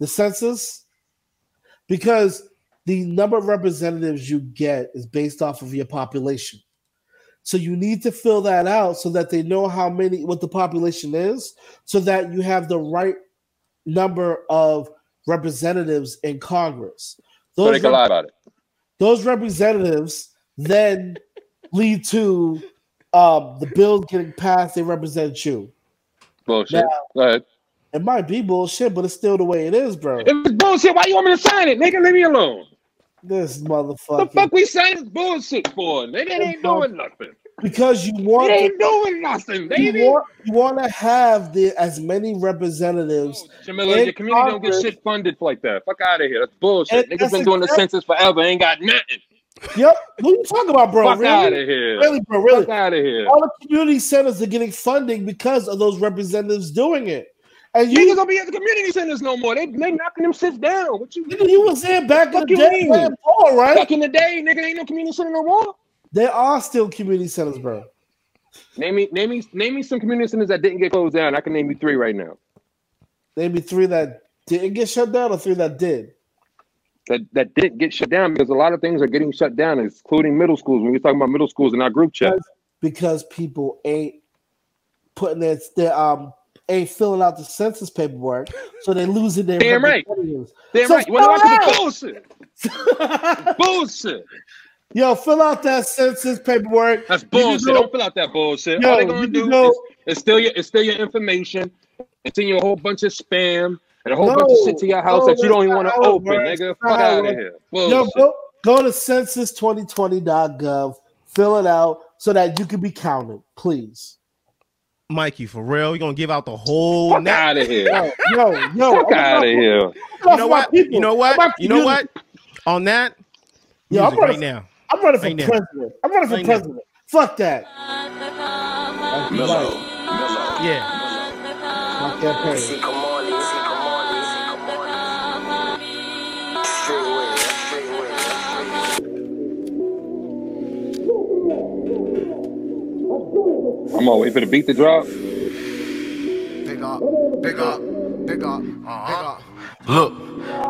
Speaker 4: the census because the number of representatives you get is based off of your population. So you need to fill that out so that they know how many what the population is so that you have the right number of representatives in Congress.
Speaker 3: So they
Speaker 4: Those,
Speaker 3: can
Speaker 4: rep-
Speaker 3: lie about it.
Speaker 4: those representatives then lead to um, the bills getting passed, they represent you.
Speaker 3: Bullshit. Go ahead.
Speaker 4: It might be bullshit, but it's still the way it is, bro.
Speaker 3: If it's bullshit, why you want me to sign it, nigga? Leave me alone.
Speaker 4: This
Speaker 3: The
Speaker 4: motherfucker.
Speaker 3: fuck we signing this bullshit for? Nigga, they ain't doing nothing.
Speaker 4: because you
Speaker 3: They
Speaker 4: want to,
Speaker 3: ain't doing nothing,
Speaker 4: you
Speaker 3: baby.
Speaker 4: want you want to have the as many representatives.
Speaker 3: Jamila, your
Speaker 4: in
Speaker 3: community don't get
Speaker 4: Congress-
Speaker 3: shit funded like that. Fuck out of here. That's bullshit.
Speaker 4: And
Speaker 3: Niggas
Speaker 4: that's
Speaker 3: been doing the
Speaker 4: exact-
Speaker 3: census forever. Ain't got nothing.
Speaker 4: Yep. What you talking about, bro?
Speaker 3: Fuck
Speaker 4: really?
Speaker 3: out of here.
Speaker 4: Really, bro? Really? Oh,
Speaker 3: Fuck out of here.
Speaker 4: All the community centers are getting funding because of those representatives doing it. And
Speaker 3: Niggas
Speaker 4: you,
Speaker 3: don't be at the community centers no more. They they knocking them shits down. What you
Speaker 4: nigga, you was there back in
Speaker 3: Fuck
Speaker 4: the
Speaker 3: you
Speaker 4: day,
Speaker 3: mean?
Speaker 4: man, Paul, right?
Speaker 3: back in the day, nigga? Ain't no community center no more.
Speaker 4: There are still community centers, bro.
Speaker 3: Name me, name me, name me some community centers that didn't get closed down. I can name you three right now
Speaker 4: Maybe three that didn't get shut down, or three that did.
Speaker 3: that that didn't get shut down because a lot of things are getting shut down, including middle schools. When we talking about middle schools in our group chat,
Speaker 4: because people ain't putting their, their um ain't filling out the census paperwork, so they losing their
Speaker 3: Damn right.
Speaker 4: representatives.
Speaker 3: Damn
Speaker 4: So
Speaker 3: right. You wanna
Speaker 4: fill
Speaker 3: watch
Speaker 4: it
Speaker 3: some
Speaker 4: out.
Speaker 3: bullshit?
Speaker 4: [laughs]
Speaker 3: Bullshit.
Speaker 4: Yo, fill out that census paperwork.
Speaker 3: That's
Speaker 4: You can
Speaker 3: bullshit.
Speaker 4: go-
Speaker 3: Don't fill out that bullshit.
Speaker 4: Yo,
Speaker 3: All they're
Speaker 4: you
Speaker 3: gonna
Speaker 4: can
Speaker 3: do
Speaker 4: go-
Speaker 3: is it's still your it's still your information and send you a whole bunch of spam and a whole bunch of
Speaker 4: No,
Speaker 3: shit to your house
Speaker 4: no,
Speaker 3: that you don't
Speaker 4: that's
Speaker 3: even want to
Speaker 4: not how it
Speaker 3: open,
Speaker 4: works.
Speaker 3: nigga.
Speaker 4: That's not
Speaker 3: Fuck
Speaker 4: how it
Speaker 3: out of
Speaker 4: works.
Speaker 3: here.
Speaker 4: Yo,
Speaker 3: Bullshit.
Speaker 4: go, go to census2020.gov, fill it out so that you can be counted, please.
Speaker 2: Mikey, for real, you gonna give out the whole
Speaker 3: Fuck
Speaker 2: net?
Speaker 3: out of here.
Speaker 4: Yo, yo, yo,
Speaker 3: Fuck
Speaker 4: I'm
Speaker 3: out of here.
Speaker 4: running
Speaker 2: You
Speaker 4: for my
Speaker 2: know what?
Speaker 4: people.
Speaker 2: You know
Speaker 4: I'm
Speaker 2: what? You know
Speaker 4: running-
Speaker 2: what? On that,
Speaker 4: Yo, I'm
Speaker 2: music right
Speaker 4: running,
Speaker 2: now.
Speaker 4: I'm running for
Speaker 2: Right now.
Speaker 4: president. I'm running for
Speaker 2: Right now.
Speaker 4: president. Fuck that.
Speaker 6: Mellow.
Speaker 2: Yeah.
Speaker 4: Fuck that pay.
Speaker 3: I'm gonna wait for the beat to
Speaker 4: [laughs]
Speaker 3: drop.
Speaker 10: Big up, big up, big up, big up. Look,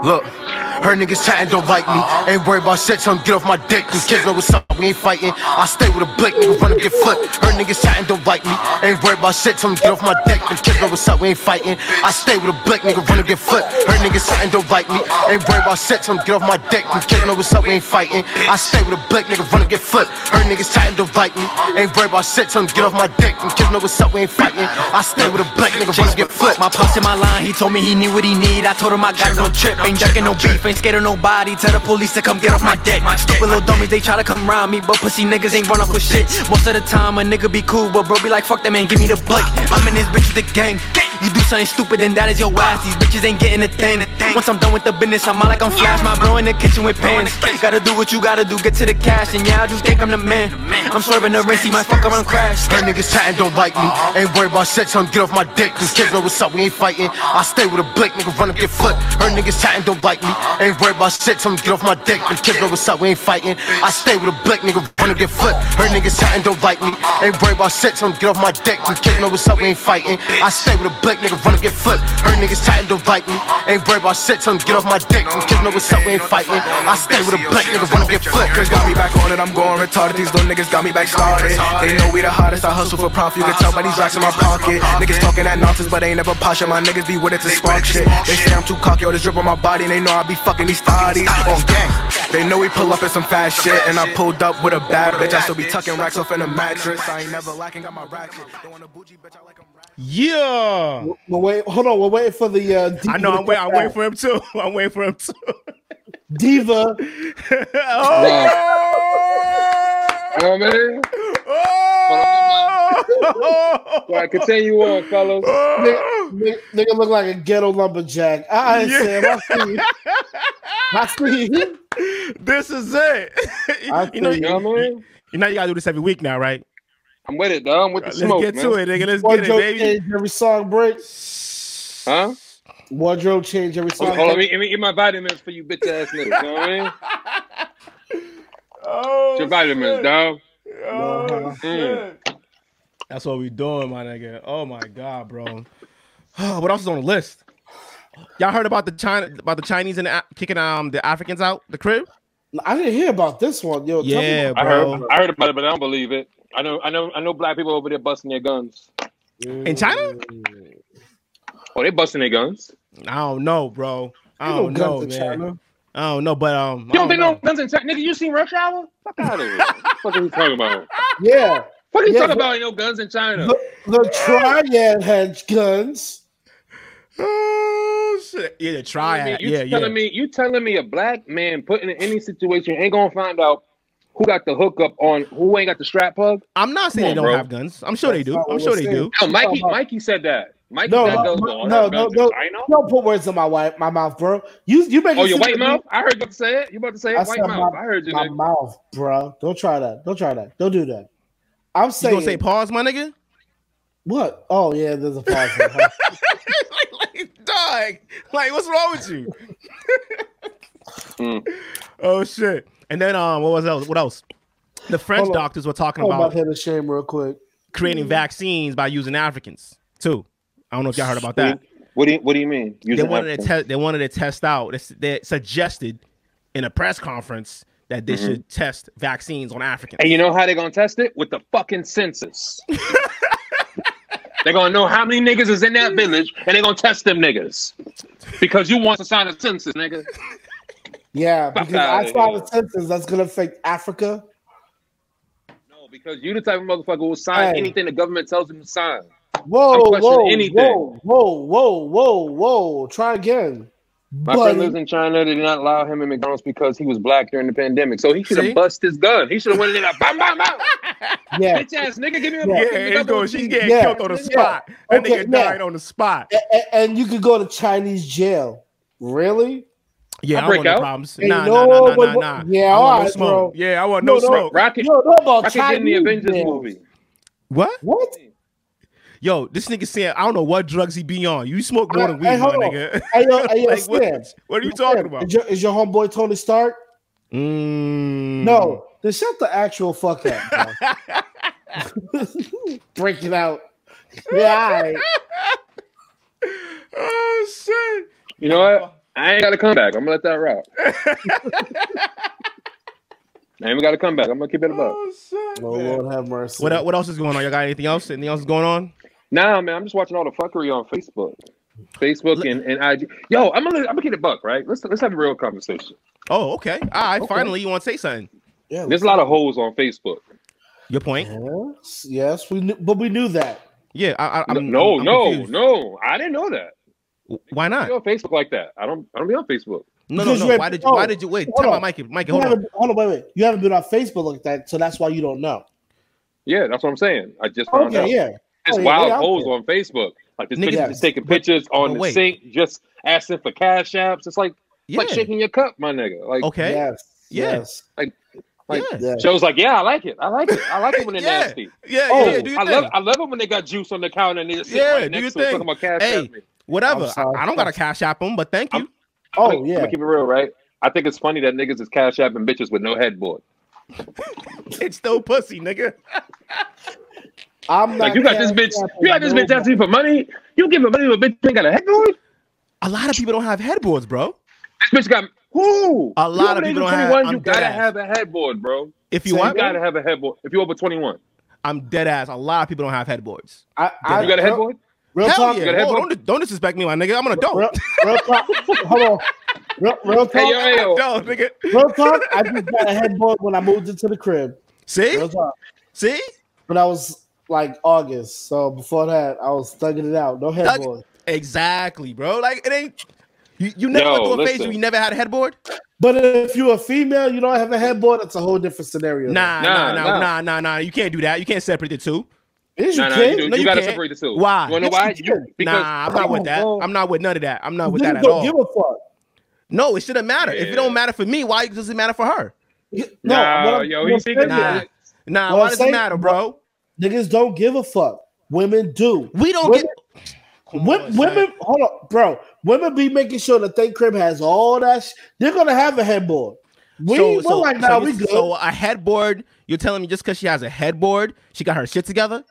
Speaker 10: look, her niggas chatting don't like me. Ain't worried about shit, tell 'em get off my dick. These kids know what's up, we ain't fighting. I stay with a blick, nigga run up get flipped. Her niggas chatting don't like me. Ain't worried about shit, tell 'em get off my dick. These kids know what's up, we ain't fighting. I stay with a blick, nigga run up get flipped. Her niggas chatting don't like me. Ain't worried about shit, tell 'em get off my dick. These kids know what's up, we ain't fighting. I stay with a blick, nigga run up get flipped. Her niggas chatting don't like me. Ain't worried about shit, tell 'em get off my dick. These kids know what's up, we ain't fighting. I stay with a blick, nigga run up get flipped.
Speaker 11: My pops in my line, he told me he knew what he need. I told him I got no trip, ain't jacking no beef, ain't scared of nobody. Tell the police to come get off my dick. My stupid little dummies, they try to come round me, but pussy niggas ain't run off with shit. Most of the time, a nigga be cool, but bro be like, fuck that man, give me the blick. I'm in this bitch with the gang. You do something stupid, then that is your ass. These bitches ain't getting a thing. thing. Once I'm done with the business, I'm out like I'm flash. My bro in the kitchen with pins. Gotta do what you gotta do, get to the cash. And yeah, I do think I'm the man. I'm swerving the race, he might fuck around crash.
Speaker 10: Her niggas chatting don't like me. Ain't worried about shit, son. Get off my dick. These kids know what's up. We ain't fighting. I stay with a blick, nigga. Run up your foot. Her niggas chatting don't like me. Ain't worried about shit, son. Get off my dick. These kids know what's up. We ain't fighting. I stay with a blick, nigga. Run up your foot. Her niggas chatting don't like me. Ain't worried about shit, son. Get off my dick. These kids know what's up. We ain't fighting. I stay with a blick, nigga. Run up your foot. Her niggas chatting don't like me. Ain't worried about shit, son. Get off my dick. These kids know what's up. We ain't fighting. I stay with a blick, nigga. Run up your foot.
Speaker 12: Cause got me back on it, I'm going retarded. These little niggas got me back started. They know we the hottest, I hustle for profit. You can tell by these racks in my pocket. Niggas talking that nonsense, but they ain't never posture. My niggas be with it to spark shit. They say I'm too cocky, all this drip on my body. They know I be fucking these thotties on gang. They know we pull up in some fast shit, and I pulled up with a bad bitch. I still be tucking racks off in a mattress. I ain't never lacking, got my ratchet. Don't wanna bougie, bitch. I like 'em
Speaker 2: Yeah.
Speaker 4: Well, wait, hold on. We're waiting for the. Uh,
Speaker 2: I know. I'm waiting. I'm waiting for him too. [laughs] I'm waiting for him too. Oh,
Speaker 4: Diva.
Speaker 3: You know what I mean? All right, continue on,
Speaker 4: [laughs]
Speaker 3: fellas.
Speaker 4: nigga, nigga, nigga look like a ghetto lumberjack. I
Speaker 2: Yeah.
Speaker 4: understand. I
Speaker 2: [laughs]
Speaker 4: see. you. I see. you.
Speaker 2: This is it.
Speaker 4: I
Speaker 2: [laughs] you know,
Speaker 4: see
Speaker 2: you,
Speaker 4: you.
Speaker 2: you, know you gotta do this every week now, right?
Speaker 3: I'm with it, dog. I'm with the
Speaker 2: Let's
Speaker 3: smoke,
Speaker 2: get
Speaker 3: man.
Speaker 2: to it, nigga. Let's get it,
Speaker 4: Wardrobe
Speaker 2: baby.
Speaker 4: change every song break.
Speaker 3: Huh?
Speaker 4: Wardrobe change every
Speaker 3: Hold
Speaker 4: song.
Speaker 3: on, hold on, let me, let me get my vitamins for you bitch ass niggas. You know what I mean?
Speaker 2: Oh,
Speaker 3: Your vitamins,
Speaker 2: shit.
Speaker 3: dog.
Speaker 4: Uh-huh.
Speaker 2: Oh,
Speaker 3: Mm.
Speaker 2: shit. That's what we doing, my nigga. Oh my god, bro. [sighs] what else is on the list? Y'all heard about the China about the Chinese and the, Af- kicking um the Africans out the crib?
Speaker 4: I didn't hear about this one, yo. tell me
Speaker 2: Yeah,
Speaker 4: about
Speaker 3: I
Speaker 2: bro.
Speaker 3: heard, I heard about it, but I don't believe it. I know, I know, I know. Black people over there busting their guns.
Speaker 2: In China?
Speaker 3: Oh, they busting their guns.
Speaker 2: I don't know, bro. I
Speaker 4: You
Speaker 2: don't
Speaker 4: guns
Speaker 2: know,
Speaker 4: in
Speaker 2: man.
Speaker 4: China.
Speaker 2: I don't know, but um,
Speaker 3: You don't
Speaker 2: I
Speaker 3: think
Speaker 2: know.
Speaker 3: no guns in China, nigga? You seen Rush Hour? Fuck out of here. What are you talking about?
Speaker 4: Yeah,
Speaker 3: What are you
Speaker 4: Yeah,
Speaker 3: talking
Speaker 4: but-
Speaker 3: about? Ain't no guns in China.
Speaker 4: the, the triad had guns.
Speaker 2: Oh shit! Yeah, the
Speaker 3: I mean,
Speaker 2: triad.
Speaker 3: you
Speaker 2: yeah, yeah.
Speaker 3: telling me you telling me a black man put in any situation ain't gonna find out who got the hookup on who ain't got the strap plug?
Speaker 2: I'm not
Speaker 3: Come
Speaker 2: saying they
Speaker 3: on,
Speaker 2: don't
Speaker 3: bro.
Speaker 2: have guns. I'm sure they
Speaker 4: That's
Speaker 2: do.
Speaker 4: not
Speaker 2: I'm
Speaker 4: what
Speaker 2: sure
Speaker 4: we're
Speaker 2: they
Speaker 4: saying.
Speaker 2: do.
Speaker 3: No, Mikey,
Speaker 4: about-
Speaker 3: Mikey said that. Mikey
Speaker 4: No,
Speaker 3: said
Speaker 4: no,
Speaker 3: those
Speaker 4: no,
Speaker 3: don't
Speaker 4: no,
Speaker 3: have
Speaker 4: no,
Speaker 3: guns in
Speaker 4: no,
Speaker 3: China.
Speaker 4: Don't put words in my wife, my mouth, bro. You, you make.
Speaker 3: Oh,
Speaker 4: it
Speaker 3: your
Speaker 4: seem
Speaker 3: white
Speaker 4: like
Speaker 3: mouth? I heard you about to say it. You about to say
Speaker 4: I
Speaker 3: it?
Speaker 4: said
Speaker 3: White mouth.
Speaker 4: my-
Speaker 3: I heard you.
Speaker 4: My
Speaker 3: nigga.
Speaker 4: mouth, bro. Don't try that. Don't try that. Don't do that. I'm
Speaker 2: You
Speaker 4: saying
Speaker 2: gonna say pause, my nigga?
Speaker 4: what? Oh yeah, there's a pause.
Speaker 2: [laughs]
Speaker 4: here, huh?
Speaker 2: like, like, dog. Like, what's wrong with you?
Speaker 3: Mm.
Speaker 2: [laughs] Oh shit! And then um, what was else? What else? The French
Speaker 4: Hold on.
Speaker 2: doctors were talking
Speaker 4: I'm about
Speaker 2: about
Speaker 4: to hit a shame real quick.
Speaker 2: creating vaccines by using Africans too. I don't know if y'all heard about that.
Speaker 3: What do you What do you mean?
Speaker 2: They
Speaker 3: Using
Speaker 2: wanted to
Speaker 3: African-
Speaker 2: test. They wanted to test out. They, s- they suggested in a press conference that they should test vaccines on Africans.
Speaker 3: And you know how they're gonna test it with the fucking census. they're gonna know how many niggas is in that village, and they're gonna test them niggas because you want to sign a census, nigga.
Speaker 4: Yeah,
Speaker 3: Fuck
Speaker 4: because
Speaker 3: outta
Speaker 4: I saw
Speaker 3: here.
Speaker 4: the census that's gonna affect Africa.
Speaker 3: No, because you the type of motherfucker who will sign
Speaker 4: Hey.
Speaker 3: anything the government tells him to sign.
Speaker 4: Whoa,
Speaker 3: I'm questioning
Speaker 4: whoa,
Speaker 3: anything.
Speaker 4: whoa, whoa, whoa, whoa, whoa. Try again.
Speaker 3: My friend lives in China. They did not allow him in McDonald's because he was black during the pandemic. So he should
Speaker 2: See?
Speaker 3: have bust his gun. He should have went in there like, bam, bam, bam.
Speaker 4: [laughs] yeah.
Speaker 3: Bitch ass nigga, give me a
Speaker 2: Yeah,
Speaker 3: fucking
Speaker 2: it's
Speaker 3: double
Speaker 2: going. She's getting
Speaker 4: Yeah.
Speaker 2: killed on the
Speaker 4: Yeah.
Speaker 2: spot. That
Speaker 4: Okay,
Speaker 2: nigga
Speaker 4: now-
Speaker 2: died on the spot.
Speaker 4: A- a- and you could go to Chinese jail. Really?
Speaker 2: Yeah, I,
Speaker 3: I
Speaker 2: want
Speaker 3: break
Speaker 2: no
Speaker 3: out.
Speaker 2: problems.
Speaker 4: Hey,
Speaker 2: Nah,
Speaker 4: no,
Speaker 2: nah, nah, nah,
Speaker 4: but-
Speaker 2: nah, nah.
Speaker 4: yeah,
Speaker 2: I want no
Speaker 4: alright,
Speaker 2: smoke.
Speaker 4: bro.
Speaker 2: Yeah, I want
Speaker 4: No,
Speaker 2: no,
Speaker 4: no.
Speaker 2: smoke.
Speaker 3: Rocket,
Speaker 4: You don't know about
Speaker 3: Rocket did in the
Speaker 4: Chinese
Speaker 3: Avengers
Speaker 4: jails.
Speaker 3: movie.
Speaker 2: What?
Speaker 4: What?
Speaker 2: Yo, this nigga saying I don't know what drugs he be on. You smoke more
Speaker 4: Hey,
Speaker 2: than weed,
Speaker 4: hey,
Speaker 2: my
Speaker 4: hold on.
Speaker 2: nigga.
Speaker 4: Hey, yo,
Speaker 2: [laughs]
Speaker 4: hey, yo, Stan.
Speaker 2: what, what are you talking about?
Speaker 4: Is your, is your homeboy Tony Stark?
Speaker 2: Mm.
Speaker 4: No. Then shut the actual fuck up. bro.
Speaker 2: [laughs]
Speaker 4: [laughs] Break it out. Yeah, all right.
Speaker 2: Oh shit.
Speaker 3: You know what? I ain't got a comeback. I'm gonna let that
Speaker 2: [laughs]
Speaker 3: rock. I ain't got a comeback. I'm gonna keep it above.
Speaker 2: Oh shit.
Speaker 4: Oh,
Speaker 2: man.
Speaker 4: Lord have mercy.
Speaker 2: What el- what else is going on? Y'all got anything else? Anything else going on?
Speaker 3: Nah, man, I'm just watching all the fuckery on Facebook, Facebook and, and IG. Yo, I'm gonna I'm gonna keep it buck, right? Let's let's have a real conversation.
Speaker 2: Oh, okay. All right. Finally, you want to say something?
Speaker 4: Yeah,
Speaker 3: There's a lot of hoes on Facebook.
Speaker 2: Your point?
Speaker 4: yes, yes, we knew, but we knew that.
Speaker 2: Yeah. I, I, I'm,
Speaker 3: no,
Speaker 2: I'm- I'm
Speaker 3: no,
Speaker 2: confused.
Speaker 3: no. I didn't know that.
Speaker 2: Why
Speaker 3: I
Speaker 2: not?
Speaker 3: don't be on Facebook like that. I don't I don't be on Facebook.
Speaker 2: No, no,
Speaker 4: Because
Speaker 2: no.
Speaker 4: you had-
Speaker 2: Why did you? Why
Speaker 4: oh,
Speaker 2: did you? Wait.
Speaker 4: hold
Speaker 2: Tell my
Speaker 4: on.
Speaker 2: Mikey. Mikey,
Speaker 4: You
Speaker 2: hold on.
Speaker 4: haven't- hold on, wait, wait. You haven't been on Facebook like that, so that's why you don't know.
Speaker 3: Yeah, that's what I'm saying. I just found
Speaker 4: Okay,
Speaker 3: out.
Speaker 4: yeah.
Speaker 3: It's
Speaker 4: Oh, yeah,
Speaker 3: wild
Speaker 4: they out
Speaker 3: hoes
Speaker 4: there.
Speaker 3: on Facebook. Like this
Speaker 2: Niggas-
Speaker 3: niggas is taking pictures on
Speaker 2: but
Speaker 3: the
Speaker 2: wait.
Speaker 3: sink, just asking for cash apps. It's like it's like
Speaker 2: Yeah.
Speaker 3: shaking your cup, my nigga. Like
Speaker 2: Okay. Yes. Yes.
Speaker 3: Like like
Speaker 2: Yeah.
Speaker 3: Joe's like, yeah, I like it. I like it. I like it
Speaker 2: [laughs]
Speaker 3: when they're
Speaker 2: Yeah.
Speaker 3: nasty.
Speaker 2: Yeah,
Speaker 3: oh,
Speaker 2: yeah, do your
Speaker 3: I love
Speaker 2: thing.
Speaker 3: I love it when they got juice on the counter and they just sit
Speaker 2: Yeah,
Speaker 3: right
Speaker 2: do your
Speaker 3: next to it
Speaker 2: thing.
Speaker 3: talking about cash
Speaker 2: Hey,
Speaker 3: app.
Speaker 2: whatever.
Speaker 3: I'm
Speaker 2: I,
Speaker 3: sorry.
Speaker 2: I don't gotta cash app them, but thank you.
Speaker 3: Oh yeah. I'm gonna keep it real, right? I think it's funny that niggas is cash apping bitches with no headboard.
Speaker 2: it's still pussy, nigga.
Speaker 4: I'm
Speaker 3: Like you got this bitch, you got this bitch asking you for money. You give her money to a bitch that ain't got a headboard.
Speaker 2: A lot of people don't have headboards, bro.
Speaker 3: This bitch got who?
Speaker 2: A lot of people don't have-
Speaker 3: 21, You
Speaker 2: I'm
Speaker 3: gotta
Speaker 2: dead ass.
Speaker 3: have a headboard, bro.
Speaker 2: If you want-
Speaker 3: you gotta have a headboard. If you're over 21,
Speaker 2: I'm dead ass. A lot of people don't have headboards.
Speaker 4: I,
Speaker 3: I- You got a headboard?
Speaker 2: Real
Speaker 4: Real
Speaker 2: Hell
Speaker 4: talk,
Speaker 2: yeah.
Speaker 4: you got a
Speaker 2: Whoa,
Speaker 4: headboard?
Speaker 2: don't, don't disrespect me, my nigga. I'm an adult.
Speaker 4: Real, real talk. Hold on. Real, real talk.
Speaker 2: Hey, yo, hey, yo. Adult, nigga.
Speaker 4: Real talk. I just got a headboard when I moved into the crib.
Speaker 2: See? [laughs]
Speaker 4: Real talk.
Speaker 2: See?
Speaker 4: But I was like August, so before that, I was thugging it out. No headboard.
Speaker 2: Exactly, bro. Like it ain't. You, you never went through a phase where you never had a headboard.
Speaker 4: But if you're a female, you don't have a headboard. It's a whole different scenario.
Speaker 2: Nah, nah, nah, nah,
Speaker 4: nah.
Speaker 2: nah, nah, You can't do that. You can't separate the two.
Speaker 4: Yes,
Speaker 3: you Nah, nah, you can. do. You gotta
Speaker 2: can't.
Speaker 3: separate the two.
Speaker 2: Why?
Speaker 3: You wanna know
Speaker 2: Yes,
Speaker 3: why? You-
Speaker 2: can.
Speaker 3: because-
Speaker 2: nah, I'm not with that.
Speaker 3: Come on,
Speaker 2: I'm not with none of that. I'm not with
Speaker 4: Niggas
Speaker 2: that at
Speaker 4: don't
Speaker 2: all.
Speaker 4: give a fuck.
Speaker 2: No, it shouldn't matter. If it
Speaker 4: Yeah.
Speaker 2: don't matter for me, why does it matter for her?
Speaker 4: No, Nah, what I'm- yo, what he I'm thinking saying
Speaker 2: nah,
Speaker 4: is-
Speaker 2: nah.
Speaker 4: What
Speaker 2: Why
Speaker 4: I'm
Speaker 2: does it
Speaker 4: saying-
Speaker 2: matter, bro?
Speaker 4: Niggas don't give a fuck. Women do.
Speaker 2: We don't
Speaker 4: women, get. Women, hold on, bro. Women be making sure that they crib has all that. Sh- they're gonna have a headboard. We we're like, nah,
Speaker 2: so
Speaker 4: we
Speaker 2: you-
Speaker 4: good.
Speaker 2: So a headboard. You're telling me just because she has a headboard, she got her shit together?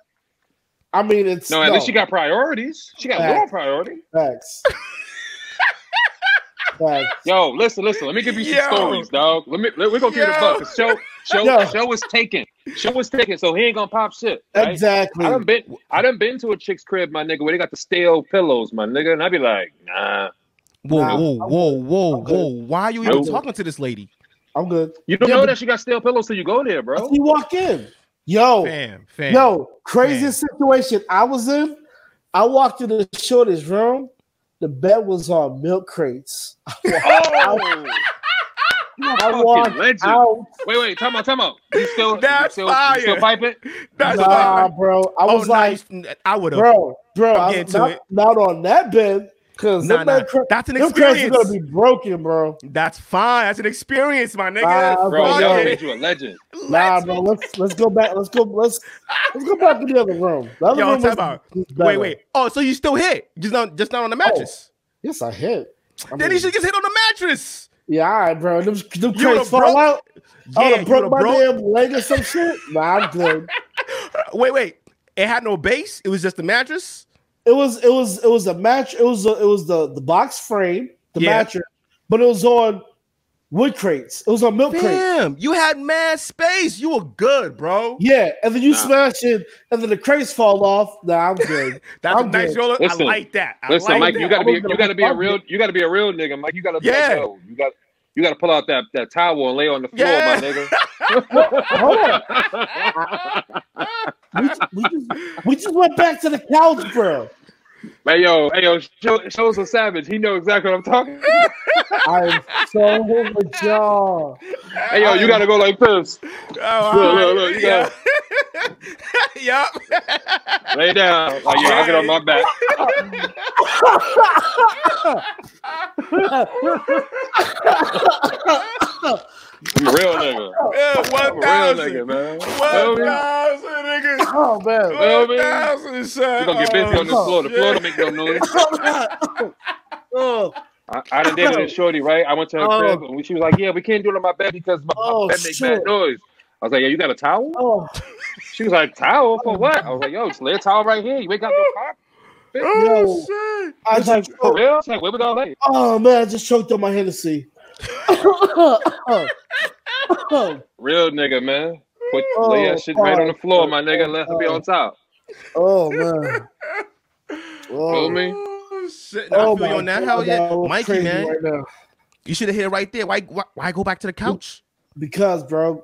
Speaker 4: I mean, it's
Speaker 3: no, at least she got priorities. She got
Speaker 2: Facts.
Speaker 3: lower priority. [laughs]
Speaker 4: Facts.
Speaker 3: Yo, listen, listen. Let me give you some
Speaker 2: Yo.
Speaker 3: stories, dog. Let me. Let, we're gonna keep it a
Speaker 2: Yo.
Speaker 3: buck. Show, show,
Speaker 2: Yo.
Speaker 3: show was taken. Show was taken. So he ain't gonna pop shit. right?
Speaker 4: Exactly.
Speaker 3: I done been. I done been to a chick's crib, my nigga, where they got the stale pillows, my nigga, and I be like, nah.
Speaker 2: Whoa, whoa, whoa, whoa,
Speaker 3: good.
Speaker 2: whoa! Why are you even
Speaker 3: I'm good.
Speaker 2: talking to this lady?
Speaker 4: I'm good.
Speaker 3: You don't know that she got stale pillows till you go there,
Speaker 2: [laughs]
Speaker 3: bro.
Speaker 4: You walk in, yo,
Speaker 2: Fam, fam,
Speaker 4: yo, craziest situation I was in. I walked in the shortest room. The bed was on milk crates. [laughs]
Speaker 2: [laughs]
Speaker 3: Oh, you a
Speaker 4: I
Speaker 3: fucking
Speaker 4: walked
Speaker 3: legend.
Speaker 4: out.
Speaker 3: Wait, wait, time out, time out. You still, you
Speaker 2: That's
Speaker 3: still, you still
Speaker 2: fire.
Speaker 3: pipe it?
Speaker 2: That's
Speaker 4: nah,
Speaker 2: fine.
Speaker 4: bro. I
Speaker 2: Oh,
Speaker 4: was
Speaker 2: nah,
Speaker 4: like,
Speaker 2: you- I would have,
Speaker 4: bro, bro,
Speaker 2: I'm
Speaker 4: I
Speaker 2: getting
Speaker 4: was
Speaker 2: to
Speaker 4: not,
Speaker 2: it.
Speaker 4: not on that bed because
Speaker 2: Nah, nah, that's an
Speaker 4: Them cracks are
Speaker 2: experience.
Speaker 4: gonna be broken, bro.
Speaker 2: That's fine. That's an experience, my nigga.
Speaker 4: Nah, bro,
Speaker 3: Bro,
Speaker 2: Fuck
Speaker 3: yo,
Speaker 2: it.
Speaker 3: made you a legend.
Speaker 4: Nah, bro. Let's let's go back. Let's go. Let's let's go back to the other room. The other
Speaker 2: Yo,
Speaker 4: room
Speaker 2: time
Speaker 4: was,
Speaker 2: out.
Speaker 4: was
Speaker 2: Wait,
Speaker 4: better. Oh.
Speaker 2: wait. Oh, so you still hit? Just not, just not on the mattress.
Speaker 4: Yes, I hit. I
Speaker 2: Then he
Speaker 4: mean-
Speaker 2: should get hit on the mattress.
Speaker 4: Yeah, all right, bro. Them, them
Speaker 2: You would've
Speaker 4: cracks fall
Speaker 2: broke-
Speaker 4: out. I
Speaker 2: Yeah,
Speaker 4: would
Speaker 2: you
Speaker 4: have Oh, broke
Speaker 2: would've
Speaker 4: my
Speaker 2: broke-
Speaker 4: damn leg or some
Speaker 2: [laughs]
Speaker 4: shit. Nah, I'm good.
Speaker 2: Wait, wait. It had no base. It was just the mattress.
Speaker 4: It was it was it was a match. It was a, it was the the box frame, the
Speaker 2: Yeah.
Speaker 4: mattress, but it was on wood crates. It was on milk crates.
Speaker 2: Damn, you had mad space. You were good, bro.
Speaker 4: Yeah, and then you
Speaker 2: Nah.
Speaker 4: smash it, and then the crates fall off. Nah, I'm good.
Speaker 2: That's
Speaker 4: I'm
Speaker 2: a nice
Speaker 4: good.
Speaker 2: roller. I
Speaker 3: Listen,
Speaker 2: like that. I
Speaker 3: Listen,
Speaker 2: like
Speaker 3: Mike,
Speaker 2: that.
Speaker 3: you gotta be,
Speaker 2: I was
Speaker 3: you gotta be a
Speaker 2: gonna-
Speaker 3: real, you gotta be a real nigga, Mike. You gotta, be like,
Speaker 2: Yeah.
Speaker 3: yo, you got, you gotta pull out that that towel and lay on the floor,
Speaker 2: Yeah.
Speaker 3: my nigga.
Speaker 4: Hold on. we, just, we just- we just went back to the couch, bro.
Speaker 3: Hey yo, hey yo, show, shows a savage. He know exactly what I'm
Speaker 2: [laughs]
Speaker 3: talking.
Speaker 4: I'm so with
Speaker 2: [laughs]
Speaker 4: y'all.
Speaker 3: Hey yo, you gotta go like this.
Speaker 2: Oh,
Speaker 3: Look,
Speaker 2: all
Speaker 3: look,
Speaker 2: right.
Speaker 3: look, you
Speaker 2: yeah. [laughs] Yup.
Speaker 3: Lay down. Like, yeah, I'll get on my back. I'm a real nigga. [laughs]
Speaker 2: Yeah,
Speaker 3: I'm
Speaker 2: one
Speaker 3: a
Speaker 2: thousand.
Speaker 3: real nigga, man. Feel
Speaker 2: One
Speaker 3: me?
Speaker 2: thousand, nigga.
Speaker 4: Oh man.
Speaker 3: Feel
Speaker 2: One
Speaker 3: me?
Speaker 2: thousand, son.
Speaker 3: We're gonna get busy on this
Speaker 2: Oh,
Speaker 3: floor. The
Speaker 2: shit.
Speaker 3: floor don't make no noise.
Speaker 4: Oh,
Speaker 3: I, I done dated this shorty, right? I went to her
Speaker 4: Oh.
Speaker 3: crib and she was like, "Yeah, we can't do it on my bed because my,
Speaker 4: Oh,
Speaker 3: my bed makes mad
Speaker 4: shit.
Speaker 3: noise." I was like, "Yeah, you got a towel?"
Speaker 4: oh.
Speaker 3: She was like, "Towel for what?" I was like, "Yo, just lay a towel right here. You ain't got no
Speaker 4: Oh.
Speaker 3: pop."
Speaker 4: Yo.
Speaker 2: Oh, shit.
Speaker 4: I was like,
Speaker 3: For real? It's like, where we gonna lay?
Speaker 4: oh man, I just choked on my
Speaker 2: [laughs]
Speaker 4: Hennessy. [laughs] oh, oh,
Speaker 3: Real nigga, man. Put
Speaker 4: Oh,
Speaker 3: lay that shit right on the
Speaker 4: fuck.
Speaker 3: floor, my nigga. Let her be on top.
Speaker 4: oh man.
Speaker 3: Feel
Speaker 4: Oh,
Speaker 3: me?
Speaker 2: Oh, shit. Nah,
Speaker 4: oh,
Speaker 2: I feel you
Speaker 4: my
Speaker 2: on that. Hell
Speaker 4: God,
Speaker 2: yeah,
Speaker 4: I was
Speaker 2: Mikey,
Speaker 4: crazy
Speaker 2: man.
Speaker 4: right now.
Speaker 2: You should have hit it right there. Why, why, why go back to the couch?
Speaker 4: Because, bro,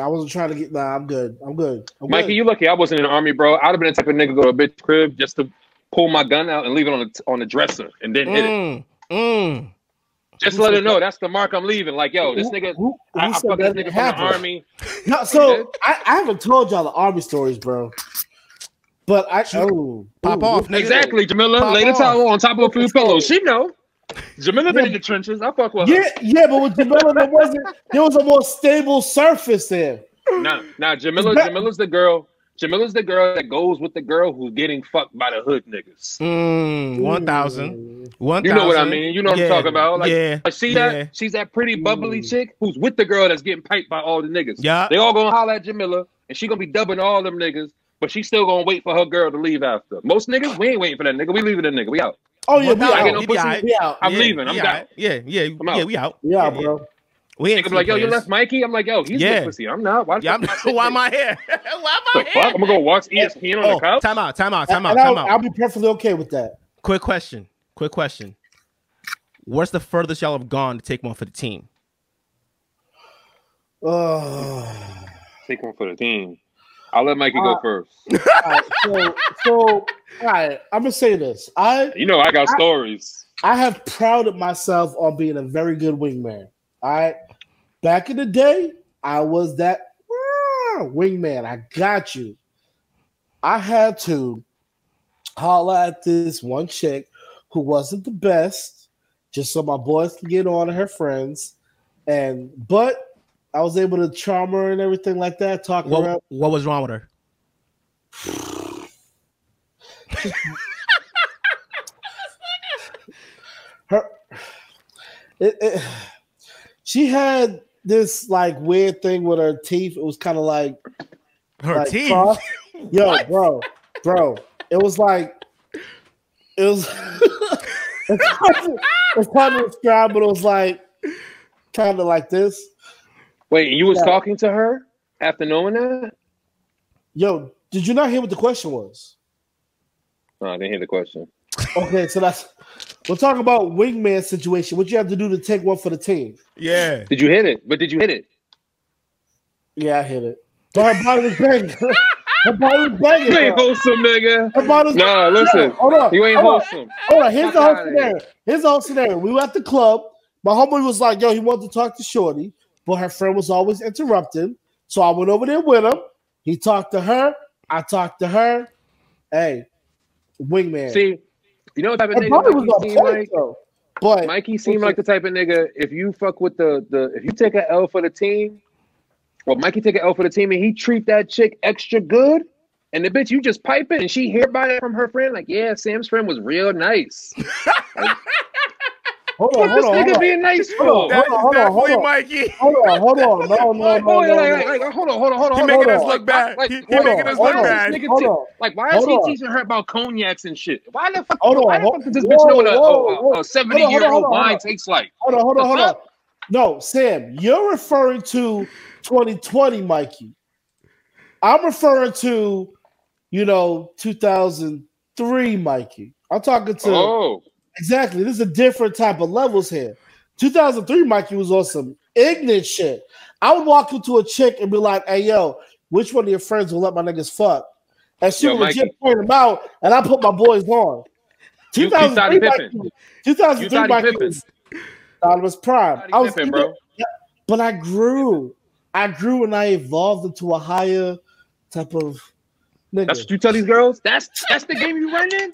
Speaker 4: I wasn't trying to get. Nah, I'm good. I'm good. I'm
Speaker 3: Mikey,
Speaker 4: good.
Speaker 3: you lucky I wasn't in the army, bro. I'd have been the type of nigga go to a bitch crib just to pull my gun out and leave it on the on the dresser and then hit it.
Speaker 2: Mm, mm.
Speaker 3: Just let her know that's the mark I'm leaving. Like, yo, this
Speaker 4: Who-
Speaker 3: nigga,
Speaker 4: who- who
Speaker 3: I, I
Speaker 4: said
Speaker 3: fucked this
Speaker 4: that
Speaker 3: nigga from the
Speaker 4: happened?
Speaker 3: army.
Speaker 4: No, so I, I haven't told y'all the army stories, bro. But I oh,
Speaker 2: pop
Speaker 4: ooh,
Speaker 2: off, nigga.
Speaker 3: Exactly, Jamila.
Speaker 2: Pop
Speaker 3: Lay the
Speaker 2: off.
Speaker 3: towel on top of a few pillows. She know. Jamila been in the trenches. I fuck with her.
Speaker 4: Yeah, yeah, but with Jamila, there wasn't there was a more stable surface there.
Speaker 3: Nah, nah, Jamila, Jamila's the girl. Jamila's the girl that goes with the girl who's getting fucked by the hood niggas.
Speaker 2: Mm, 1,000.
Speaker 3: You know what I mean? You know what I'm talking about. Like,
Speaker 2: yeah.
Speaker 3: like, see
Speaker 2: yeah.
Speaker 3: that? She's that pretty bubbly chick who's with the girl that's getting piped by all the niggas.
Speaker 2: Yeah.
Speaker 3: They all gonna holler at Jamila, and she gonna be dubbing all them niggas, but she still gonna wait for her girl to leave after. Most niggas, we ain't waiting for that nigga. We leaving that nigga. We out.
Speaker 4: Oh yeah, we
Speaker 2: Well,
Speaker 4: out.
Speaker 2: no,
Speaker 4: We
Speaker 2: we
Speaker 4: out.
Speaker 2: out.
Speaker 4: We out.
Speaker 3: I'm
Speaker 2: Yeah,
Speaker 3: leaving. I'm
Speaker 2: yeah,
Speaker 3: got-
Speaker 2: Yeah, yeah,
Speaker 3: I'm out.
Speaker 2: yeah. We out.
Speaker 4: We out, bro.
Speaker 2: We ain't
Speaker 3: Nigga be like, yo, you
Speaker 2: players.
Speaker 3: left Mikey. I'm like, yo, he's
Speaker 2: Yeah.
Speaker 3: yeah. pussy. I'm not. Why, the
Speaker 2: Yeah, I'm, [laughs]
Speaker 3: fuck am I
Speaker 2: why am I here? why am I
Speaker 3: sitting here?
Speaker 2: here?
Speaker 3: Fuck, I'm gonna go watch E ESPN on
Speaker 2: Oh,
Speaker 3: the couch.
Speaker 2: time out, time out, time out,
Speaker 4: And I'll,
Speaker 2: time
Speaker 4: I'll
Speaker 2: out.
Speaker 4: be perfectly okay with that.
Speaker 2: Quick question. Quick question. What's the furthest y'all have gone to take one for the team?
Speaker 4: Ugh.
Speaker 3: Take one for the team. I'll let Mikey
Speaker 4: Uh,
Speaker 3: go first.
Speaker 4: All right, so, so, all right, I'm gonna say this. I
Speaker 3: You know, I got
Speaker 4: I-
Speaker 3: stories.
Speaker 4: I have prouded myself on being a very good wingman. All right, back in the day, I was that "Rah, wingman. I got you. I had to holler at this one chick who wasn't the best, just so my boys could get on and her friends. And but I was able to charm her and everything like that, talk her
Speaker 2: What
Speaker 4: up.
Speaker 2: what was wrong with her?
Speaker 4: her it, it- she had this like weird thing with her teeth it was kind of like
Speaker 2: Her
Speaker 4: like,
Speaker 2: team. [laughs]
Speaker 4: crossed. yo bro bro it was like it was [laughs] it's hard to- it's hard to describe but it was like kind of like this
Speaker 3: Wait, you was
Speaker 4: Yeah.
Speaker 3: talking to her after knowing that?
Speaker 4: yo did you not hear what the question was
Speaker 3: No, I didn't hear the question.
Speaker 4: okay so that's we're talking about wingman situation what you have to do to take one for the team
Speaker 2: Yeah.
Speaker 3: Did you hit it? But did you hit it?
Speaker 4: yeah i hit it but her body was banging her body was banging
Speaker 3: You ain't
Speaker 4: bro.
Speaker 3: wholesome, nigga.
Speaker 4: her body was [laughs]
Speaker 3: Nah, listen.
Speaker 4: Yo, hold on.
Speaker 3: You ain't
Speaker 4: hold on.
Speaker 3: wholesome.
Speaker 4: Hold on, here's the whole
Speaker 3: Fuck outta
Speaker 4: scenario. Here's the whole scenario. We were at the club. My homeboy was like, yo, he wanted to talk to Shorty, but her friend was always interrupting. So I went over there with him. He talked to her. I talked to her. Hey, wingman.
Speaker 3: See, you know what type of
Speaker 4: it
Speaker 3: nigga
Speaker 4: probably was
Speaker 3: Mikey
Speaker 4: on
Speaker 3: seem
Speaker 4: point,
Speaker 3: like?
Speaker 4: though. But
Speaker 3: Mikey seemed like the type of nigga. If you fuck with the the, if you take an L for the team, well, Mikey take an L for the team, and he treat that chick extra good. And the bitch, you just pipe it, and she hear about it from her friend. Like, yeah, Sam's friend was real nice.
Speaker 4: hold on,
Speaker 3: What
Speaker 4: [laughs] hold
Speaker 3: this
Speaker 4: on, hold
Speaker 3: nigga
Speaker 4: on.
Speaker 3: being nice for?
Speaker 4: Hold on,
Speaker 3: Like,
Speaker 4: hold on,
Speaker 2: That is bad
Speaker 4: hold
Speaker 2: for you,
Speaker 4: on.
Speaker 2: Mikey.
Speaker 4: Hold on,
Speaker 3: [laughs]
Speaker 4: hold on. No, no,
Speaker 3: like,
Speaker 4: no, no,
Speaker 3: like,
Speaker 4: no.
Speaker 3: like, like, hold on, hold on, hold on. hold
Speaker 2: He
Speaker 3: on,
Speaker 2: making
Speaker 3: hold
Speaker 2: us
Speaker 3: on.
Speaker 2: look
Speaker 3: Like,
Speaker 2: bad.
Speaker 3: Like,
Speaker 2: He- he
Speaker 3: hold
Speaker 2: making
Speaker 3: on,
Speaker 2: us
Speaker 3: hold
Speaker 2: look
Speaker 3: on.
Speaker 2: bad.
Speaker 3: This nigga
Speaker 4: Hold
Speaker 3: te-
Speaker 4: on.
Speaker 3: Like, why is
Speaker 4: Hold
Speaker 3: he
Speaker 4: on.
Speaker 3: teaching her about cognacs and shit? Why the fuck?
Speaker 4: Hold on,
Speaker 3: why the
Speaker 4: hold-
Speaker 3: fuck does this
Speaker 4: whoa,
Speaker 3: bitch know what a-
Speaker 4: whoa, whoa.
Speaker 3: a-
Speaker 4: Hold
Speaker 3: a,
Speaker 4: on,
Speaker 3: seventy
Speaker 4: hold
Speaker 3: year
Speaker 4: on, hold
Speaker 3: old
Speaker 4: on.
Speaker 3: wine tastes like?
Speaker 4: Hold on, hold on,
Speaker 3: The
Speaker 4: hold on.
Speaker 3: fuck?
Speaker 4: No, Sam, you're referring to 2020, Mikey. I'm referring to, you know, 2003, Mikey. I'm talking to
Speaker 3: Oh,
Speaker 4: exactly. This is a different type of levels here. 2003, Mikey was on some ignorant shit. I would walk into a chick and be like, "Hey, yo, which one of your friends will let my niggas fuck?" And she
Speaker 3: Yo,
Speaker 4: would legit
Speaker 3: Mikey.
Speaker 4: point them out, and I put my boys on.
Speaker 3: You- you Scottie
Speaker 4: 2003,
Speaker 3: Pippen.
Speaker 4: Mikey,
Speaker 3: you
Speaker 4: 2003,
Speaker 3: thought he
Speaker 4: Mikey
Speaker 3: pippin'.
Speaker 4: was Donovan's prime. I was
Speaker 3: Pippen, bro.
Speaker 4: but I grew. I grew and I evolved into a higher type of nigga.
Speaker 3: That's what you tell these girls. That's that's the game you run in.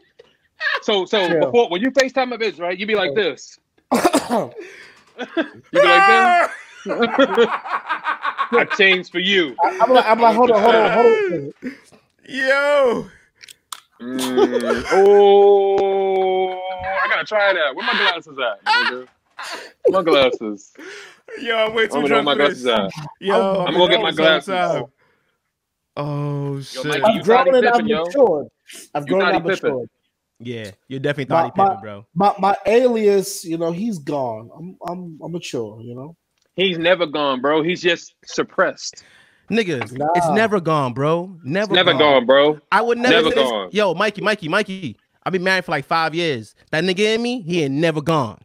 Speaker 3: So so
Speaker 4: Yeah.
Speaker 3: before when you Facetime a bitch, right? You be like this. You be like this. I changed for
Speaker 4: [laughs]
Speaker 3: you.
Speaker 4: [coughs] I'm like, I'm like, hold on, hold
Speaker 3: [coughs]
Speaker 4: on, hold on.
Speaker 2: [laughs] Yo.
Speaker 3: Mm, oh, I gotta try that. Where my glasses at? nigga? Where My glasses.
Speaker 4: [laughs]
Speaker 2: Yo, I'm way
Speaker 3: I'm
Speaker 2: too
Speaker 3: gonna know where Oh,
Speaker 2: drunk
Speaker 3: my
Speaker 2: for
Speaker 3: glasses
Speaker 2: this.
Speaker 3: at.
Speaker 2: Yo,
Speaker 4: Oh, I'm
Speaker 3: gonna
Speaker 2: I'm
Speaker 3: get
Speaker 2: drunk
Speaker 3: my
Speaker 2: for this
Speaker 3: glasses.
Speaker 2: time. Oh shit.
Speaker 3: Mikey,
Speaker 4: I've
Speaker 3: You Scottie
Speaker 4: grown and I've
Speaker 3: Pippen, yo.
Speaker 4: matured. I've
Speaker 3: You
Speaker 4: grown and I've
Speaker 3: Scottie Pippen.
Speaker 4: matured.
Speaker 2: Yeah, you're definitely
Speaker 4: My-
Speaker 2: thought he
Speaker 4: my-
Speaker 2: pimping, bro.
Speaker 4: My my alias, you know, he's gone. I'm I'm I'm mature, you know.
Speaker 3: He's never gone, bro. He's just suppressed.
Speaker 2: Nigga,
Speaker 4: Nah.
Speaker 2: it's never gone, bro. Never,
Speaker 3: Never gone, bro.
Speaker 2: I would never,
Speaker 3: Never
Speaker 2: say this-
Speaker 3: gone.
Speaker 2: Yo, Mikey, Mikey, Mikey. I've been married for like five years. That nigga in me, he ain't never gone.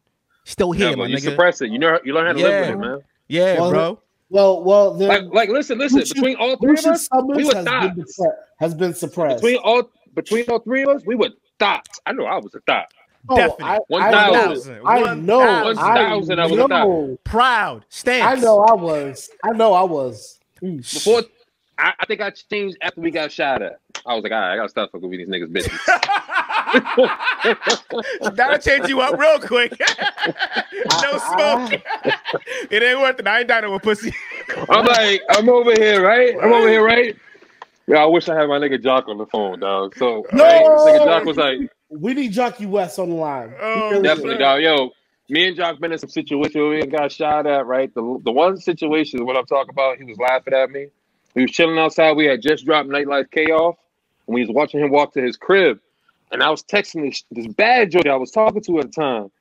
Speaker 2: Still here,
Speaker 3: Never.
Speaker 2: my
Speaker 3: You
Speaker 2: nigga.
Speaker 3: suppress it. You know you learn how to live with
Speaker 2: Yeah.
Speaker 3: it, man.
Speaker 2: yeah,
Speaker 4: Well,
Speaker 2: bro.
Speaker 4: Well, well, then
Speaker 3: Like like listen, listen.
Speaker 4: Lucian-
Speaker 3: Between all three of
Speaker 4: Lucian
Speaker 3: us,
Speaker 4: Summers
Speaker 3: we were
Speaker 4: has, been
Speaker 3: thoughts.
Speaker 4: suppressed, has been suppressed.
Speaker 3: Between all between all three of us, we were thoughts. I know I was a thought.
Speaker 4: Oh,
Speaker 2: Definitely.
Speaker 4: I, I know,
Speaker 2: 1,000.
Speaker 4: I know, I
Speaker 3: 1,000, I was a
Speaker 4: know,
Speaker 2: Proud.
Speaker 4: I
Speaker 2: Stamps.
Speaker 4: know, I was, I know, I was.
Speaker 3: Before I, I think I changed after we got shot at. I was like, all right, I gotta stop fucking with these niggas, bitches.
Speaker 2: [laughs] That'll change you up real quick. [laughs] no smoke. [laughs] it ain't worth it. I ain't dining with pussy.
Speaker 3: [laughs] I'm like, I'm over here, right? I'm over here, right? Yeah, I wish I had my nigga Jock on the phone, dog. So
Speaker 4: No!
Speaker 3: right, this nigga Jock was like,
Speaker 4: We need Jockey West on the line.
Speaker 2: Oh,
Speaker 4: We really
Speaker 3: definitely,
Speaker 4: do.
Speaker 3: dog. Yo, me and Jock been in some situation where we got shot at, right? The the one situation what I'm talking about, he was laughing at me. We was chilling outside. We had just dropped Nightlife K off, and we was watching him walk to his crib. And I was texting this this bad joke I was talking to at the time,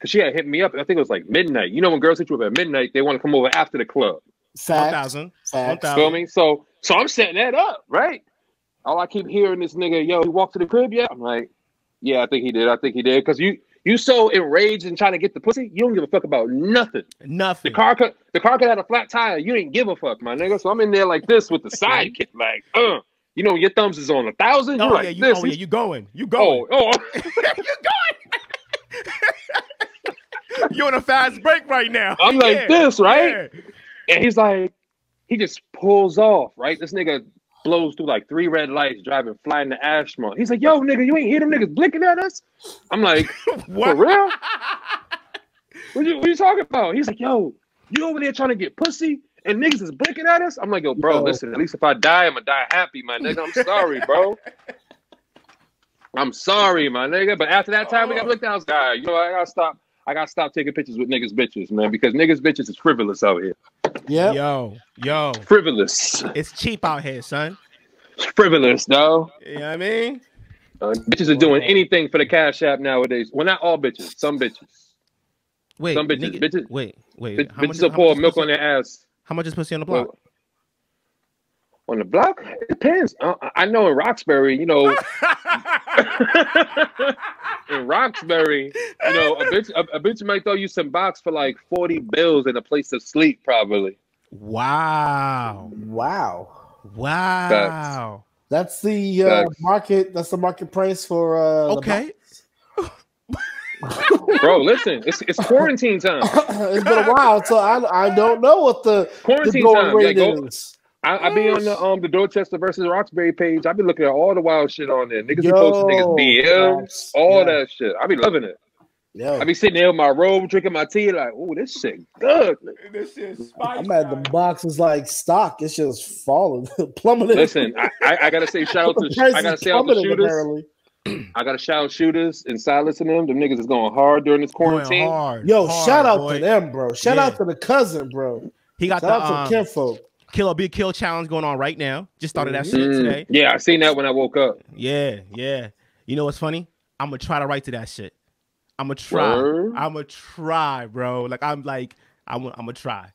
Speaker 3: cause she had hit me up, and I think it was like midnight. You know when girls hit you up at midnight, they want to come over after the club.
Speaker 4: Facts.
Speaker 2: 1,000.
Speaker 4: Facts.
Speaker 2: Um,
Speaker 3: Feel me? So so I'm setting that up, right? All I keep hearing this nigga, yo, he walked to the crib yet? I'm like, yeah, I think he did. I think he did. Cause you you so enraged and trying to get the pussy, you don't give a fuck about nothing.
Speaker 2: Nothing.
Speaker 3: The car could the car could have a flat tire. You didn't give a fuck, my nigga. So I'm in there like this
Speaker 2: [laughs]
Speaker 3: with the sidekick, like, uh, you know, your thumbs is on a thousand.
Speaker 2: Oh,
Speaker 3: You're like
Speaker 2: yeah, you,
Speaker 3: this.
Speaker 2: oh yeah, you going. You going.
Speaker 3: [laughs] Oh,
Speaker 2: you on a fast break right now.
Speaker 3: I'm
Speaker 2: [laughs] Yeah.
Speaker 3: like this,
Speaker 2: Yeah.
Speaker 3: right? [laughs] And he's like, he just pulls off, right? This nigga blows through like three red lights, driving, flying to Ashmont. He's like, yo, nigga, you ain't hear them niggas blinking at us? I'm like,
Speaker 2: What?
Speaker 3: for real? what, you, what you talking about? He's like, yo, you over there trying to get pussy and niggas is blinking at us? I'm like, yo, bro,
Speaker 2: Yo.
Speaker 3: listen, at least if I die, I'm gonna die happy, my nigga. I'm sorry, bro. I'm sorry, my nigga. But after that time, we got looked at. I was like, "All right, you know, what? I gotta stop. I gotta stop taking pictures with niggas, bitches, man, because niggas, bitches is frivolous out here.
Speaker 4: Yeah.
Speaker 2: Yo, yo.
Speaker 3: Frivolous,
Speaker 2: It's cheap out here, son.
Speaker 3: frivolous, though.
Speaker 2: You know what I mean?
Speaker 3: Uh, bitches are doing anything for the cash app nowadays. Well, not all bitches. Some bitches.
Speaker 2: Wait,
Speaker 3: Some bitches.
Speaker 2: nigga-
Speaker 3: bitches.
Speaker 2: Wait, wait.
Speaker 3: Bitch,
Speaker 2: how much-
Speaker 3: bitches will
Speaker 2: how
Speaker 3: pour
Speaker 2: much-
Speaker 3: milk on their ass.
Speaker 2: How much is pussy on the block?
Speaker 3: On the block, it depends. Uh, I, I know in Roxbury, you know, [laughs] in Roxbury, you know, a bitch, a, a bitch might throw you some box for like forty bills and a place to sleep, probably.
Speaker 2: Wow.
Speaker 4: Wow.
Speaker 2: Wow.
Speaker 4: That's the uh,
Speaker 3: Facts.
Speaker 4: market. That's the market price for. Uh, the
Speaker 2: Okay.
Speaker 3: Bro, listen, it's it's quarantine time.
Speaker 4: bo- it's been a while, so I I don't know what the the
Speaker 3: Quarantine
Speaker 4: going
Speaker 3: time. Yeah,
Speaker 4: rate
Speaker 3: go-
Speaker 4: is.
Speaker 3: I, I be on the um the Dorchester versus Roxbury page. I be looking at all the wild shit on there. Niggas be posting
Speaker 4: Yo,
Speaker 3: niggas DMs,
Speaker 4: facts.
Speaker 3: all
Speaker 4: Yeah.
Speaker 3: that shit. I be loving it.
Speaker 4: Yo,
Speaker 3: I be sitting there in my robe drinking my tea, like, oh, this shit good.
Speaker 2: This is
Speaker 4: I'm at the box is like stock. It's just falling, [laughs] plummeting.
Speaker 3: Listen, I, I, I gotta say shout out to
Speaker 4: [laughs] The
Speaker 3: the,
Speaker 4: price
Speaker 3: I gotta
Speaker 4: is
Speaker 3: say out the
Speaker 4: plummeting,
Speaker 3: shooters.
Speaker 4: apparently.
Speaker 3: I gotta shout out shooters and Silas and them. Them niggas is going hard during this quarantine.
Speaker 2: Going hard,
Speaker 4: Yo,
Speaker 2: hard,
Speaker 4: shout out
Speaker 2: boy.
Speaker 4: to them, bro. Shout
Speaker 2: Yeah.
Speaker 4: out to the cousin, bro.
Speaker 2: He got
Speaker 4: Shout out
Speaker 2: the
Speaker 4: to
Speaker 2: um,
Speaker 4: kinfolk.
Speaker 2: kill or be kill challenge going on right now. Just started that shit
Speaker 3: Mm,
Speaker 2: today.
Speaker 3: yeah, I seen that when I woke up.
Speaker 2: Yeah, yeah. You know what's funny? I'm gonna try to write to that shit. I'm gonna try.
Speaker 3: Word?
Speaker 2: I'm gonna try, bro. Like I'm like I'm I'm gonna try.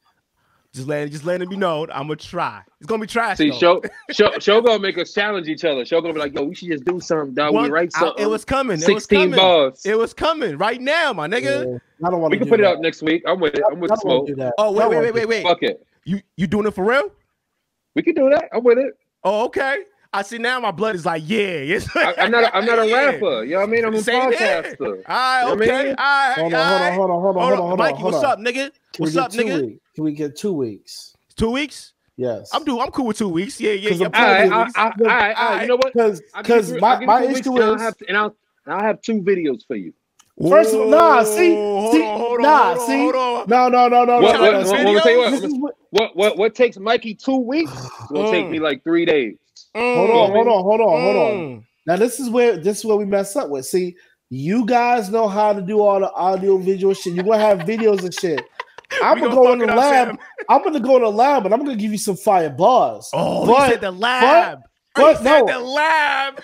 Speaker 2: Just letting just letting me know. I'm gonna try. It's gonna be trash.
Speaker 3: See,
Speaker 2: though.
Speaker 3: show show show gonna make us challenge each other. Show gonna be like, yo, we should just do something, dog.
Speaker 2: One-
Speaker 3: we write
Speaker 2: I-
Speaker 3: something.
Speaker 2: it was coming. It was
Speaker 3: 16
Speaker 2: coming.
Speaker 3: bars.
Speaker 2: It was coming right now, my nigga.
Speaker 4: I don't want
Speaker 3: we
Speaker 4: to
Speaker 3: can put it out next week. I'm with it. I'm with the
Speaker 4: I don't wanna
Speaker 3: smoke.
Speaker 4: do that.
Speaker 2: Oh
Speaker 4: I
Speaker 2: wait,
Speaker 4: don't
Speaker 2: wait,
Speaker 4: wanna
Speaker 2: wait,
Speaker 4: do
Speaker 2: wait, wait.
Speaker 3: Fuck it.
Speaker 2: You you doing it for real?
Speaker 3: We can do that. I'm with it.
Speaker 2: Oh, okay. I see now my blood is like, yeah. [laughs] It's
Speaker 3: I, I'm not. A, I'm not a
Speaker 2: Yeah.
Speaker 3: rapper. You know what I mean? I'm a
Speaker 2: Say that.
Speaker 3: podcaster. You
Speaker 2: All right,
Speaker 3: know what I
Speaker 2: okay.
Speaker 3: mean?
Speaker 2: All right.
Speaker 4: Hold
Speaker 2: all
Speaker 4: on,
Speaker 2: right.
Speaker 4: hold on, hold on, hold on, hold on, hold on.
Speaker 2: Mikey,
Speaker 4: hold
Speaker 2: what's
Speaker 4: on.
Speaker 2: up,
Speaker 4: Can
Speaker 2: nigga?
Speaker 4: we
Speaker 2: What's
Speaker 4: get
Speaker 2: up,
Speaker 4: two
Speaker 2: nigga?
Speaker 4: weeks? Can we get two weeks?
Speaker 2: Two weeks?
Speaker 4: Yes,
Speaker 2: I'm do. I'm cool with two weeks. Yeah, yeah,
Speaker 4: 'Cause
Speaker 2: yeah.
Speaker 4: I'm
Speaker 2: I'm cool
Speaker 3: All right,
Speaker 2: with two
Speaker 3: I,
Speaker 2: weeks.
Speaker 3: I, all right, all right. You know what?
Speaker 4: Because
Speaker 3: I'll give you
Speaker 4: because
Speaker 3: three- I'll
Speaker 4: my,
Speaker 3: give you
Speaker 4: my
Speaker 3: two weeks
Speaker 4: issue
Speaker 3: and I'll
Speaker 4: is
Speaker 3: have, and I'll and I'll have two videos for you.
Speaker 4: first of all, nah, see,
Speaker 2: Whoa, hold
Speaker 4: see,
Speaker 2: on, hold on,
Speaker 4: nah,
Speaker 2: hold on,
Speaker 4: see,
Speaker 2: hold on.
Speaker 4: no, no, no, no,
Speaker 3: What
Speaker 4: no,
Speaker 2: what-
Speaker 4: no,
Speaker 2: what-
Speaker 4: see?
Speaker 2: what-
Speaker 3: tell you what,
Speaker 4: This is what-
Speaker 3: What what what takes Mikey two weeks will take
Speaker 4: [sighs]
Speaker 3: me like three days.
Speaker 4: Hold on, hold on, hold on, hold on.
Speaker 2: Mm.
Speaker 4: Now this is where this is where we mess up with. See, you guys know how to do all the audio visual shit. You're gonna have videos and shit. I'm
Speaker 2: [laughs] We
Speaker 4: gonna,
Speaker 2: gonna
Speaker 4: go
Speaker 2: fuck
Speaker 4: in the
Speaker 2: it up,
Speaker 4: lab.
Speaker 2: Sam.
Speaker 4: I'm gonna go in the lab and I'm gonna give you some fire bars.
Speaker 2: Oh,
Speaker 4: But-
Speaker 2: you said the lab.
Speaker 4: but
Speaker 2: you said
Speaker 4: no.
Speaker 2: the lab.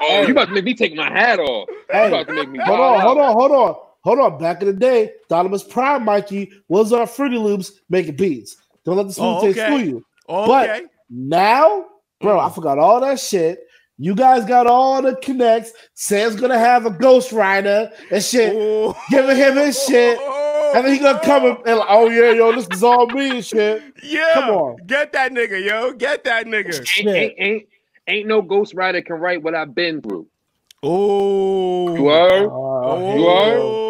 Speaker 3: Oh, you about to make me take my hat off? You
Speaker 4: Hey,
Speaker 3: about to make me?
Speaker 4: Hold
Speaker 3: wild
Speaker 4: on,
Speaker 3: out.
Speaker 4: hold on, hold on, hold on. Back in the day, Donovan's Prime Mikey was on Fruity Loops making beats. Don't let the smooth
Speaker 2: Oh,
Speaker 4: taste
Speaker 2: okay.
Speaker 4: fool you. But-
Speaker 2: Okay.
Speaker 4: Now, bro,
Speaker 2: Mm-hmm.
Speaker 4: I forgot all that shit. You guys got all the connects. Sam's gonna have a Ghost Rider and shit,
Speaker 2: Ooh.
Speaker 4: giving him his shit,
Speaker 2: Oh,
Speaker 4: and then he gonna come and and like, oh yeah, yo, this is all me and
Speaker 2: [laughs]
Speaker 4: shit.
Speaker 2: Yeah.
Speaker 4: Come on.
Speaker 2: Get that nigga, yo. Get that
Speaker 3: [laughs]
Speaker 2: nigga.
Speaker 3: Ain't, ain't, ain't, ain't no ghost rider can write what I've been through.
Speaker 2: Oh.
Speaker 3: You are.
Speaker 4: Uh,
Speaker 3: You are?
Speaker 2: are.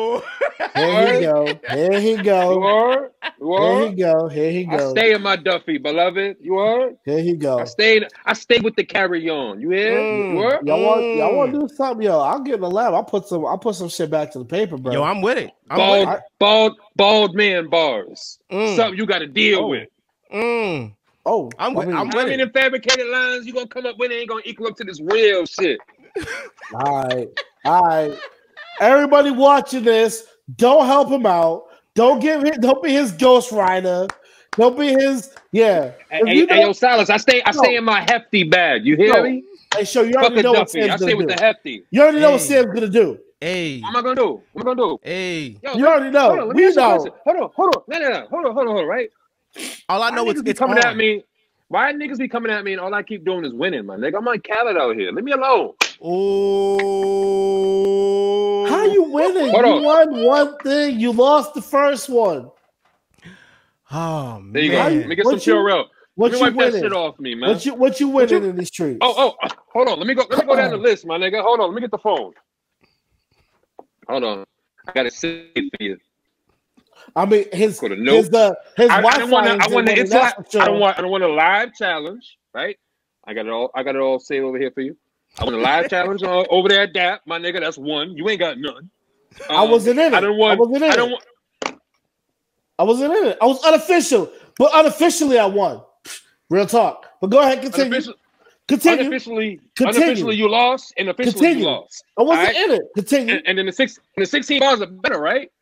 Speaker 4: Here he go. Here he go.
Speaker 3: You are? You are?
Speaker 4: Here he go. Here he
Speaker 3: I
Speaker 4: go.
Speaker 3: stay in my Duffy, beloved. You heard?
Speaker 4: Here he go.
Speaker 3: I stayed. I stay with the carry on. You hear?
Speaker 4: Mm.
Speaker 3: You heard?
Speaker 4: Y'all want y'all want
Speaker 2: Mm.
Speaker 4: to do something, yo? I'll get in the lab. I'll put some. I'll put some shit back to the paper, bro.
Speaker 2: [laughs] Yo, I'm with it.
Speaker 3: bald, bald, bald man bars.
Speaker 2: Mm.
Speaker 3: Something you got to deal with.
Speaker 4: Oh,
Speaker 2: I'm with, I'm
Speaker 3: How
Speaker 2: with
Speaker 3: many
Speaker 2: it.
Speaker 3: fabricated lines you gonna come up with? Ain't gonna equal up to this real shit.
Speaker 4: All right. All right. Everybody watching this, don't help him out. Don't give him don't be his ghost rider. Don't be his yeah.
Speaker 3: Hey,
Speaker 4: If
Speaker 3: hey,
Speaker 4: you
Speaker 3: hey,
Speaker 4: don't-
Speaker 3: yo, Silas, I stay. I stay
Speaker 4: No.
Speaker 3: in my hefty bag. You hear
Speaker 4: No.
Speaker 3: me?
Speaker 4: Hey, so you
Speaker 3: Fuck
Speaker 4: already
Speaker 3: a
Speaker 4: know what
Speaker 3: Duffy.
Speaker 4: Sam's
Speaker 3: I stay
Speaker 4: gonna
Speaker 3: with
Speaker 4: do.
Speaker 3: the hefty.
Speaker 4: You already know what
Speaker 2: Hey.
Speaker 4: Sam's gonna do.
Speaker 2: Hey,
Speaker 3: What am I gonna do? What am I gonna do?
Speaker 2: hey.
Speaker 3: Yo,
Speaker 4: You already know.
Speaker 3: Hold on, let me
Speaker 4: We
Speaker 3: ask you a
Speaker 4: know.
Speaker 3: question. Hold on, hold on. No, no, no. Hold on, hold on, hold on. Right?
Speaker 2: All I know
Speaker 3: Why
Speaker 2: is
Speaker 3: niggas be
Speaker 2: it's
Speaker 3: coming at
Speaker 2: on.
Speaker 3: me. Why niggas be coming at me and all I keep doing is winning, my nigga? I'm like Khaled out here. Leave me alone.
Speaker 2: Oh,
Speaker 4: How you winning?
Speaker 3: Hold
Speaker 4: you
Speaker 3: on.
Speaker 4: won one thing, you lost the first one.
Speaker 2: oh man.
Speaker 3: There you go.
Speaker 4: Man.
Speaker 3: Let me get
Speaker 4: What
Speaker 3: some
Speaker 4: you-
Speaker 3: Purell. Let
Speaker 4: What
Speaker 3: me
Speaker 4: you
Speaker 3: wipe that
Speaker 4: winning?
Speaker 3: shit off me, man.
Speaker 4: What you what you winning in these streets?
Speaker 3: Oh, oh, hold on. Let me go. Let me go down the list, my nigga. Hold on. Let me get the phone. Hold on. I gotta say it for you.
Speaker 4: I mean his
Speaker 3: Coulda known.
Speaker 4: his uh, his
Speaker 3: I, I
Speaker 4: Wi-Fi.
Speaker 3: don't want to. I
Speaker 4: isn't
Speaker 3: want to.
Speaker 4: winning,
Speaker 3: I
Speaker 4: that's for sure.
Speaker 3: don't want. I don't want a live challenge, right? I got it all. I got it all saved over here for you. I want a
Speaker 4: [laughs]
Speaker 3: live challenge on, over there at DAP, my nigga. That's one. You ain't got none.
Speaker 4: I wasn't in
Speaker 3: um,
Speaker 4: it.
Speaker 3: I don't want.
Speaker 4: I wasn't in
Speaker 3: I don't
Speaker 4: it.
Speaker 3: want.
Speaker 4: I wasn't in it. I was unofficial, but unofficially I won. Real talk. But go ahead, continue.
Speaker 3: unofficially,
Speaker 4: continue.
Speaker 3: unofficially,
Speaker 4: Continue.
Speaker 3: unofficially, you lost, and officially
Speaker 4: Continue.
Speaker 3: you lost.
Speaker 4: I wasn't
Speaker 3: Alright?
Speaker 4: in it. Continue.
Speaker 3: And, and then the six, and the sixteen bars are better, right?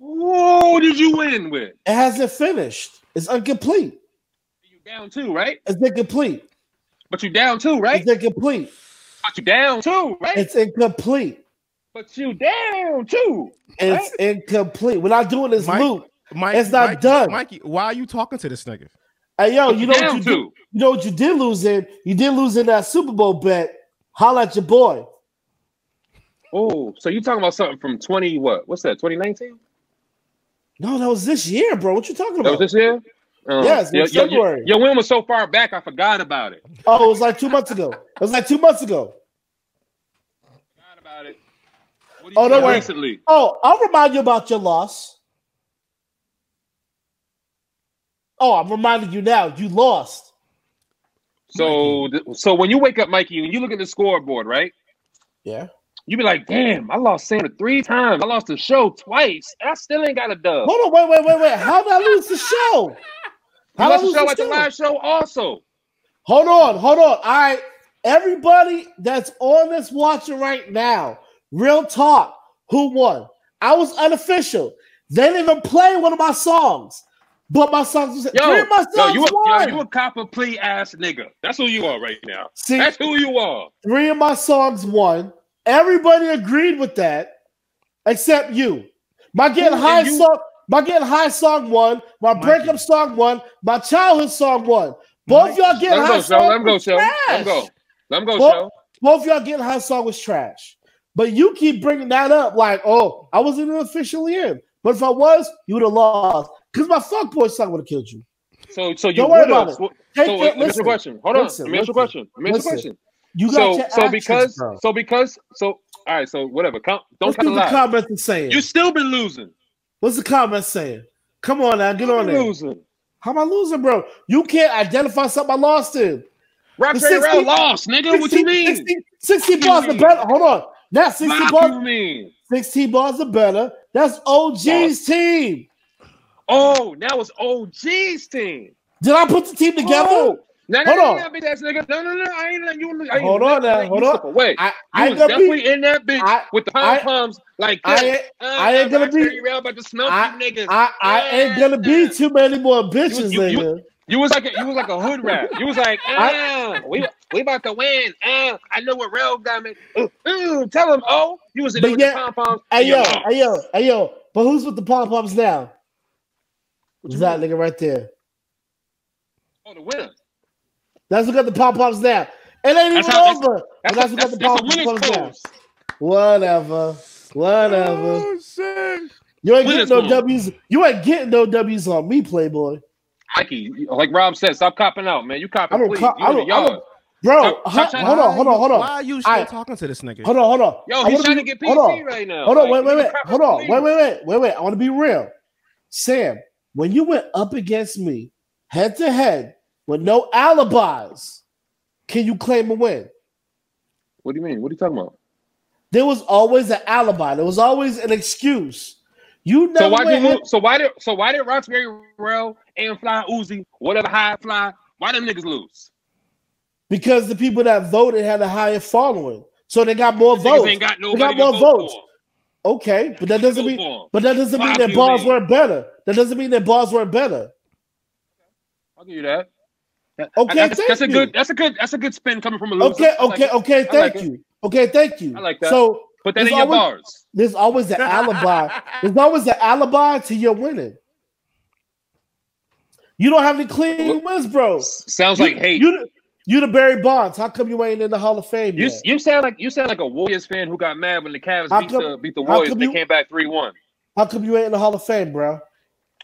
Speaker 3: Who did you win with?
Speaker 4: it hasn't finished. It's incomplete.
Speaker 3: You down two, right?
Speaker 4: It's incomplete.
Speaker 3: But you down two, right?
Speaker 4: It's incomplete.
Speaker 3: But you down two, right?
Speaker 4: It's incomplete.
Speaker 3: but you down two.
Speaker 4: It's incomplete. We're not doing this
Speaker 2: Mike-
Speaker 4: loop.
Speaker 2: Mike,
Speaker 4: It's not
Speaker 2: Mikey,
Speaker 4: done.
Speaker 2: Mikey, why are you talking to this nigga?
Speaker 4: Hey yo,
Speaker 3: But
Speaker 4: you know what
Speaker 3: down
Speaker 4: you,
Speaker 3: two.
Speaker 4: did, you know what you did lose in? You did lose in that Super Bowl bet. Holla at your boy.
Speaker 3: Oh, so you talking about something from twenty? What? What's that? Twenty nineteen?
Speaker 4: No, that was this year, bro. What you talking
Speaker 3: That was
Speaker 4: about?
Speaker 3: this year. Uh,
Speaker 4: Yes,
Speaker 3: your,
Speaker 4: it's
Speaker 3: your,
Speaker 4: February.
Speaker 3: your, your win was so far back, I forgot about it.
Speaker 4: Oh, it was like two months ago. It was like two months ago.
Speaker 3: Forgot about it. What do you
Speaker 4: Oh, don't
Speaker 3: do
Speaker 4: worry.
Speaker 3: Recently,
Speaker 4: Oh, I'll remind you about your loss. Oh, I'm reminding you now. You lost.
Speaker 3: so th- so when you wake up, Mikey, and you look at the scoreboard, right?
Speaker 4: Yeah.
Speaker 3: You be like, "Damn, I lost Santa three times. I lost the show twice, and I still ain't got a dub.
Speaker 4: Hold on, wait, wait, wait, wait. How did I lose the show?
Speaker 3: I
Speaker 4: How did I
Speaker 3: lost the
Speaker 4: lose
Speaker 3: show
Speaker 4: the
Speaker 3: at the
Speaker 4: show?
Speaker 3: live show, also.
Speaker 4: Hold on, hold on. All right, everybody that's on this watching right now, real talk. Who won? I was unofficial. They didn't even play one of my songs, but my songs was
Speaker 3: Yo,
Speaker 4: three of my songs
Speaker 3: yo, you a,
Speaker 4: won.
Speaker 3: yo, you a copper plea ass nigga. That's who you are right now.
Speaker 4: See,
Speaker 3: That's who you are.
Speaker 4: three of my songs won. Everybody agreed with that, except you. My getting
Speaker 3: Who
Speaker 4: high
Speaker 3: and you-
Speaker 4: song, my getting high song won. My breakup song won. My childhood song won. Both y'all
Speaker 3: Let
Speaker 4: getting
Speaker 3: him
Speaker 4: high
Speaker 3: go, show. Let him
Speaker 4: song
Speaker 3: go,
Speaker 4: was
Speaker 3: show. Let him
Speaker 4: trash.
Speaker 3: go. Let him go,
Speaker 4: Well,
Speaker 3: show.
Speaker 4: Both y'all getting high song was trash. But you keep bringing that up like, oh, I wasn't even officially in. But if I was, you would have lost. Because my fuckboy song would have killed you.
Speaker 3: So, so you
Speaker 4: Don't worry
Speaker 3: would've
Speaker 4: about it.
Speaker 3: sw-
Speaker 4: Take
Speaker 3: so, let
Speaker 4: it-
Speaker 3: me ask you
Speaker 4: listen,
Speaker 3: a question. Hold on.
Speaker 4: listen,
Speaker 3: Let me ask you a
Speaker 4: listen,
Speaker 3: question. Let me ask you a
Speaker 4: listen.
Speaker 3: question.
Speaker 4: You got
Speaker 3: So,
Speaker 4: your
Speaker 3: so
Speaker 4: actions,
Speaker 3: because,
Speaker 4: bro.
Speaker 3: so because, so all right. So whatever. Count, don't
Speaker 4: What's
Speaker 3: count
Speaker 4: the
Speaker 3: the lie.
Speaker 4: comments is saying?
Speaker 3: You still been losing.
Speaker 4: What's the comments saying? Come on now, get on
Speaker 3: Been
Speaker 4: there.
Speaker 3: losing.
Speaker 4: How am I losing, bro? You can't identify something I lost in.
Speaker 3: Roxanne
Speaker 4: 60
Speaker 3: Rell lost, nigga. What you mean?
Speaker 4: 60, 60
Speaker 3: What you
Speaker 4: bars are
Speaker 3: mean?
Speaker 4: better. Hold on. That's 60
Speaker 3: Fuck you
Speaker 4: bars.
Speaker 3: mean?
Speaker 4: 60 bars are better. That's OG's team.
Speaker 3: Oh, now it's OG's team.
Speaker 4: Did I put the team together?
Speaker 3: Oh. No, no,
Speaker 4: Hold
Speaker 3: no,
Speaker 4: on.
Speaker 3: no, big ass nigga. No, no, no. I ain't letting you. I ain't
Speaker 4: Hold on
Speaker 3: letting
Speaker 4: now,
Speaker 3: you
Speaker 4: hold
Speaker 3: slip
Speaker 4: on.
Speaker 3: Away.
Speaker 4: I,
Speaker 3: I
Speaker 4: I
Speaker 3: was
Speaker 4: ain't gonna
Speaker 3: definitely
Speaker 4: be.
Speaker 3: in that bitch
Speaker 4: I-
Speaker 3: with the pom
Speaker 4: I-
Speaker 3: poms like
Speaker 4: I
Speaker 3: this.
Speaker 4: ain't-
Speaker 3: Uh,
Speaker 4: I ain't gonna
Speaker 3: Roxanne
Speaker 4: be-
Speaker 3: Rell about to snuff
Speaker 4: I,
Speaker 3: you niggas.
Speaker 4: I, I ain't gonna be too many more bitches,
Speaker 3: You- you-
Speaker 4: nigga.
Speaker 3: You was like a, you was like a hood rat. You was like,
Speaker 4: [laughs]
Speaker 3: ah, we we about to win. Ah, I know what real got me. Ooh, ooh, tell him, oh, you was in there
Speaker 4: But
Speaker 3: with
Speaker 4: yeah,
Speaker 3: the pom poms.
Speaker 4: Hey yo, hey yo, hey yo. But who's with the pom poms now? That nigga right there.
Speaker 3: Oh, the winner.
Speaker 4: That's who got the pom poms now. It ain't
Speaker 3: That's
Speaker 4: even
Speaker 3: how- that's-
Speaker 4: over.
Speaker 3: That's,
Speaker 4: But that's who got
Speaker 3: that's,
Speaker 4: the
Speaker 3: that's
Speaker 4: pom
Speaker 3: a winner's
Speaker 4: poms now.
Speaker 3: pose.
Speaker 4: Whatever. Whatever.
Speaker 2: Oh shit!
Speaker 4: You ain't
Speaker 3: Winners
Speaker 4: getting no
Speaker 3: ball.
Speaker 4: W's. You ain't getting no W's on me, Playboy.
Speaker 3: Mikey, like Rob said, stop copping out, man. You copping,
Speaker 4: I don't
Speaker 3: please.
Speaker 4: cop-
Speaker 3: you
Speaker 4: I
Speaker 3: in the
Speaker 4: don't- I don't-
Speaker 3: yard.
Speaker 4: Bro, huh, hold on, hold on, hold on.
Speaker 2: Why are you still
Speaker 4: I-
Speaker 2: talking to this nigga?
Speaker 4: Hold on, hold on.
Speaker 2: Yo,
Speaker 4: I
Speaker 2: he's
Speaker 4: wanna
Speaker 2: trying
Speaker 4: be-
Speaker 2: to get
Speaker 4: hold
Speaker 2: PC
Speaker 4: on.
Speaker 2: right now.
Speaker 4: Hold on,
Speaker 2: Like,
Speaker 4: wait, wait,
Speaker 2: he's a
Speaker 4: wait. Hold on, wait, wait, wait, wait, wait. I want to be real. Sam, when you went up against me head to head with no alibis, can you claim a win?
Speaker 3: What do you mean? What are you talking about?
Speaker 4: There was always an alibi. There was always an excuse. You never
Speaker 3: So why
Speaker 4: went
Speaker 3: did
Speaker 4: head-
Speaker 3: Mo- so why did so why did Roxbury Rail and Fly Uzi whatever high fly why them niggas lose?
Speaker 4: because the people that voted had a higher following, so they got more
Speaker 3: Niggas
Speaker 4: votes.
Speaker 3: ain't got
Speaker 4: they got
Speaker 3: nobody
Speaker 4: more
Speaker 3: to vote
Speaker 4: votes. Okay, but that doesn't
Speaker 3: vote
Speaker 4: mean
Speaker 3: for 'em.
Speaker 4: but that doesn't mean
Speaker 3: Five
Speaker 4: their
Speaker 3: people
Speaker 4: bars
Speaker 3: in.
Speaker 4: weren't better. That doesn't mean their bars weren't better.
Speaker 3: I'll give you that. That-
Speaker 4: Okay,
Speaker 3: that's,
Speaker 4: thank
Speaker 3: that's a
Speaker 4: you.
Speaker 3: good that's a good that's a good spin coming from a loser.
Speaker 4: Okay,
Speaker 3: I like
Speaker 4: okay,
Speaker 3: it.
Speaker 4: okay.
Speaker 3: I like
Speaker 4: Thank
Speaker 3: it.
Speaker 4: you. Okay, thank you.
Speaker 3: I like that.
Speaker 4: So,
Speaker 3: Put that
Speaker 4: there's
Speaker 3: in your
Speaker 4: always-
Speaker 3: bars.
Speaker 4: There's always
Speaker 3: [laughs]
Speaker 4: an alibi. there's always an alibi to your winning. You don't have any clean wins, bro.
Speaker 3: Sounds
Speaker 4: You-
Speaker 3: like hate.
Speaker 4: You, the- you the Barry Bonds. How come you ain't in the Hall of Fame?
Speaker 3: You,
Speaker 4: yet?
Speaker 3: you sound like you sound like a Warriors fan who got mad when the Cavs
Speaker 4: How
Speaker 3: beat
Speaker 4: come-
Speaker 3: the beat the
Speaker 4: how
Speaker 3: Warriors and
Speaker 4: come
Speaker 3: they
Speaker 4: you-
Speaker 3: came back three one.
Speaker 4: How come you ain't in the Hall of Fame, bro?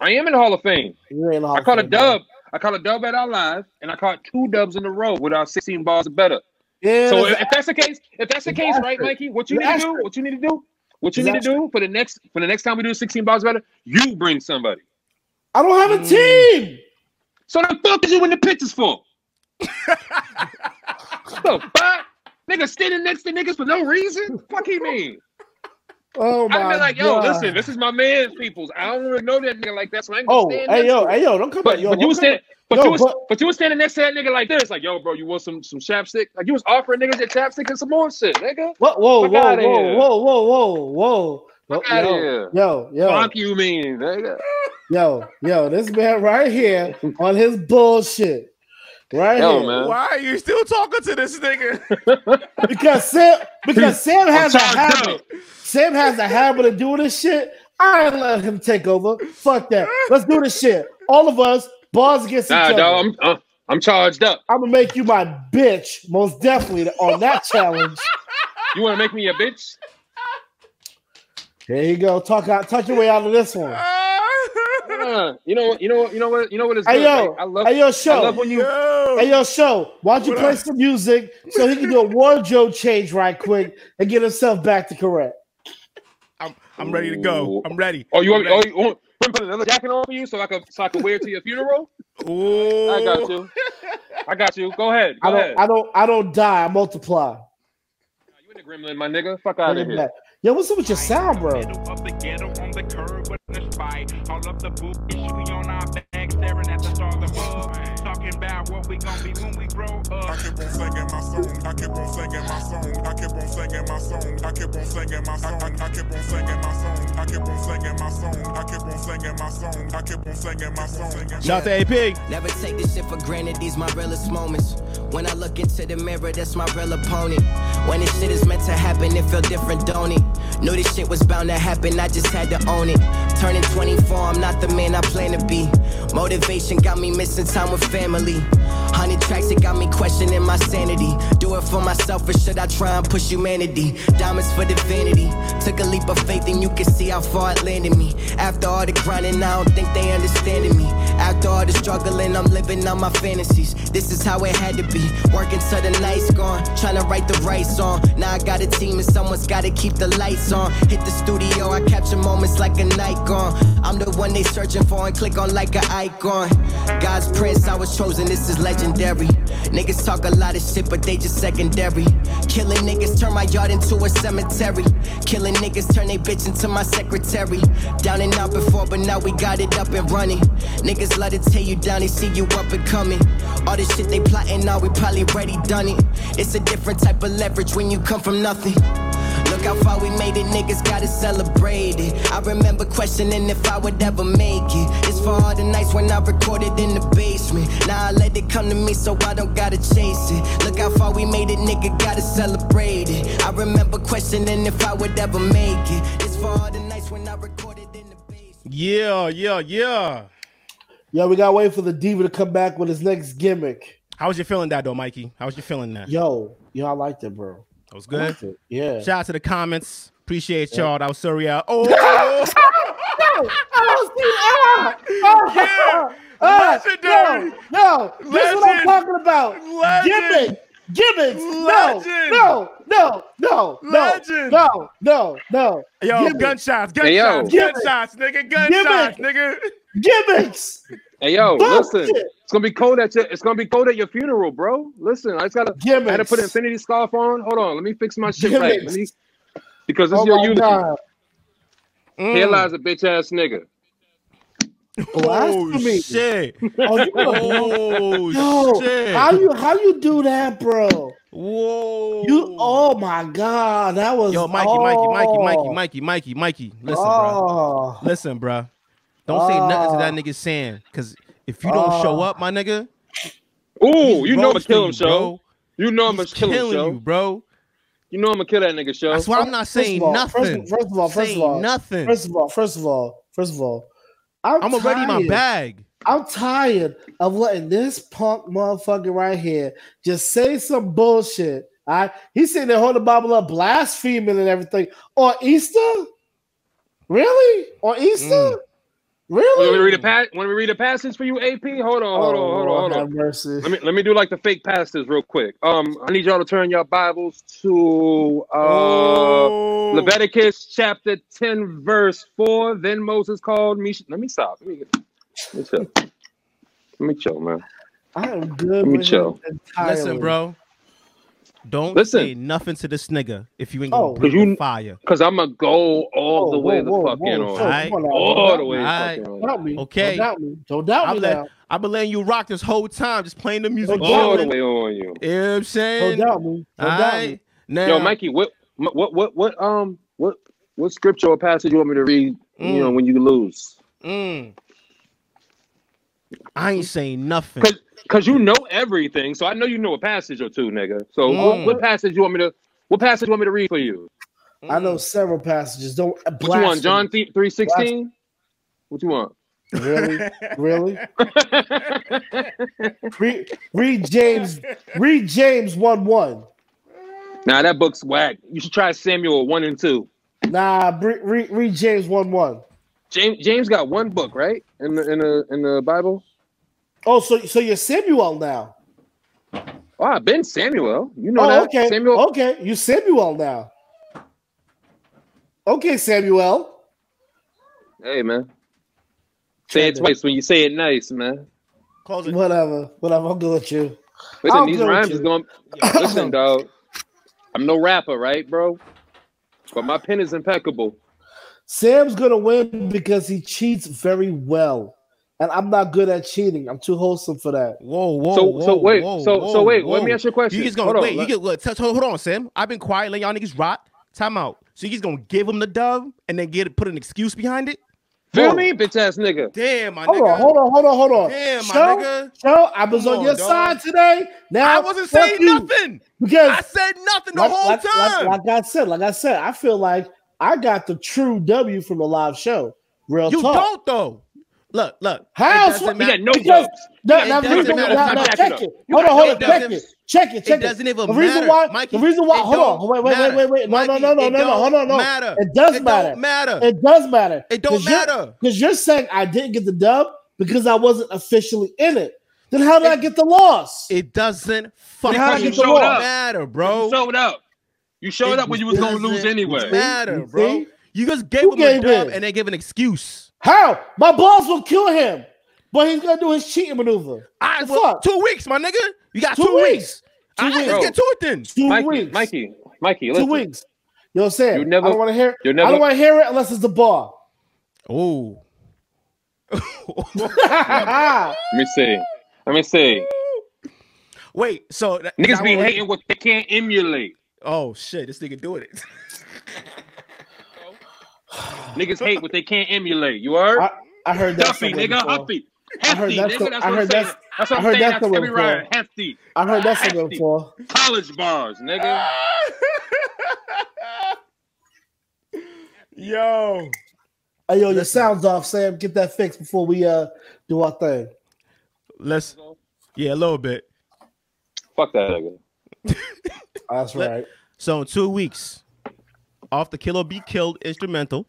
Speaker 3: I am in the Hall of Fame.
Speaker 4: You ain't in the Hall
Speaker 3: I
Speaker 4: of
Speaker 3: caught a
Speaker 4: Fame. bro.
Speaker 3: dub. I caught a dub at our live, and I caught two dubs in a row without 16 bars or better.
Speaker 4: Yeah,
Speaker 3: So if,
Speaker 4: that's-
Speaker 3: if that's the case, if that's the
Speaker 4: It's
Speaker 3: case, right,
Speaker 4: accurate.
Speaker 3: Mikey, what you
Speaker 4: It's
Speaker 3: need to do,
Speaker 4: accurate.
Speaker 3: what you need to do, what you
Speaker 4: It's
Speaker 3: need to do for the next for the next time we do 16 bars better, you bring somebody.
Speaker 4: I don't
Speaker 3: Mm.
Speaker 4: have a team.
Speaker 3: So the fuck is you in the pictures
Speaker 4: [laughs]
Speaker 3: for? the fuck? Nigga standing next to niggas for no reason? Fuck he mean?
Speaker 4: Oh my
Speaker 3: I'd be like, yo,
Speaker 4: God.
Speaker 3: listen, this is my man's people's. I don't really know that nigga like that, so I ain't gonna
Speaker 4: Oh,
Speaker 3: stand
Speaker 4: hey
Speaker 3: next
Speaker 4: yo,
Speaker 3: to
Speaker 4: hey
Speaker 3: him.
Speaker 4: yo, don't come
Speaker 3: But,
Speaker 4: at yo.
Speaker 3: but you
Speaker 4: don't
Speaker 3: was
Speaker 4: come
Speaker 3: standing,
Speaker 4: at-
Speaker 3: but
Speaker 4: yo,
Speaker 3: you was,
Speaker 4: but-
Speaker 3: but, you was standing next to that nigga like this, like yo, bro, you want some some chapstick? Like you was offering niggas that chapstick and some more shit, nigga.
Speaker 4: Whoa, whoa,
Speaker 3: Fuck
Speaker 4: whoa,
Speaker 3: outta
Speaker 4: whoa,
Speaker 3: here.
Speaker 4: whoa, whoa, whoa, whoa, whoa.
Speaker 3: Fuck outta
Speaker 4: yo,
Speaker 3: here.
Speaker 4: yo, yo,
Speaker 3: Fuck you, mean nigga.
Speaker 4: yo, yo, this man
Speaker 3: [laughs]
Speaker 4: right here on his bullshit. Right
Speaker 3: Yo,
Speaker 4: here.
Speaker 3: man.
Speaker 2: Why are you still talking to this nigga?
Speaker 4: [laughs] Because Sam because Sam has a
Speaker 3: I'm tired of
Speaker 4: habit. Sam has a habit of doing this shit. I ain't let him take over. Fuck that. Let's do this shit. All of us, bars against
Speaker 3: Nah,
Speaker 4: each other.
Speaker 3: dog, I'm uh, I'm charged up.
Speaker 4: I'm gonna make you my bitch, most definitely on that challenge.
Speaker 3: You want to make me a bitch?
Speaker 4: Here you go. Talk out, talk your way out of this one.
Speaker 2: Ah.
Speaker 3: Uh, you know what? You know what? You know what? You know what is
Speaker 4: Hey
Speaker 3: good?
Speaker 4: yo,
Speaker 3: Like, I love.
Speaker 4: hey yo,
Speaker 3: I
Speaker 4: show,
Speaker 3: love when you.
Speaker 4: hey yo, show. Why don't you play some music so he can do a wardrobe change right quick and get himself back to correct?
Speaker 2: I'm ready to go. I'm ready.
Speaker 3: Oh, you
Speaker 2: I'm
Speaker 3: want? Oh,
Speaker 2: ready.
Speaker 3: you want? Put put another jacket on for you so I can so I can wear it to your funeral.
Speaker 2: Ooh.
Speaker 3: I got you. I got you. Go ahead. Go
Speaker 4: I
Speaker 3: ahead.
Speaker 4: don't, I don't, I don't die. I multiply.
Speaker 3: you in the gremlin, my nigga. Fuck out of
Speaker 4: Bring it
Speaker 3: here.
Speaker 4: back. Yo, what's up with your sound, bro?
Speaker 13: of the ghetto on the curb with the spike. All up the boot is we on our back, staring at the stars above. Talking about what we gonna be when we grow up. I keep on singing my song, I keep on singing my song, I keep on singing my song, I keep on singing my song, I, I keep on singing my song, I keep on singing my song, I keep on singing my song, I keep on singing my song.
Speaker 2: Shout out to AP.
Speaker 14: Never take this shit for granted, these my realest moments. When I look into the mirror, that's my real opponent. When this shit is meant to happen, it feel different, don't it? Knew this shit was bound to happen, I just had to own it. Turning 24, I'm not the man I plan to be. Motivation got me missing time with family. Hundred tracks, it got me questioning my sanity. Do it for myself, or should I try and push humanity? Diamonds for the vanity. Took a leap of faith, and you can see how far it landed me. After all the grinding, I don't think they understanding me. After all the struggling, I'm living on my fantasies. This is how it had to be. Working till the night's gone, trying to write the right song. Now I got a team, and someone's gotta keep the lights on. Hit the studio, I capture moments like a Nikon. I'm the one they searching for, and click on like an icon. God's prince, I was chosen. This is legendary. Niggas talk a lot of shit, but they just secondary. Killing niggas turn my yard into a cemetery. Killing niggas turn they bitch into my secretary. Down and out before, but now we got it up and running. Niggas love to tear you down, they see you up and coming. All this shit they plotting, now we probably already done it. It's a different type of leverage when you come from nothing. Look how far we made it, niggas gotta celebrate it. I remember questioning if I would ever make it. It's for all the nights when I recorded in the basement. Now I let it come to me so I don't gotta chase it. Look how far we made it, nigga gotta celebrate it. I remember questioning if I would ever make it. It's for all the nights when I recorded in the
Speaker 2: Yeah, yeah, yeah.
Speaker 4: Yo, we gotta wait for the diva to come back with his next gimmick.
Speaker 2: How was you feeling that though, Mikey? How was you feeling that?
Speaker 4: Yo, yo, I liked it, bro.
Speaker 2: That was
Speaker 4: I
Speaker 2: good.
Speaker 4: liked it. Yeah.
Speaker 2: Shout out to the comments. Appreciate y'all. That was surreal.
Speaker 4: [laughs]
Speaker 2: Oh,
Speaker 4: Yeah.
Speaker 2: Legendary.
Speaker 4: No, no, this is what I'm
Speaker 2: Legend.
Speaker 4: talking about.
Speaker 2: Legend.
Speaker 4: Gimmick. Gibbons. No, no, no, no, no, no, no, no.
Speaker 2: Yo,
Speaker 4: Gibbons.
Speaker 2: gunshots, gunshots,
Speaker 4: Gibbons.
Speaker 2: gunshots, nigga, gunshots, nigga.
Speaker 4: Gibbons.
Speaker 3: Hey yo,
Speaker 2: Fuck
Speaker 3: listen.
Speaker 2: it.
Speaker 3: It's gonna be cold at your. It's gonna be cold at your funeral, bro. Listen, I just gotta. I had to put an infinity scarf on. Hold on, let me fix my shit right. Let me, because this
Speaker 4: Oh
Speaker 3: your
Speaker 4: my
Speaker 3: eulogy.
Speaker 4: God.
Speaker 2: Mm.
Speaker 3: Here lies a bitch ass nigga.
Speaker 4: Blasphemy. [laughs]
Speaker 2: shit.
Speaker 4: Oh, you a-
Speaker 2: Oh,
Speaker 4: Yo,
Speaker 2: shit.
Speaker 4: How you how you do that, bro?
Speaker 2: Whoa.
Speaker 4: You oh my god, that was
Speaker 2: Yo, Mikey, Mikey, Mikey, Mikey, Mikey, Mikey, Mikey. Listen,
Speaker 4: Oh.
Speaker 2: bro. Listen, bro. Don't say nothing to that
Speaker 4: Oh.
Speaker 2: nigga Sam, cause if you don't show
Speaker 4: Oh.
Speaker 2: up, my nigga.
Speaker 3: Ooh,
Speaker 2: he's
Speaker 3: you know I'ma
Speaker 2: roasting
Speaker 3: kill him,
Speaker 2: you,
Speaker 3: show.
Speaker 2: bro.
Speaker 3: You know I'ma
Speaker 2: He's
Speaker 3: kill him,
Speaker 2: killing
Speaker 3: show.
Speaker 2: you, bro.
Speaker 3: You know I'ma kill that nigga, show.
Speaker 2: That's why I'm not saying
Speaker 4: all,
Speaker 2: nothing.
Speaker 4: First, first of all, first
Speaker 2: Saying
Speaker 4: of all,
Speaker 2: nothing.
Speaker 4: First of all, first of all, first of all, I'm,
Speaker 2: I'm already in my
Speaker 4: tired.
Speaker 2: bag.
Speaker 4: I'm tired of letting this punk motherfucker right here just say some bullshit. All right, he's sitting there holding the Bible up, blaspheming and everything on Easter. Really? On Easter?
Speaker 3: Want Mm. me
Speaker 4: Really?
Speaker 3: to read a pa- Want me to read a passage for you, AP? Hold on, hold on,
Speaker 4: Oh,
Speaker 3: hold on,
Speaker 4: Lord
Speaker 3: hold on.
Speaker 4: have mercy.
Speaker 3: Let me let me do like the fake pastors real quick. Um, I need y'all to turn your Bibles to uh,
Speaker 2: Oh,
Speaker 3: Leviticus chapter ten, verse four. Then Moses called me. Let me stop. Let me, let me chill. Let me chill, man.
Speaker 4: I am good.
Speaker 3: Let me
Speaker 4: with
Speaker 3: chill.
Speaker 4: him entirely.
Speaker 2: Listen, bro. Don't
Speaker 3: Listen.
Speaker 2: say nothing to this nigga if you ain't gonna
Speaker 4: Oh.
Speaker 2: breathe
Speaker 3: Cause you-
Speaker 2: the fire.
Speaker 3: Cause I'ma go all the
Speaker 4: Whoa,
Speaker 3: way
Speaker 4: whoa,
Speaker 3: the
Speaker 4: whoa,
Speaker 3: fuck
Speaker 4: whoa,
Speaker 3: in
Speaker 4: Joe,
Speaker 3: on.
Speaker 4: come
Speaker 2: Alright.
Speaker 4: on now.
Speaker 3: All
Speaker 4: Don't
Speaker 3: the way the
Speaker 2: Alright.
Speaker 3: fuck in
Speaker 4: doubt
Speaker 3: on.
Speaker 4: me.
Speaker 2: Okay.
Speaker 4: Don't doubt me. Don't doubt
Speaker 2: I've
Speaker 4: me
Speaker 2: let-
Speaker 4: now.
Speaker 2: I've been letting you rock this whole time, just playing the music.
Speaker 3: All the
Speaker 2: chilling.
Speaker 3: way on you.
Speaker 2: You know what I'm saying?
Speaker 4: Don't doubt me. Don't doubt me.
Speaker 2: Alright. Now,
Speaker 3: Yo, Mikey, what what what what um what what scripture or passage you want me to read? You know when you lose.
Speaker 2: mm, I ain't saying nothing.
Speaker 3: Cause, cause you know everything, so I know you know a passage or two, nigga. So
Speaker 2: Mm.
Speaker 3: what, what passage you want me to? What passage you want me to read for you?
Speaker 4: I know several passages. Don't
Speaker 3: What you want, John three sixteen? What you want?
Speaker 4: Really?
Speaker 2: [laughs]
Speaker 4: Really? read, read James. Read James one one.
Speaker 3: [laughs] Nah, that book's whack. You should try Samuel one and two.
Speaker 4: Nah, bre- read, read James one one.
Speaker 3: James James got one book right in the in the in the Bible.
Speaker 4: Oh, so so you're Samuel now?
Speaker 3: Oh, I've been Samuel. You know
Speaker 4: oh,
Speaker 3: that
Speaker 4: okay.
Speaker 3: Samuel.
Speaker 4: Okay, you Samuel now. Okay, Samuel.
Speaker 3: Hey man, say it
Speaker 4: Kinda.
Speaker 3: twice when you say it nice, man.
Speaker 2: Close it.
Speaker 4: Whatever, whatever. I'm good with you.
Speaker 3: Listen,
Speaker 4: I'll
Speaker 3: these
Speaker 4: go with
Speaker 3: rhymes
Speaker 4: you.
Speaker 3: is going. Listen, dog. I'm no rapper, right, bro? But my pen is impeccable.
Speaker 4: Sam's gonna win because he cheats very well, and I'm not good at cheating. I'm too wholesome for that.
Speaker 2: Whoa, whoa,
Speaker 3: So-
Speaker 2: whoa,
Speaker 3: so wait,
Speaker 2: whoa,
Speaker 3: so-
Speaker 2: whoa,
Speaker 3: so wait, let
Speaker 2: whoa.
Speaker 3: me ask you a question.
Speaker 2: You just gonna
Speaker 3: Hold on,
Speaker 2: wait?
Speaker 3: let-
Speaker 2: you get look, t- hold on, Sam. I've been quiet, let y'all niggas rot. Time out. So you just gonna give him the dove and then get put an excuse behind it?
Speaker 3: Feel me, bitch ass nigga.
Speaker 2: Damn, my
Speaker 4: Hold
Speaker 2: nigga.
Speaker 4: on, hold on, hold on, hold on.
Speaker 2: Damn, my
Speaker 4: Show-
Speaker 2: nigga.
Speaker 4: show, I was
Speaker 2: Come
Speaker 4: on,
Speaker 2: on,
Speaker 4: your
Speaker 2: dog.
Speaker 4: side today. Now
Speaker 2: I wasn't
Speaker 4: fuck
Speaker 2: saying
Speaker 4: you.
Speaker 2: nothing.
Speaker 4: because
Speaker 2: I said nothing the
Speaker 4: like,
Speaker 2: whole
Speaker 4: like- like-
Speaker 2: time.
Speaker 4: Like, I said, like I said, I feel like I got the true W from the live show. Real
Speaker 2: you
Speaker 4: talk.
Speaker 2: don't though. Look, look.
Speaker 4: How?
Speaker 2: It doesn't
Speaker 4: You
Speaker 2: matter.
Speaker 3: got no
Speaker 4: Because
Speaker 3: jokes.
Speaker 4: no,
Speaker 2: It
Speaker 4: no,
Speaker 2: doesn't
Speaker 4: reason-
Speaker 2: matter.
Speaker 4: no,
Speaker 2: It's
Speaker 4: no,
Speaker 2: not
Speaker 4: check
Speaker 3: backing up.
Speaker 4: it.
Speaker 3: You
Speaker 4: Hold on,
Speaker 3: got
Speaker 4: hold
Speaker 3: no
Speaker 4: on, check
Speaker 2: jokes.
Speaker 4: it. Check it, check it.
Speaker 2: doesn't even
Speaker 4: the reason
Speaker 2: matter,
Speaker 4: why,
Speaker 2: Mikey.
Speaker 4: the reason why,
Speaker 2: It
Speaker 4: hold on,
Speaker 2: don't
Speaker 4: wait, wait, wait,
Speaker 2: matter.
Speaker 4: wait, wait, no, no,
Speaker 2: Mikey,
Speaker 4: no, no,
Speaker 2: it
Speaker 4: no, no,
Speaker 2: don't
Speaker 4: hold on, no,
Speaker 2: matter.
Speaker 4: it does
Speaker 2: It don't
Speaker 4: matter,
Speaker 2: matter.
Speaker 4: it does matter,
Speaker 2: It don't matter.
Speaker 4: because you're saying I didn't get the dub because I wasn't officially in it. Then how did I get the loss?
Speaker 2: It doesn't fucking
Speaker 4: how I get the
Speaker 3: ball?
Speaker 2: matter, bro.
Speaker 3: You showed up. You showed
Speaker 2: It
Speaker 3: up when you was gonna
Speaker 2: doesn't
Speaker 3: lose anyway.
Speaker 2: Matter,
Speaker 4: You
Speaker 2: bro.
Speaker 4: see?
Speaker 2: You just gave
Speaker 4: You
Speaker 2: him
Speaker 4: gave
Speaker 2: a dub
Speaker 4: in.
Speaker 2: and they give an excuse.
Speaker 4: How? My balls will kill him, but he's gonna do his cheating maneuver.
Speaker 2: I
Speaker 4: The
Speaker 2: well,
Speaker 4: fuck?
Speaker 2: two weeks, my nigga. You got two,
Speaker 4: Ah, Two
Speaker 2: weeks.
Speaker 4: weeks. Two
Speaker 2: I let's
Speaker 3: weeks.
Speaker 2: get to it then.
Speaker 4: Two
Speaker 3: Mikey,
Speaker 4: weeks,
Speaker 3: Mikey, Mikey,
Speaker 4: two
Speaker 3: listen.
Speaker 4: weeks. You know what I'm saying?
Speaker 3: You never-
Speaker 4: I don't want to hear.
Speaker 3: you
Speaker 4: I
Speaker 3: never-
Speaker 4: don't want to hear it unless it's the [laughs] bar.
Speaker 2: Oh, [laughs]
Speaker 3: Let me see. Let me see.
Speaker 2: wait. So that-
Speaker 3: Niggas
Speaker 2: that
Speaker 3: be
Speaker 2: one-
Speaker 3: hating what they can't emulate.
Speaker 2: Oh shit, this nigga doing it. [laughs]
Speaker 3: Niggas hate what they can't emulate. You heard?
Speaker 4: I, I heard that.
Speaker 3: Duffy,
Speaker 4: somewhere
Speaker 3: nigga,
Speaker 4: before.
Speaker 3: Huffy.
Speaker 4: I
Speaker 3: Hefty,
Speaker 4: heard that's
Speaker 3: nigga.
Speaker 4: some-
Speaker 3: That's what
Speaker 4: I
Speaker 3: I'm
Speaker 4: heard
Speaker 3: saying.
Speaker 4: that's-
Speaker 3: That's what
Speaker 4: I
Speaker 3: I'm
Speaker 4: heard
Speaker 3: saying.
Speaker 4: that's
Speaker 3: That's
Speaker 4: somewhere
Speaker 3: every rhyme.
Speaker 4: before.
Speaker 3: Hefty.
Speaker 4: I heard that somewhere
Speaker 3: Hefty.
Speaker 4: before.
Speaker 3: College bars, nigga.
Speaker 2: Yo,
Speaker 4: Hey, yo, your sound's off, Sam. Get that fixed before we uh do our thing.
Speaker 2: let's. Yeah, a little bit.
Speaker 3: Fuck that nigga.
Speaker 4: Ah, That's
Speaker 2: Let-
Speaker 4: right.
Speaker 2: So in two weeks, off the kill or be killed instrumental.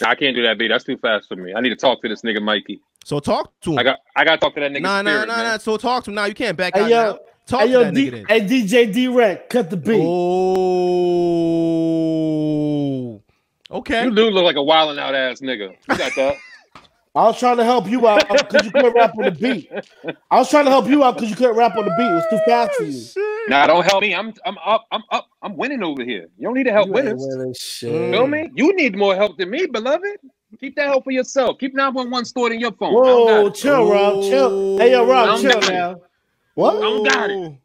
Speaker 3: Nah, I can't do that beat. That's too fast for me. I need to talk to this nigga Mikey.
Speaker 2: So talk to him.
Speaker 3: I got I gotta talk to that nigga
Speaker 2: nah, nah,
Speaker 3: spirit,
Speaker 2: nah,
Speaker 3: man.
Speaker 2: nah. So talk to him now. You can't back
Speaker 4: Hey,
Speaker 2: out
Speaker 4: yo,
Speaker 2: now. Talk
Speaker 4: hey,
Speaker 2: to
Speaker 4: yo,
Speaker 2: that
Speaker 4: D-
Speaker 2: nigga then.
Speaker 4: hey, DJ D Rec, cut the beat.
Speaker 2: Oh, okay.
Speaker 3: You do look like a wilding out ass nigga. You got [laughs] that?
Speaker 4: I was trying to help you out because you couldn't rap on the [laughs] beat. I was trying to help you out because you couldn't rap on the beat. It was too fast for you.
Speaker 3: nah, don't help me. I'm I'm up. I'm up. I'm winning over here. You don't need to help with us. Feel me? You need more help than me, beloved. Keep that help for yourself. Keep 911 stored in your phone. I don't
Speaker 4: Whoa,
Speaker 3: got it.
Speaker 4: chill, Rob. Chill. Hey, yo, Rob,
Speaker 3: I'm
Speaker 4: chill
Speaker 3: got it.
Speaker 4: now. What?
Speaker 3: I'm got it. You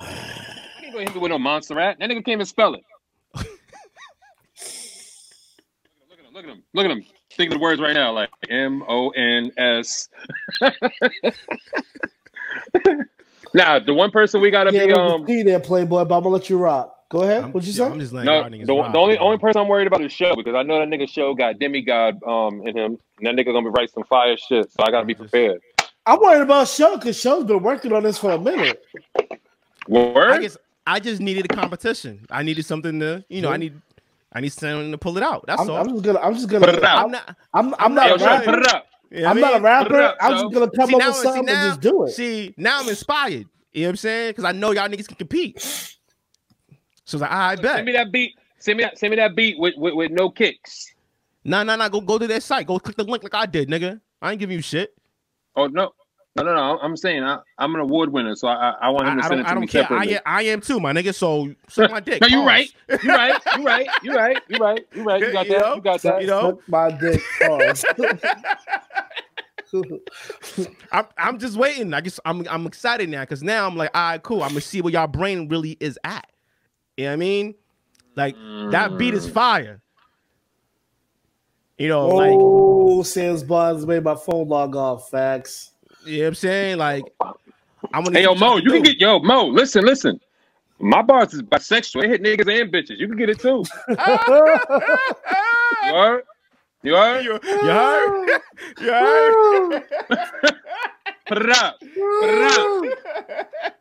Speaker 3: ain't gonna hit me with no monster rat. That nigga can't even spell it. look at him. Look at him. Look at him. Look at him. Think of the words right now, like M O N S. [laughs] Now, the one person we gotta
Speaker 4: Yeah,
Speaker 3: be
Speaker 4: we can
Speaker 3: um
Speaker 4: see there, Playboy, but I'm gonna let you rock. Go ahead. What'd you say? I'm
Speaker 2: Oh. just
Speaker 3: No, the, the only only person I'm worried about is show because I know that nigga show got demigod um in him, and that nigga gonna be write some fire shit. So I gotta be prepared.
Speaker 4: I'm worried about Show because Show's been working on this for a minute.
Speaker 3: Word?
Speaker 2: I guess I just needed a competition. I needed something to, you know, I need, I need someone to pull it out. That's
Speaker 4: I'm,
Speaker 2: all.
Speaker 4: I'm just gonna. I'm just gonna. I'm not. I'm, I'm not. a rapper.
Speaker 2: Yeah,
Speaker 4: I'm not a
Speaker 2: I mean, put it
Speaker 4: rapper.
Speaker 2: up,
Speaker 4: I'm just
Speaker 2: so-
Speaker 4: gonna come
Speaker 2: See,
Speaker 4: up
Speaker 2: now-
Speaker 4: with
Speaker 2: see,
Speaker 4: something
Speaker 2: now-
Speaker 4: and just do it.
Speaker 2: See, now I'm inspired. You know what I'm saying? Because I know y'all niggas can compete. So I was like, I bet.
Speaker 3: Send me that beat. Send me that. Send me that beat with with, with no kicks.
Speaker 2: Nah, nah, nah. Go go to their site. Go click the link like I did, nigga. I ain't giving you shit.
Speaker 3: Oh no, no, no, no. I'm saying I, I'm an award winner, so I I, I want him to
Speaker 2: I, I
Speaker 3: send
Speaker 2: don't,
Speaker 3: it to
Speaker 2: I
Speaker 3: me
Speaker 2: don't care. I
Speaker 3: separately.
Speaker 2: am, I am too, my nigga. So suck my
Speaker 3: [laughs]
Speaker 2: dick.
Speaker 3: No, you
Speaker 2: Pause.
Speaker 3: right. You right. You right. You right. You right. You right. You got
Speaker 2: You
Speaker 3: that.
Speaker 2: know?
Speaker 3: You got that.
Speaker 2: You know? Suck
Speaker 4: my dick.
Speaker 2: [laughs]
Speaker 4: Oh,
Speaker 2: I'm, I'm just waiting. I just I'm I'm excited now because now I'm like, all right, cool. I'm gonna see where y'all brain really is at. You know what I mean? Like that beat
Speaker 3: Mm.
Speaker 2: is fire. You know, like
Speaker 4: Oh, Sam's Bonds made my phone log off. Facts.
Speaker 2: you know what I'm saying? Like I'm gonna
Speaker 3: Hey yo, Mo, you can get yo Mo. Listen, listen. My boss is bisexual. They hit niggas and bitches. You can get it
Speaker 2: [laughs]
Speaker 3: too. You heard? You heard?
Speaker 2: [laughs]
Speaker 3: You,
Speaker 2: heard? You
Speaker 4: [laughs]
Speaker 3: heard? Put it up. Put it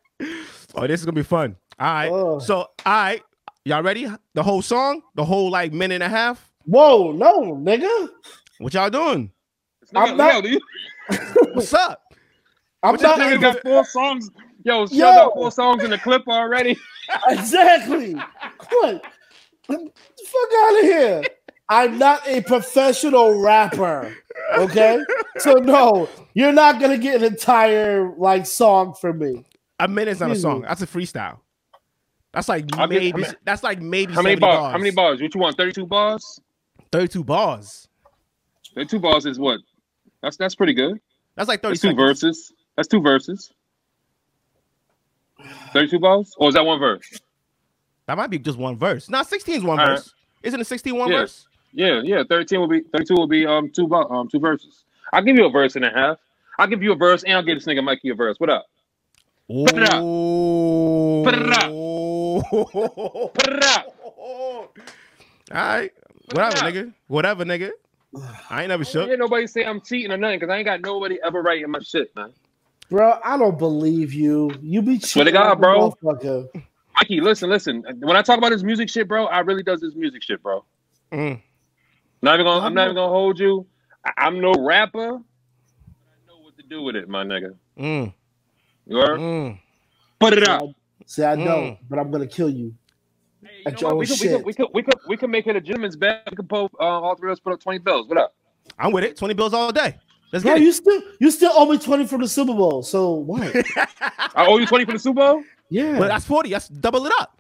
Speaker 2: Oh, this is gonna be fun. All right.
Speaker 4: Oh.
Speaker 2: So all right, y'all ready? The whole song, the whole like minute and a half.
Speaker 4: Whoa, no, nigga.
Speaker 2: What y'all doing?
Speaker 3: up. I'm not,
Speaker 2: [laughs] What's up?
Speaker 4: I'm
Speaker 3: What y'all
Speaker 4: not
Speaker 3: niggas
Speaker 4: even-
Speaker 3: got four songs. Yo, she
Speaker 4: Yo.
Speaker 3: got four songs in the clip already.
Speaker 4: Exactly. What? Get the fuck out of here. I'm not a professional rapper. Okay? So no, you're not gonna get an entire like song from me.
Speaker 2: A minute's not a
Speaker 4: Excuse
Speaker 2: song.
Speaker 4: me.
Speaker 2: That's a freestyle. That's like
Speaker 3: I'll give-
Speaker 2: maybe.
Speaker 3: how many-
Speaker 2: that's like maybe.
Speaker 3: How many
Speaker 2: 70
Speaker 3: bars? How many bars? What you want? Thirty-two bars.
Speaker 2: Thirty-two bars.
Speaker 3: Thirty-two bars is what? That's that's pretty good.
Speaker 2: That's like
Speaker 3: That's
Speaker 2: 30
Speaker 3: two
Speaker 2: seconds.
Speaker 3: verses. That's two verses. Thirty-two bars, or is that one verse?
Speaker 2: That might be just one verse. Not 16 is one
Speaker 3: All right.
Speaker 2: verse. Isn't it 16 one
Speaker 3: yeah.
Speaker 2: verse?
Speaker 3: Yeah, yeah. Thirteen will be thirty-two will be um two bar, um two verses. I'll give you a verse and a half. I'll give you a verse and I'll give this nigga Mikey a verse. What up?
Speaker 2: Put
Speaker 3: it up.
Speaker 2: Put
Speaker 3: it up.
Speaker 2: [laughs] Put
Speaker 3: it up.
Speaker 2: All right. Whatever, nigga. Whatever, nigga. I ain't never
Speaker 3: Don't
Speaker 2: shook.
Speaker 3: hear nobody say I'm cheating or nothing because I ain't got nobody ever writing my shit, man.
Speaker 4: Bro, I don't believe you. You be
Speaker 3: Swear to
Speaker 4: cheating
Speaker 3: God,
Speaker 4: like a
Speaker 3: bro.
Speaker 4: motherfucker.
Speaker 3: Mikey, listen, listen. When I talk about this music shit, bro, I really does this music shit, bro.
Speaker 2: Mm.
Speaker 3: Not even gonna, I'm not even gonna hold you. I, am no rapper. But I know what to do with it, my nigga.
Speaker 2: Mm.
Speaker 3: You heard?
Speaker 4: Mm.
Speaker 3: Put it up.
Speaker 4: See, I don't,
Speaker 3: Mm.
Speaker 4: but I'm gonna kill you. At
Speaker 3: You
Speaker 4: your
Speaker 3: know what?
Speaker 4: own
Speaker 3: we, could, we,
Speaker 4: shit.
Speaker 3: could, we could we could we could make it a gentleman's bet. We could both uh, all three of us put up twenty bills. What up?
Speaker 2: I'm with it. 20 bills all day. Let's
Speaker 4: Bro,
Speaker 2: get it.
Speaker 4: you still you still owe me 20 from the Super Bowl. So [laughs] what?
Speaker 2: [laughs]
Speaker 3: I owe you twenty for the Super Bowl.
Speaker 4: Yeah.
Speaker 2: Well, that's 40. That's double it up.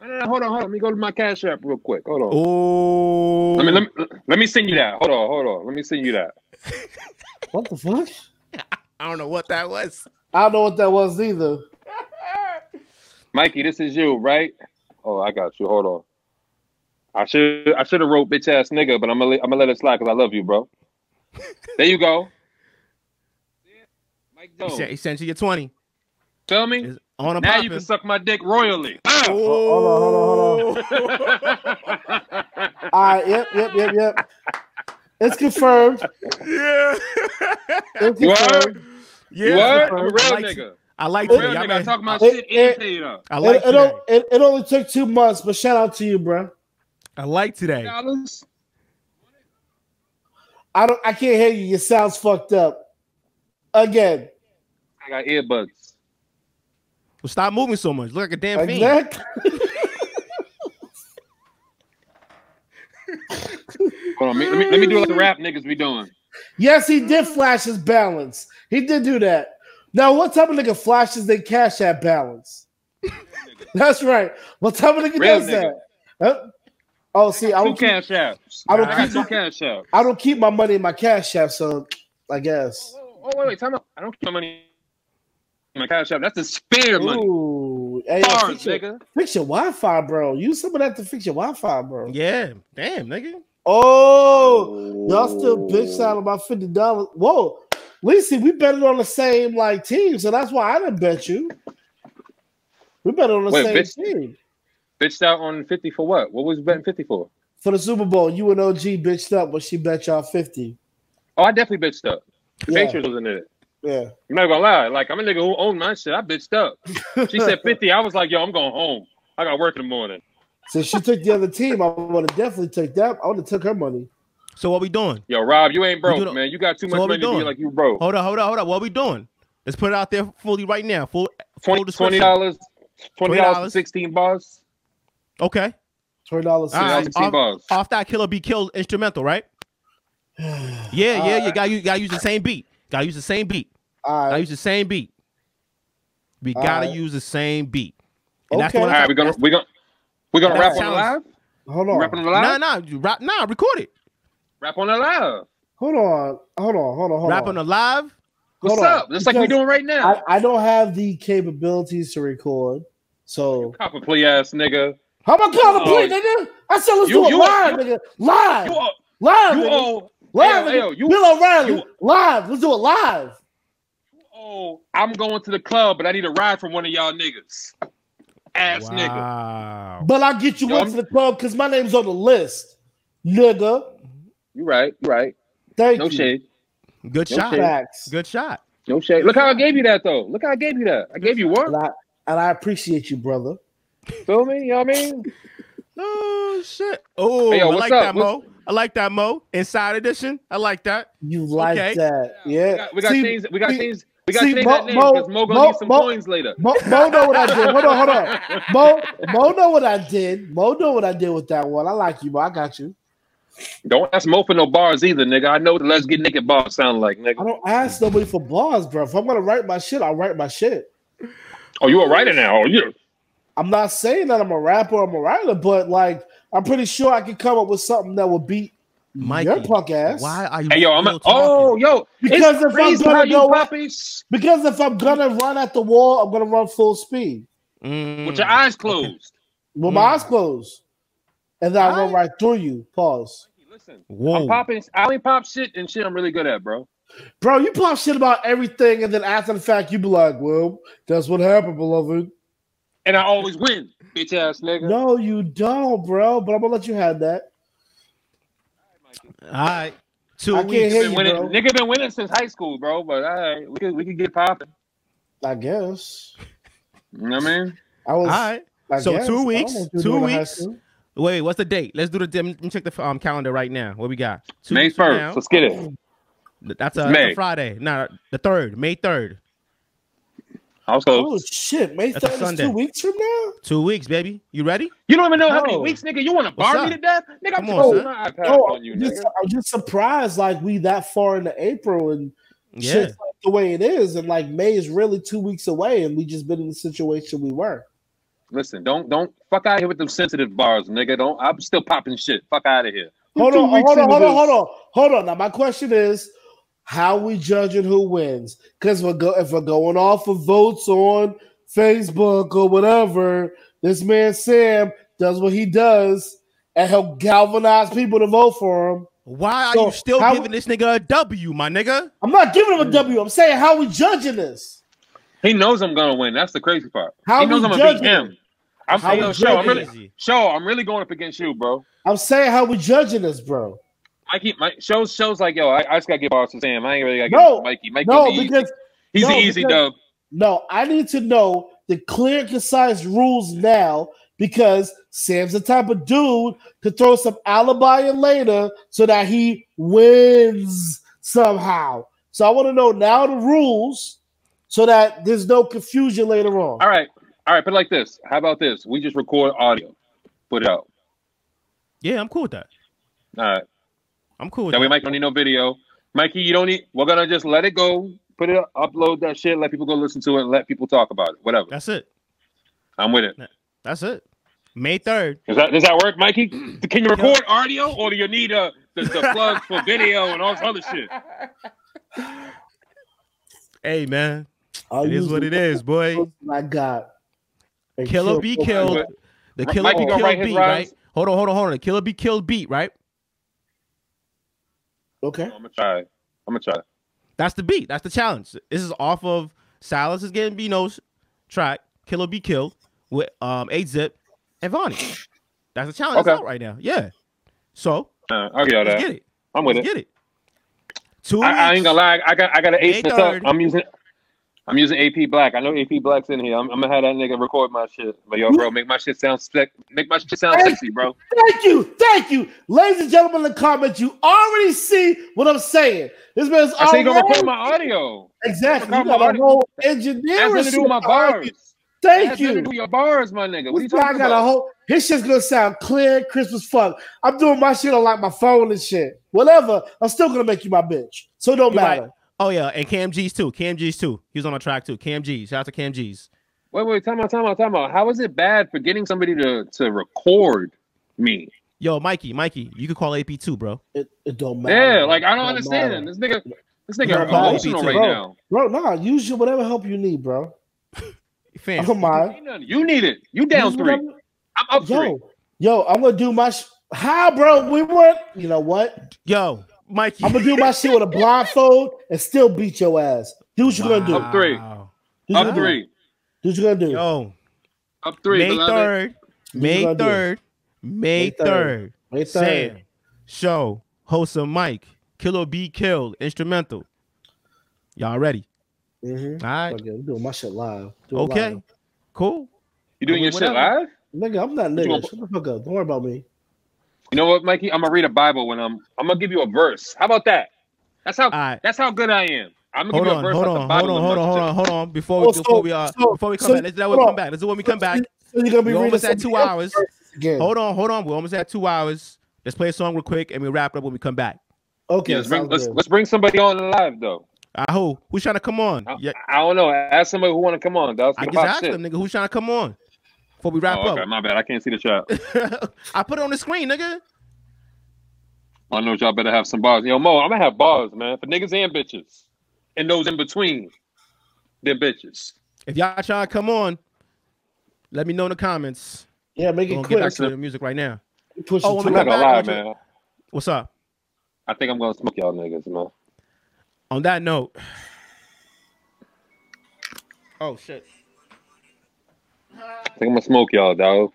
Speaker 3: No, no, no, hold on, hold on. Let me go to my cash app real quick. Hold on.
Speaker 2: Oh.
Speaker 3: Let me let me let me send you that. Hold on, hold on. Let me send you that.
Speaker 4: What the fuck?
Speaker 2: I don't know what that was.
Speaker 4: I don't know what that was either.
Speaker 3: Mikey, this is you, right? Oh, I got you. Hold on. I should I should have wrote bitch ass nigga, but I'm gonna I'm gonna let it slide because I love you,
Speaker 4: [laughs]
Speaker 3: bro. There you go. Mike
Speaker 2: He
Speaker 3: Jones,
Speaker 2: sent, he sent you your 20.
Speaker 3: tell me.
Speaker 2: on a
Speaker 3: now you
Speaker 2: poppin'.
Speaker 3: can suck my dick
Speaker 4: [laughs]
Speaker 3: royally. Ah.
Speaker 4: Oh, Hold on, hold on,
Speaker 3: [laughs]
Speaker 4: hold on. All right, yep, yep, yep, yep. It's confirmed.
Speaker 2: Yeah. [laughs]
Speaker 4: It's
Speaker 3: You
Speaker 4: confirmed.
Speaker 3: heard? You heard? I'm a real
Speaker 2: I like
Speaker 3: nigga.
Speaker 2: you. I like
Speaker 4: Real
Speaker 2: you.
Speaker 4: nigga,
Speaker 2: Y'all
Speaker 4: I
Speaker 2: man.
Speaker 4: talk my
Speaker 3: My shit
Speaker 4: it-
Speaker 3: is paid up.
Speaker 2: I like
Speaker 4: it, it,
Speaker 2: today.
Speaker 4: o- it, it only took two months, but shout out to you, bro.
Speaker 2: I like today.
Speaker 3: Dollars?
Speaker 4: I don't. I can't hear you. Your sound's fucked up. Again.
Speaker 3: I got earbuds.
Speaker 2: Well, stop moving so much. Look like a damn
Speaker 4: Like
Speaker 2: fiend.
Speaker 3: Hold on, let me, let me do like the rap niggas be doing.
Speaker 4: [laughs] Yes, he did flash his balance. He did do that. Now, what type of nigga flashes their cash at balance? That's right. What type of nigga
Speaker 3: Real
Speaker 4: does
Speaker 3: nigga.
Speaker 4: that? Huh? Oh, see, I
Speaker 3: Two
Speaker 4: don't keep,
Speaker 3: cash apps.
Speaker 4: I don't
Speaker 3: got
Speaker 4: keep-
Speaker 3: two cash apps.
Speaker 4: I don't keep my money in my cash app, so I guess.
Speaker 3: Oh wait, wait, time out. I don't keep my money. in My cash app. That's the spare money.
Speaker 4: Ooh, hey, yo,
Speaker 3: Bars,
Speaker 4: fix, your,
Speaker 3: nigga.
Speaker 4: fix your Wi-Fi, bro. Use some of that to fix your Wi-Fi, bro.
Speaker 2: Yeah, damn, nigga.
Speaker 4: Oh, y'all still bitch out about fifty dollars. Whoa, Lisa, we betted on the same like team, so that's why I didn't bet you. We bet on the
Speaker 3: Wait,
Speaker 4: same
Speaker 3: bitch-
Speaker 4: team
Speaker 3: Bitched out on fifty for what? What was betting fifty for?
Speaker 4: for the Super Bowl. You and OG bitched up, but she bet y'all fifty.
Speaker 3: Oh, I definitely bitched up. The
Speaker 4: Yeah.
Speaker 3: Patriots was in it.
Speaker 4: Yeah,
Speaker 3: I'm not gonna lie. Like I'm a nigga who owned my shit. I bitched up. She
Speaker 2: [laughs]
Speaker 3: said fifty. I was like, yo, I'm going home. I got work in the morning.
Speaker 4: so she took the other team. I would have definitely took that. I would have took her money.
Speaker 2: So what we doing?
Speaker 3: Yo, Rob, you ain't broke,
Speaker 2: You do the-
Speaker 3: man. You got too
Speaker 2: So
Speaker 3: much
Speaker 2: what we
Speaker 3: money to be
Speaker 2: doing?
Speaker 3: like you broke.
Speaker 2: Hold on, hold on, hold on. What we doing? Let's put it out there fully right now. Full full
Speaker 3: Twenty
Speaker 2: description.
Speaker 3: dollars. Twenty dollars
Speaker 2: $20.
Speaker 3: for sixteen bars.
Speaker 2: Okay.
Speaker 4: Twenty dollars.
Speaker 2: All right.
Speaker 3: $16
Speaker 2: Off,
Speaker 3: bars.
Speaker 2: off that killer be killed instrumental, right? [sighs] Yeah, yeah, yeah. Gotta, use- gotta use the same beat. Gotta use the same beat.
Speaker 4: All
Speaker 2: Gotta use the same beat. We
Speaker 4: All
Speaker 2: gotta
Speaker 4: right.
Speaker 2: use the same beat. And that's
Speaker 4: Okay.
Speaker 2: the one
Speaker 3: All
Speaker 2: I-
Speaker 3: right, we're gonna
Speaker 2: that's-
Speaker 3: we're gonna we're gonna
Speaker 2: that
Speaker 3: rap on the
Speaker 2: sounds-
Speaker 3: live.
Speaker 4: Hold
Speaker 3: Rap on
Speaker 4: on.
Speaker 3: the live.
Speaker 2: Nah, nah, you rap, nah, record it.
Speaker 3: Rap on the live.
Speaker 4: Hold on. Hold on. Hold on. Hold
Speaker 2: rap
Speaker 4: on.
Speaker 2: on the live.
Speaker 3: What's
Speaker 4: Hold on,
Speaker 3: up? Just like we're
Speaker 4: because
Speaker 3: doing right now.
Speaker 4: I, I don't have the capabilities to record. So
Speaker 3: Copper play ass nigga.
Speaker 4: how about call the
Speaker 3: Oh.
Speaker 4: play, nigga? I said let's
Speaker 3: You-
Speaker 4: do it
Speaker 3: you-
Speaker 4: live,
Speaker 3: you-
Speaker 4: nigga. Live,
Speaker 3: You all,
Speaker 4: live,
Speaker 3: you
Speaker 4: nigga.
Speaker 3: all,
Speaker 4: live,
Speaker 3: Ayo,
Speaker 4: nigga.
Speaker 3: ayo, you-
Speaker 4: Bill O'Reilly,
Speaker 3: you-
Speaker 4: live. Let's do it live.
Speaker 3: oh, I'm going to the club, but I need a ride from one of y'all niggas. Ass nigga.
Speaker 2: Wow.
Speaker 4: But I'll get you
Speaker 3: Yo,
Speaker 4: into the club because my name's on the list, nigga.
Speaker 3: You right, you right.
Speaker 4: Thank
Speaker 3: No
Speaker 4: you.
Speaker 3: shade.
Speaker 2: Good
Speaker 3: No
Speaker 2: shot.
Speaker 3: shade.
Speaker 4: Facts.
Speaker 2: Good shot.
Speaker 3: No shade. Look how I gave you that though. Look how I gave you that. I gave you
Speaker 4: And
Speaker 3: one.
Speaker 4: I, and I appreciate you, brother.
Speaker 3: Feel me? You know what I mean?
Speaker 2: Oh shit. Oh,
Speaker 3: Hey, yo,
Speaker 2: I
Speaker 3: what's
Speaker 2: like
Speaker 3: up?
Speaker 2: that, Mo.
Speaker 3: What's-
Speaker 2: I like that, Mo. Inside edition. I like that.
Speaker 4: You like
Speaker 2: Okay.
Speaker 4: that, yeah?
Speaker 3: We got, we got
Speaker 4: See,
Speaker 3: things. We got
Speaker 4: see-
Speaker 3: things. We got
Speaker 4: see,
Speaker 3: things
Speaker 4: Mo-
Speaker 3: that name
Speaker 4: Mo-
Speaker 3: because Mo gonna
Speaker 4: Mo-
Speaker 3: need some
Speaker 4: Mo-
Speaker 3: coins later.
Speaker 4: Mo, Mo know what I did. Hold on, hold on. Mo, Mo know what I did. Mo know what I did with that one. I like you, Mo. I got you.
Speaker 3: Don't ask Mo for no bars either, nigga. I know what the let's get naked bars sound like,
Speaker 4: I
Speaker 3: nigga.
Speaker 4: don't ask nobody for bars, bro. If I'm gonna write my shit, I'll write my shit.
Speaker 3: Oh, you a writer now? Oh, you?
Speaker 4: I'm not saying that I'm a rapper, I'm a writer, but like I'm pretty sure I could come up with something that would beat
Speaker 2: Mikey,
Speaker 4: your punk ass.
Speaker 2: Why are you?
Speaker 3: Hey, yo, I'm.
Speaker 2: still
Speaker 3: A, oh,
Speaker 2: talking?
Speaker 3: yo.
Speaker 4: Because if
Speaker 3: it's
Speaker 4: I'm
Speaker 3: crazy
Speaker 4: gonna
Speaker 3: how you
Speaker 4: go up-
Speaker 3: puppies
Speaker 4: Because if I'm gonna run at the wall, I'm gonna run full speed
Speaker 2: Mm.
Speaker 3: with your eyes closed.
Speaker 4: with my eyes closed, and then I run right through you. Pause,
Speaker 3: Listen,
Speaker 2: Whoa.
Speaker 3: I'm popping. I only pop shit and shit I'm really good at, bro.
Speaker 4: bro. You pop shit about everything, and then after the fact, you be like, "Well, that's what happened, beloved."
Speaker 3: And I always win, bitch ass nigga.
Speaker 4: No, you don't, bro. But I'm gonna let you have that.
Speaker 2: All right. Two
Speaker 4: I can't
Speaker 2: weeks.
Speaker 4: hear
Speaker 3: Been
Speaker 4: you,
Speaker 3: winning-
Speaker 4: bro.
Speaker 3: nigga been winning since high school, bro. But all right, we could we could get popping.
Speaker 4: I guess.
Speaker 3: You know what I mean?
Speaker 4: I was.
Speaker 2: All right.
Speaker 4: I
Speaker 2: So
Speaker 4: guess.
Speaker 2: two
Speaker 4: I don't
Speaker 2: weeks,
Speaker 4: know what you
Speaker 2: two
Speaker 4: do in high
Speaker 2: weeks.
Speaker 4: school.
Speaker 2: Wait, what's the date? Let's do the. Let me check the um, calendar right now. What we got? Two
Speaker 3: May
Speaker 2: weeks from
Speaker 3: first.
Speaker 2: now. Oh.
Speaker 3: Let's get it.
Speaker 2: That's a, that's
Speaker 3: May.
Speaker 2: a Friday. No, the third. May third.
Speaker 3: I was
Speaker 4: Oh
Speaker 3: close.
Speaker 4: shit! May
Speaker 2: That's a
Speaker 4: third is
Speaker 2: Sunday.
Speaker 4: two weeks from now.
Speaker 2: Two weeks, baby. You ready?
Speaker 3: You don't even know how many
Speaker 4: No.
Speaker 3: weeks, nigga. You want to
Speaker 2: What's
Speaker 3: bar
Speaker 2: up?
Speaker 3: me to death, nigga? I'm
Speaker 2: Come on,
Speaker 3: oh,
Speaker 2: son.
Speaker 3: my iPad
Speaker 4: Oh,
Speaker 3: on you,
Speaker 4: I'm just,
Speaker 3: nigga.
Speaker 4: I'm just surprised like we that far into April and
Speaker 2: Yeah.
Speaker 4: shit's like the way it is, and like May is really two weeks away, and we just been in the situation we were.
Speaker 3: Listen, don't don't fuck out here with them sensitive bars, nigga. Don't. I'm still popping shit. Fuck out of here.
Speaker 4: Hold
Speaker 10: two
Speaker 4: on,
Speaker 10: weeks
Speaker 4: hold on,
Speaker 10: into
Speaker 4: hold on,
Speaker 10: this.
Speaker 4: hold on, hold on. Now my question is, how we judging who wins? Because we're go if we're going off of votes on Facebook or whatever, this man Sam does what he does, and he'll galvanize people to vote for him.
Speaker 2: Why are
Speaker 4: So,
Speaker 2: you still
Speaker 4: how-
Speaker 2: giving this nigga a W, my nigga?
Speaker 4: I'm not giving
Speaker 3: Mm.
Speaker 4: him a W. I'm saying how we judging this.
Speaker 3: He knows I'm gonna win. That's the crazy part.
Speaker 4: How
Speaker 3: he knows
Speaker 4: we
Speaker 3: I'm gonna
Speaker 4: judging
Speaker 3: beat him. I'm,
Speaker 4: How
Speaker 3: hey, yo,
Speaker 4: we
Speaker 3: show. I'm
Speaker 4: judging
Speaker 3: really, show. I'm really going up against you, bro.
Speaker 4: I'm saying how we judging this, bro.
Speaker 3: Mikey, my shows shows like yo, I, I just gotta get bars to Sam. I ain't really gotta get
Speaker 4: No,
Speaker 3: Mikey. Mikey,
Speaker 4: No,
Speaker 3: the easy-
Speaker 4: because
Speaker 3: he's
Speaker 4: no,
Speaker 3: the easy
Speaker 4: because-
Speaker 3: dub.
Speaker 4: no, I need to know the clear, concise rules now because Sam's the type of dude to throw some alibi in later so that he wins somehow. So I want to know now the rules so that there's no confusion later on.
Speaker 3: All right, all right. Put it like this. How about this? We just record audio, put it out.
Speaker 2: Yeah, I'm cool with that.
Speaker 3: All right.
Speaker 2: I'm cool.
Speaker 3: That way, Mike don't need no video. Mikey, you don't need. We're gonna just let it go. Put it up, upload that shit. Let people go listen to it. Let people talk about it. Whatever.
Speaker 2: That's it.
Speaker 3: I'm with it.
Speaker 2: That's it. May third.
Speaker 3: Does that does that work,
Speaker 2: [clears throat]
Speaker 3: Mikey? Can you record audio, or do you need uh, the the plugs for video and all this other
Speaker 2: [laughs]
Speaker 3: shit?
Speaker 2: Hey man,
Speaker 4: I'll
Speaker 2: it is
Speaker 4: use
Speaker 2: what
Speaker 4: the-
Speaker 2: it
Speaker 4: [laughs]
Speaker 2: is, boy.
Speaker 4: My God, And
Speaker 2: Killer
Speaker 4: kill-
Speaker 2: be killed. The killer
Speaker 4: Mikey
Speaker 2: be
Speaker 4: gonna write
Speaker 2: killed
Speaker 4: his
Speaker 2: beat,
Speaker 4: rhymes?
Speaker 2: right? Hold on, hold on, hold on. The killer be killed beat, right?
Speaker 4: Okay.
Speaker 3: I'm gonna try. I'm gonna try.
Speaker 2: That's the beat. That's the challenge. This is off of Silas is getting Beano's track, Killer Be Killed, with um eight zip and Vonnie. That's the challenge that's
Speaker 3: Okay.
Speaker 2: out right now. Yeah. So
Speaker 3: Uh, I'll get all
Speaker 2: let's
Speaker 3: that.
Speaker 2: get it.
Speaker 3: I'm with
Speaker 2: Let's
Speaker 3: it.
Speaker 2: Get it. Two
Speaker 3: I, I ain't gonna lie. I got I got to ace
Speaker 2: May
Speaker 3: this up.
Speaker 2: 3rd.
Speaker 3: I'm using. I'm using AP Black. I know AP Black's in here. I'm, I'm gonna have that nigga record my shit. But yo, bro, make my shit sound spec. Make my shit sound sexy, bro.
Speaker 4: Thank you, thank you, ladies and gentlemen. In the comments, you already see what I'm saying. This man's
Speaker 3: I say you gonna
Speaker 4: already-
Speaker 3: record my audio.
Speaker 4: Exactly. You
Speaker 3: record my
Speaker 4: got a
Speaker 3: audio.
Speaker 4: whole engineer.
Speaker 3: That's nothing to do with my bars.
Speaker 4: Thank
Speaker 3: That's nothing
Speaker 4: you.
Speaker 3: to do with your bars, my nigga. What
Speaker 4: This
Speaker 3: you
Speaker 4: guy
Speaker 3: talking
Speaker 4: got
Speaker 3: about?
Speaker 4: a whole. His shit's gonna sound clear, crisp as fuck. I'm doing my shit on like my phone and shit. Whatever. I'm still gonna make you my bitch. So it don't
Speaker 2: You right.
Speaker 4: matter.
Speaker 2: Oh yeah, and Cam G's too. Cam G's too. He was on my track too. Cam G's. Shout out to Cam G's.
Speaker 3: Wait, wait, time out, time out, time out. How is it bad for getting somebody to to record me?
Speaker 2: Yo, Mikey, Mikey, you could call AP too, bro.
Speaker 4: It, it don't
Speaker 3: Yeah, like I don't understand. This nigga, this
Speaker 2: You
Speaker 3: nigga
Speaker 2: gotta call
Speaker 3: emotional
Speaker 2: AP
Speaker 3: right
Speaker 2: too.
Speaker 4: bro,
Speaker 3: now.
Speaker 4: Bro, nah, use your whatever help you need, bro. I don't mind.
Speaker 3: You need it. You down
Speaker 4: Use
Speaker 3: three.
Speaker 4: whatever-
Speaker 3: I'm up
Speaker 4: yo,
Speaker 3: three.
Speaker 4: Yo, I'm gonna do my. Sh- Hi, bro. We weren't. You know what?
Speaker 2: Yo, Mikey.
Speaker 4: I'm gonna do my shit with a blindfold and still beat your ass. Do what you gonna do.
Speaker 3: Up three.
Speaker 4: Do what you
Speaker 3: Up
Speaker 4: gonna do.
Speaker 3: three.
Speaker 4: Do what you gonna do.
Speaker 2: Yo,
Speaker 3: Up three.
Speaker 2: May
Speaker 3: beloved.
Speaker 2: third. May
Speaker 4: gonna do.
Speaker 2: third. May
Speaker 4: May third.
Speaker 2: third.
Speaker 4: May
Speaker 2: Sam,
Speaker 4: third.
Speaker 2: show, host of Mike, Killer B killed, instrumental. Y'all ready?
Speaker 4: Mm-hmm.
Speaker 2: All right.
Speaker 4: Okay, I'm doing my shit live. Do it
Speaker 2: Okay.
Speaker 4: live.
Speaker 2: Cool.
Speaker 3: You doing your shit
Speaker 4: Whatever.
Speaker 3: live?
Speaker 4: Nigga, I'm not
Speaker 3: you
Speaker 4: nigga.
Speaker 3: want-
Speaker 4: Shut the fuck up. Don't worry about me.
Speaker 3: You know what, Mikey? I'm gonna read a Bible when I'm. I'm gonna give you a verse. How about that? That's how. That's how good I am. I'm gonna
Speaker 2: Hold
Speaker 3: give you a
Speaker 2: on,
Speaker 3: verse
Speaker 2: hold
Speaker 3: off
Speaker 2: on,
Speaker 3: the Bible.
Speaker 2: hold on, hold on, hold on, hold on. Before we
Speaker 4: Oh, so-
Speaker 2: before we uh
Speaker 4: so-
Speaker 2: before we come
Speaker 4: so-
Speaker 2: back, let's do that when we
Speaker 4: hold
Speaker 2: come
Speaker 4: on.
Speaker 2: back. Let's do when we come back.
Speaker 4: So you're gonna be
Speaker 2: We're
Speaker 4: reading
Speaker 2: almost at two
Speaker 4: somebody
Speaker 2: hours.
Speaker 4: else's verse Again.
Speaker 2: Hold on, hold on. We're almost at two hours. Let's play a song real quick and we wrap it up when we come back.
Speaker 4: Okay.
Speaker 3: Yeah, let's, bring,
Speaker 4: sounds
Speaker 3: let's,
Speaker 4: good.
Speaker 3: let's bring somebody on live though.
Speaker 2: Uh, who? Who's trying to come on? Yeah,
Speaker 3: I don't know. Ask somebody who want to come on. That's
Speaker 2: I just
Speaker 3: Oh, about
Speaker 2: asked
Speaker 3: shit.
Speaker 2: them, nigga, who's trying to come on? Before we wrap
Speaker 3: Oh, okay,
Speaker 2: up.
Speaker 3: my bad. I can't see the chat.
Speaker 2: [laughs] I put it on the screen, nigga.
Speaker 3: I know y'all better have some bars. Yo, Mo, I'm gonna have bars, man, for niggas and bitches, and those in between, them bitches.
Speaker 2: If y'all trying to come on, let me know in the comments.
Speaker 4: Yeah, make
Speaker 2: We're
Speaker 4: it
Speaker 2: gonna get
Speaker 4: quick.
Speaker 2: back to the music right now.
Speaker 4: Push
Speaker 2: Oh,
Speaker 4: it to
Speaker 2: when we
Speaker 3: I'm
Speaker 4: Come
Speaker 3: not
Speaker 2: come
Speaker 3: gonna
Speaker 2: back,
Speaker 3: lie,
Speaker 2: what you-
Speaker 3: man.
Speaker 2: What's up?
Speaker 3: I think I'm gonna smoke y'all niggas, man.
Speaker 2: On that note. Oh shit.
Speaker 3: I think I'm gonna smoke y'all, dog.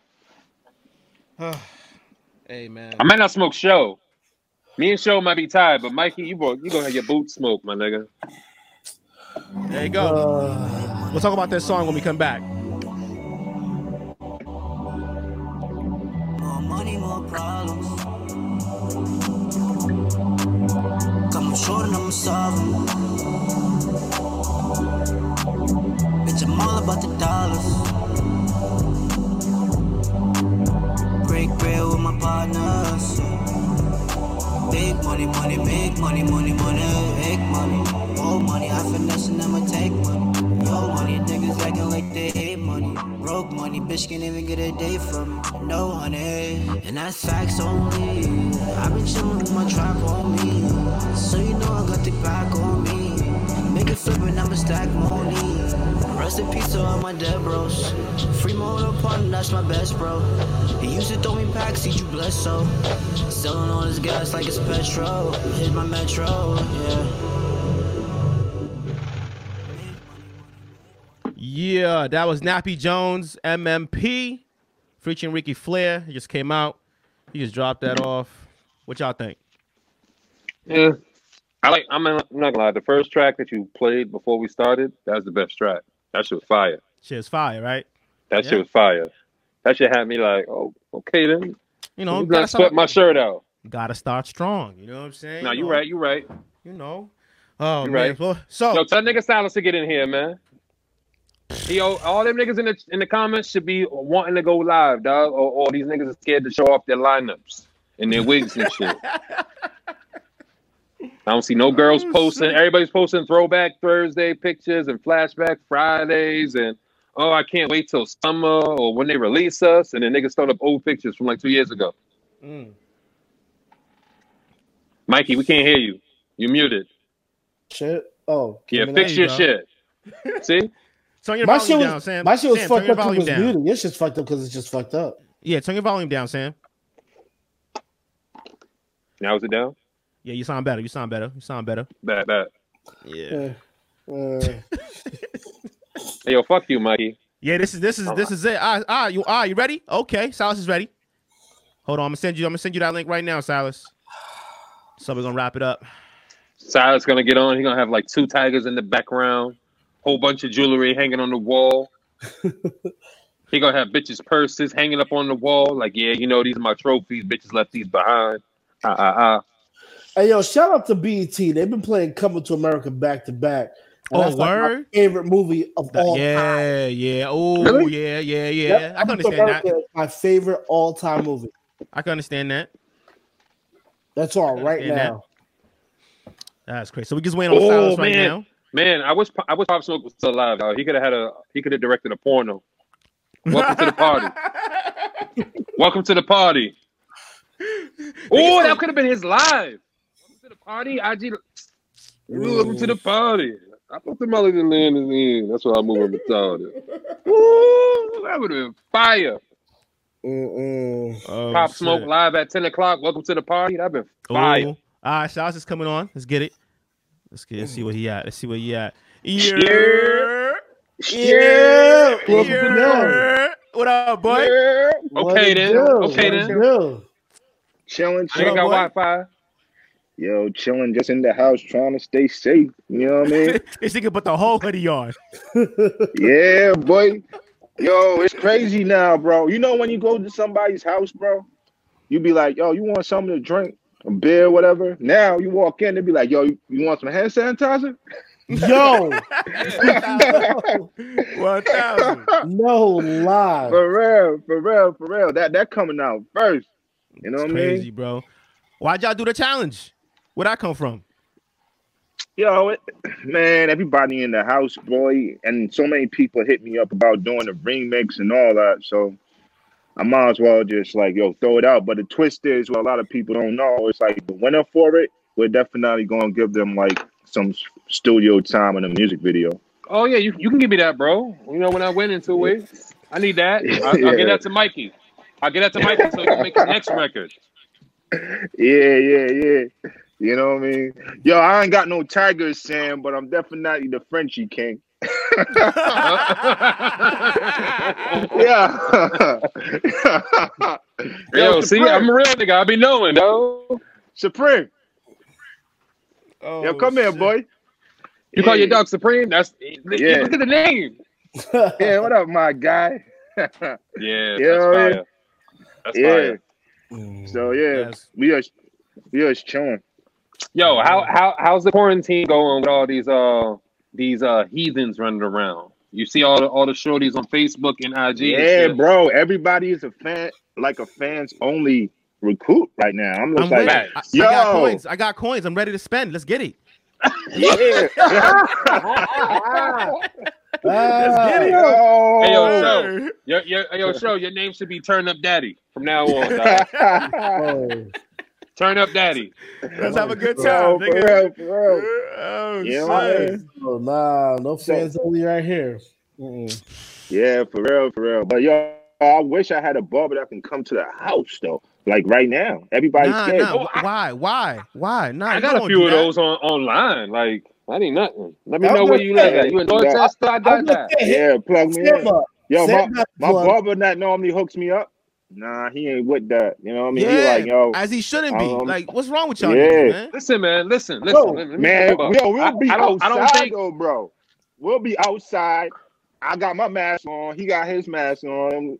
Speaker 2: hey man.
Speaker 3: I might not smoke show. Me and show might be tired, but Mikey, you bro, you gonna have your boot smoked, my nigga.
Speaker 2: There you go. we'll talk about that song when we come back.
Speaker 5: More money, more problems. Come short and I'm solving. Bitch, I'm all about the dollars. Break bread with my partners. Big money, money, big money, money, money, big money. Old money, I finesse and I'ma take money. Yo money, niggas acting like they hate money. Broke money, bitch can't even get a day from me. No honey, and that's facts only. I've been chillin' with my trap on me. So you know I got the back on me. Make it flip and I'ma stack money. Rest in peace to all my dead bros. Free motor partner, that's my best bro. He used to throw me back, see you blessed so. Selling all this gas like it's petrol. Hit my metro, yeah.
Speaker 2: Yeah, that was Nappy Jones, MMP, featuring Ricky Flair. It just came out. He just dropped that off. What y'all think?
Speaker 3: Yeah. I like. I'm not I'm not gonna lie. The first track that you played before we started, that was the best track. That shit was fire.
Speaker 2: Shit's fire, right?
Speaker 3: That
Speaker 2: Yeah.
Speaker 3: shit was fire. That shit had me like, oh, okay then.
Speaker 2: You know,
Speaker 3: Let me
Speaker 2: gotta
Speaker 3: not sweat
Speaker 2: start,
Speaker 3: my shirt out.
Speaker 2: gotta start strong. You know what I'm saying?
Speaker 3: No, you
Speaker 2: know,
Speaker 3: right. You right.
Speaker 2: You know. Oh
Speaker 3: You
Speaker 2: man.
Speaker 3: right.
Speaker 2: Well, so
Speaker 3: Yo, tell nigga Silas to get in here, man. Yo, all them niggas in the in the comments should be wanting to go live, dog. Or, or these niggas are scared to show off their lineups and their wigs and shit. I don't see no girls posting. Everybody's posting throwback Thursday pictures and flashback Fridays and oh, I can't wait till summer or when they release us. And then niggas start up old pictures from like two years ago.
Speaker 2: Mm.
Speaker 3: Mikey, we can't hear you. You're muted.
Speaker 4: Shit. Oh,
Speaker 3: Yeah,
Speaker 4: I mean,
Speaker 3: fix
Speaker 4: there
Speaker 3: your
Speaker 4: you go.
Speaker 3: shit.
Speaker 4: [laughs]
Speaker 3: See?
Speaker 2: Turn your
Speaker 4: My
Speaker 2: volume
Speaker 4: shit was
Speaker 2: down, Sam.
Speaker 4: my shit was
Speaker 2: Sam, turn
Speaker 4: fucked
Speaker 2: your
Speaker 4: up because it
Speaker 2: volume
Speaker 4: was
Speaker 2: down.
Speaker 4: muted. Your shit's fucked up because it's just fucked up.
Speaker 2: Yeah, turn your volume down, Sam.
Speaker 3: Now is it down?
Speaker 2: Yeah, you sound better. You sound better. You sound better.
Speaker 3: Bad, bad.
Speaker 2: Yeah.
Speaker 4: Uh,
Speaker 3: Hey, yo, fuck you, Mikey.
Speaker 2: Yeah, this is this is this is it. Ah, ah, you ah, you ready? Okay, Silas is ready. Hold on, I'm gonna send you. I'm gonna send you that link right now, Silas. So we're gonna wrap it up.
Speaker 3: Silas gonna get on. He gonna have like two tigers in the background, whole bunch of jewelry hanging on the
Speaker 4: [laughs]
Speaker 3: wall. he gonna have bitches' purses hanging up on the wall. Like, yeah, you know, these are my trophies. Bitches left these behind. Ah, ah, ah.
Speaker 4: Hey yo, shout out to BET. They've been playing Coming to America back to back. And
Speaker 2: Oh,
Speaker 4: that's, like, my
Speaker 2: word?
Speaker 4: favorite movie of
Speaker 3: Oh,
Speaker 4: all time.
Speaker 2: Yeah, yeah. Oh,
Speaker 4: Really?
Speaker 2: yeah, yeah, yeah.
Speaker 4: Yep,
Speaker 2: I can
Speaker 4: Coming to
Speaker 2: understand that.
Speaker 4: America is My favorite all time movie.
Speaker 2: I can understand that.
Speaker 4: That's all right
Speaker 2: understand that.
Speaker 4: now.
Speaker 2: That's crazy. So we just waiting on Silas right
Speaker 3: Oh, man,
Speaker 2: now.
Speaker 3: man, I wish I wish Pop Smoke was still alive. Dog. He could have had a he could have directed a porno. Welcome to the party. Welcome to the party. Oh, that could have been his live. Welcome to the party. IG. Welcome to the party. I put the melody land in the end. That's why I move him [laughs] retarded. Ooh, that would have been fire.
Speaker 2: [laughs] Oh,
Speaker 3: Pop
Speaker 2: shit.
Speaker 3: Smoke live at 10 o'clock. Welcome to the party. That'd been fire.
Speaker 2: Ooh. All right, Silas is coming on. Let's get it. Let's get. Let's see where he at. Let's see where he at. Yeah.
Speaker 4: Yeah. Welcome to
Speaker 2: Yeah. What up, boy?
Speaker 3: Okay then. Okay then.
Speaker 15: Chilling,
Speaker 3: I ain't
Speaker 15: chilling.
Speaker 3: got Wi Fi.
Speaker 15: Yo, chilling, just in the house, trying to stay safe. You know what I mean?
Speaker 2: [laughs] This nigga put the whole hoodie on.
Speaker 15: yeah, boy. Yo, it's crazy now, bro. You know when you go to somebody's house, bro, you be like, yo, you want something to drink, a beer, whatever. Now you walk in, they be like, yo, you, you want some hand sanitizer?
Speaker 4: Yo,
Speaker 2: [laughs] one
Speaker 15: [laughs]
Speaker 2: thousand.
Speaker 4: No lie.
Speaker 15: For real, for real, for real. That that coming out first. You know what I mean?
Speaker 2: Crazy, bro. Why'd y'all do the challenge? Where'd I come from?
Speaker 15: Yo, it, [clears throat] man, everybody in the house, boy, and so many people hit me up about doing the remix and all that. So I might as well just like, yo, throw it out. But the twist is, what a lot of people don't know, it's like the winner for it, we're definitely going to give them like some s- studio time in a music video.
Speaker 3: Oh, yeah, you, you can give me that, bro. You know, when I win in two weeks, I need that. I, I'll
Speaker 15: [laughs] Yeah.
Speaker 3: get that to Mikey. I'll get that to Mikey so he can make his next record. [laughs]
Speaker 15: Yeah, yeah, yeah. You know what I mean? Yo, I ain't got no tigers, Sam, but I'm definitely the Frenchie king. [laughs] yeah. [laughs]
Speaker 3: Yo, see, I'm a real nigga. I be knowing, though.
Speaker 15: Supreme.
Speaker 3: Oh,
Speaker 15: Yo, come
Speaker 2: Oh,
Speaker 15: here, boy.
Speaker 3: You call your
Speaker 15: Yeah.
Speaker 3: dog Supreme? That's
Speaker 15: Yeah.
Speaker 3: look at the name.
Speaker 4: [laughs]
Speaker 15: yeah, what up, my guy? yeah,
Speaker 3: Yeah,
Speaker 15: You know
Speaker 3: that's
Speaker 15: what I mean?
Speaker 3: fire. That's fire.
Speaker 2: Mm.
Speaker 15: So yeah, we are we are chilling.
Speaker 3: Yo, how how how's the quarantine going with all these uh these uh heathens running around? You see all the all the shorties on Facebook and IG. and
Speaker 15: yeah,
Speaker 3: shit.
Speaker 15: bro. Everybody is a fan, like a fans only recruit right now. I'm just
Speaker 2: I'm
Speaker 15: like,
Speaker 2: ready. I, I
Speaker 15: yo,
Speaker 2: got coins. I got coins. I'm ready to spend. Let's
Speaker 15: [laughs]
Speaker 2: get it.
Speaker 15: yeah.
Speaker 2: [laughs] Let's get it.
Speaker 3: Hey yo,
Speaker 2: Oh.
Speaker 3: show. Your, your, hey, yo, show. Your name should be Turn Up Daddy from now on. dog.
Speaker 2: [laughs]
Speaker 3: Turn Up Daddy.
Speaker 2: Let's have a good time,
Speaker 15: Yo, for
Speaker 2: nigga.
Speaker 15: real, for real.
Speaker 2: Oh,
Speaker 15: Yeah,
Speaker 2: shit.
Speaker 15: man.
Speaker 4: Oh, nah, no fans only right here.
Speaker 15: Yeah, for real, for real. But yo, I wish I had a barber that can come to the house though. Like right now, everybody's
Speaker 2: Nah,
Speaker 15: scared.
Speaker 2: nah. Why? Why? Why? Nah,
Speaker 3: I
Speaker 2: you
Speaker 3: got a
Speaker 2: don't
Speaker 3: few
Speaker 2: do
Speaker 3: of
Speaker 2: that.
Speaker 3: those on online. Like that ain't nothing. Let me
Speaker 15: I'm
Speaker 3: know where
Speaker 15: just
Speaker 3: you live
Speaker 15: saying,
Speaker 3: at. You in
Speaker 15: you know,
Speaker 3: Dorchester? I
Speaker 15: I'm
Speaker 3: got
Speaker 15: just
Speaker 3: that.
Speaker 15: saying, Yeah, plug me
Speaker 4: Sam
Speaker 15: in.
Speaker 4: up.
Speaker 15: Yo, my,
Speaker 4: Sam
Speaker 15: my
Speaker 4: up, plug.
Speaker 15: barber not normally hooks me up. Nah, he ain't with that. You know what I mean?
Speaker 2: Yeah,
Speaker 15: he like, yo,
Speaker 2: as he shouldn't be.
Speaker 15: um,
Speaker 2: Like, what's wrong with y'all,
Speaker 15: yeah.
Speaker 2: niggas, man?
Speaker 3: Listen, man. Listen, listen.
Speaker 15: Bro,
Speaker 3: let me- let me
Speaker 15: man,
Speaker 3: talk about-
Speaker 15: yo, we'll be
Speaker 3: I, I don't,
Speaker 15: outside
Speaker 3: I don't think.
Speaker 15: though, bro. We'll be outside. I got my mask on. He got his mask on.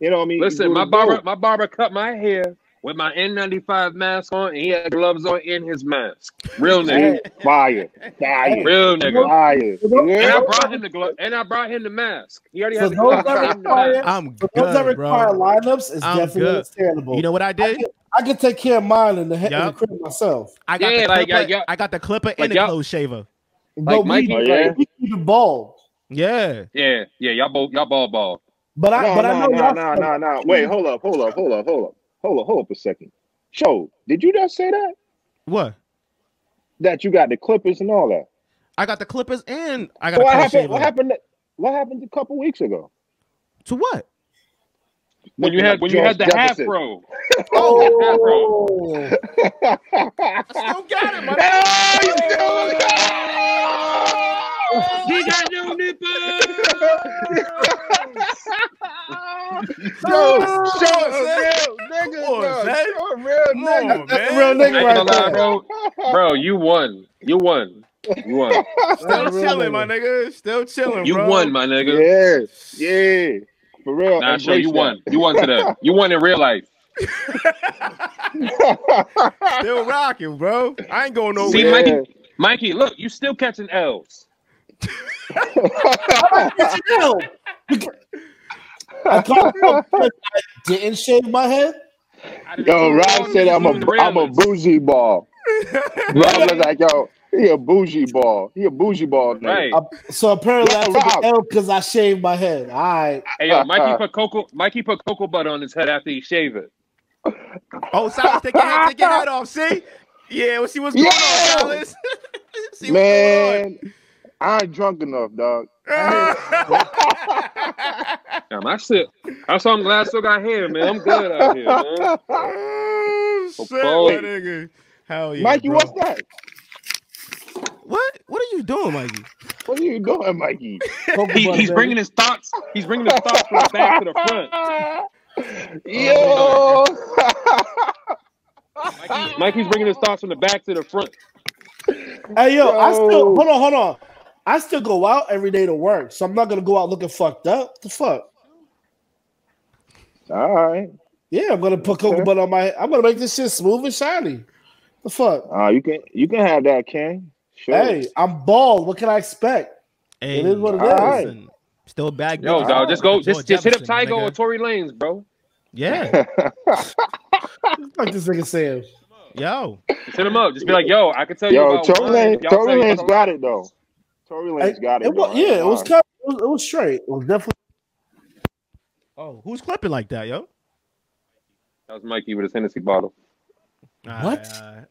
Speaker 15: You know what I mean?
Speaker 3: Listen,
Speaker 15: Go to
Speaker 3: my
Speaker 15: go.
Speaker 3: barber, my barber cut my hair with my N95 mask on, and he had gloves on in his mask. Real nigga, fire, fire, real nigga, fire. And I brought him the glo- and I brought him the mask. He already
Speaker 4: For
Speaker 3: had the
Speaker 4: those
Speaker 3: gloves. I
Speaker 4: that
Speaker 3: brought him the mask.
Speaker 4: require,
Speaker 2: I'm
Speaker 4: for those that
Speaker 2: good, bro.
Speaker 4: require lineups, it's
Speaker 2: I'm
Speaker 4: definitely
Speaker 2: good.
Speaker 4: understandable.
Speaker 2: You know what I did?
Speaker 4: I can, I can take care of mine in the, he- in the
Speaker 2: Yup.
Speaker 4: crib myself.
Speaker 2: I got
Speaker 4: Yeah,
Speaker 2: the
Speaker 4: like,
Speaker 2: clipper.
Speaker 4: like, y'all-
Speaker 2: I got the clipper
Speaker 4: like,
Speaker 2: and the
Speaker 4: y'all-
Speaker 2: closed shaver.
Speaker 4: But we,
Speaker 3: Mikey,
Speaker 4: like,
Speaker 3: yeah.
Speaker 4: we keep it bald.
Speaker 2: Yeah.
Speaker 3: Yeah, yeah, y'all both y'all ball ball.
Speaker 4: But I,
Speaker 15: no,
Speaker 4: but
Speaker 15: no,
Speaker 4: I know
Speaker 15: no,
Speaker 4: y'all.
Speaker 15: no, no, no. Wait, hold up, hold up, hold up, hold up, hold up, hold up a second. Show, did you just say that?
Speaker 2: What?
Speaker 15: That you got the Clippers and all that.
Speaker 2: I got the clippers and I got
Speaker 15: So
Speaker 2: the
Speaker 15: what
Speaker 2: closed
Speaker 15: happened?
Speaker 2: shaver.
Speaker 15: What happened? What happened a couple weeks ago?
Speaker 2: To what?
Speaker 3: When you
Speaker 15: Looking
Speaker 3: had
Speaker 15: like
Speaker 3: when you had the
Speaker 15: George
Speaker 3: half
Speaker 15: Jefferson.
Speaker 3: bro.
Speaker 4: Oh,
Speaker 2: still got it,
Speaker 3: He got no nipples.
Speaker 15: [laughs] Yo, show
Speaker 2: us,
Speaker 15: real nigga.
Speaker 2: Come on,
Speaker 15: bro.
Speaker 2: Zay.
Speaker 15: Show real
Speaker 2: Come
Speaker 15: nigga.
Speaker 2: on,
Speaker 4: That's a
Speaker 2: man.
Speaker 4: real
Speaker 3: I ain't
Speaker 4: nigga
Speaker 3: gonna
Speaker 4: right
Speaker 3: lie,
Speaker 4: there.
Speaker 3: bro. Bro, you won. You won. You
Speaker 4: [laughs]
Speaker 3: won.
Speaker 2: Still
Speaker 4: That's a real
Speaker 2: chilling, my
Speaker 4: nigga.
Speaker 2: nigga. Still chilling,
Speaker 3: You
Speaker 2: bro.
Speaker 3: won, my nigga.
Speaker 15: Yeah, yeah. For real.
Speaker 3: Nah, show you
Speaker 15: embrace
Speaker 3: won. You won
Speaker 15: [laughs]
Speaker 3: today. You won in real life.
Speaker 15: that.
Speaker 2: Still rocking, bro. I ain't going nowhere.
Speaker 3: See,
Speaker 15: Yeah.
Speaker 3: Mikey, Mikey, look, you still catching L's.
Speaker 4: Yo, I called you up because I [laughs] didn't shave my head.
Speaker 15: yo, Rob said I'm
Speaker 3: You
Speaker 15: a I'm a
Speaker 3: realist.
Speaker 15: bougie ball. Rob was like, yo, he a bougie ball. He a bougie ball. nigga.
Speaker 3: [laughs] Right.
Speaker 4: Uh, so apparently I was
Speaker 15: Wow.
Speaker 4: an L because I shaved my head. All right.
Speaker 3: Hey, yo,
Speaker 15: uh-huh.
Speaker 3: Mikey put cocoa. Mikey put cocoa butter on his head after he shaved it.
Speaker 2: Oh, Silas, take your hat, take your hat off. See? Yeah, well, see what's going
Speaker 15: Yeah.
Speaker 2: on, Silas. [laughs] see what's going
Speaker 15: Man, I ain't drunk enough, dog.
Speaker 2: [laughs]
Speaker 3: Damn, I still. That's why I'm glad I still got hair, man. I'm good out here, man.
Speaker 2: on. Shit, my
Speaker 3: boy.
Speaker 2: nigga. Hell yeah,
Speaker 15: Mikey,
Speaker 2: bro.
Speaker 15: what's that?
Speaker 2: What? What are you doing, Mikey?
Speaker 15: What are you doing, Mikey?
Speaker 3: [laughs]
Speaker 4: Cocoa
Speaker 3: He,
Speaker 4: butter,
Speaker 3: he's
Speaker 4: baby.
Speaker 3: bringing his thoughts. He's bringing his thoughts from the back to the
Speaker 15: [laughs]
Speaker 3: front.
Speaker 15: Yo,
Speaker 3: Mikey, Mikey's bringing his thoughts from the back to the front.
Speaker 4: Hey yo, I still
Speaker 15: Yo.
Speaker 4: hold on, hold on. I still go out every day to work, so I'm not gonna go out looking fucked up. What the fuck?
Speaker 15: all right.
Speaker 4: Yeah, I'm gonna put cocoa butter on my. I'm gonna make this shit smooth and shiny. The fuck?
Speaker 15: Uh, you can you can have that, Ken. Sure.
Speaker 4: Hey, I'm bald. What can I expect?
Speaker 2: Hey,
Speaker 4: is what it
Speaker 15: is.
Speaker 2: listen, Still bagged.
Speaker 3: Yo,
Speaker 2: up.
Speaker 3: dog, just go.
Speaker 2: George
Speaker 3: Just, just hit up
Speaker 2: Jefferson,
Speaker 3: Tiger
Speaker 2: nigga.
Speaker 3: or Tory Lanez, bro.
Speaker 2: Yeah,
Speaker 3: [laughs]
Speaker 4: Like this nigga saying,
Speaker 2: yo.
Speaker 3: Just hit him up. Just be like, yo, I can tell you
Speaker 15: Yo,
Speaker 3: about
Speaker 15: Tory
Speaker 3: one.
Speaker 15: Lane,
Speaker 3: Y'all tell
Speaker 15: Tory
Speaker 3: you about
Speaker 15: Lane's
Speaker 3: a lot.
Speaker 15: got it though. Tory Lane's got it.
Speaker 4: it was,
Speaker 15: though.
Speaker 4: yeah, it was
Speaker 15: Uh,
Speaker 4: kind of, it was, it was straight. It was definitely
Speaker 2: Oh, who's clipping like that, yo?
Speaker 3: That was Mikey with his Hennessy bottle.
Speaker 2: What?
Speaker 3: I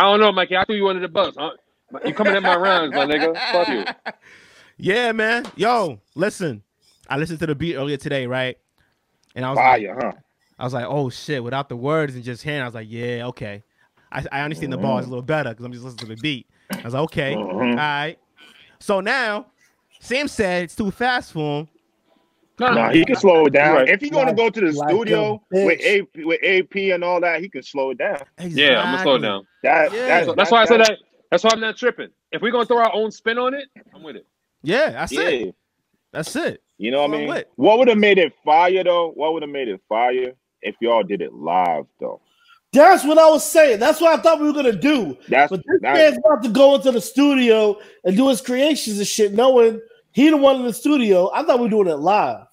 Speaker 3: don't know, Mikey. I threw you under the bus. Huh? You coming at my rhymes, my nigga? Fuck you.
Speaker 2: [laughs] yeah, man. Yo, listen. I listened to the beat earlier today, right? And I was like,
Speaker 15: fire, huh?
Speaker 2: I was like, oh shit, without the words and just hearing, I was like, yeah, okay. I, I understand the
Speaker 3: Mm-hmm.
Speaker 2: bars a little better because I'm just listening to the beat. I was like, okay, all right. So now, Sam said it's too fast for him.
Speaker 15: Nah, he can slow it down.
Speaker 3: Right.
Speaker 15: If he gonna
Speaker 4: Like-
Speaker 15: go to the
Speaker 4: like
Speaker 15: studio
Speaker 4: them
Speaker 15: with
Speaker 4: bitch.
Speaker 15: AP, with AP and all that, he can slow it down.
Speaker 3: Yeah, I'm gonna slow it down.
Speaker 15: That,
Speaker 2: Yeah.
Speaker 15: that,
Speaker 3: That's why I said that. That's why I'm not tripping. If we're gonna throw our own spin on it, I'm with it.
Speaker 2: Yeah, that's it.
Speaker 15: Yeah,
Speaker 2: That's it.
Speaker 15: you know what I
Speaker 2: Well,
Speaker 15: mean.
Speaker 2: what?
Speaker 15: What, would have made it fire though? What would have made it fire if y'all did it live though?
Speaker 4: That's what I was saying. That's what I thought we were gonna do.
Speaker 15: That's
Speaker 4: But this
Speaker 15: that's-
Speaker 4: man's about to go into the studio and do his creations and shit, knowing he the one in the studio. I thought we were doing it live.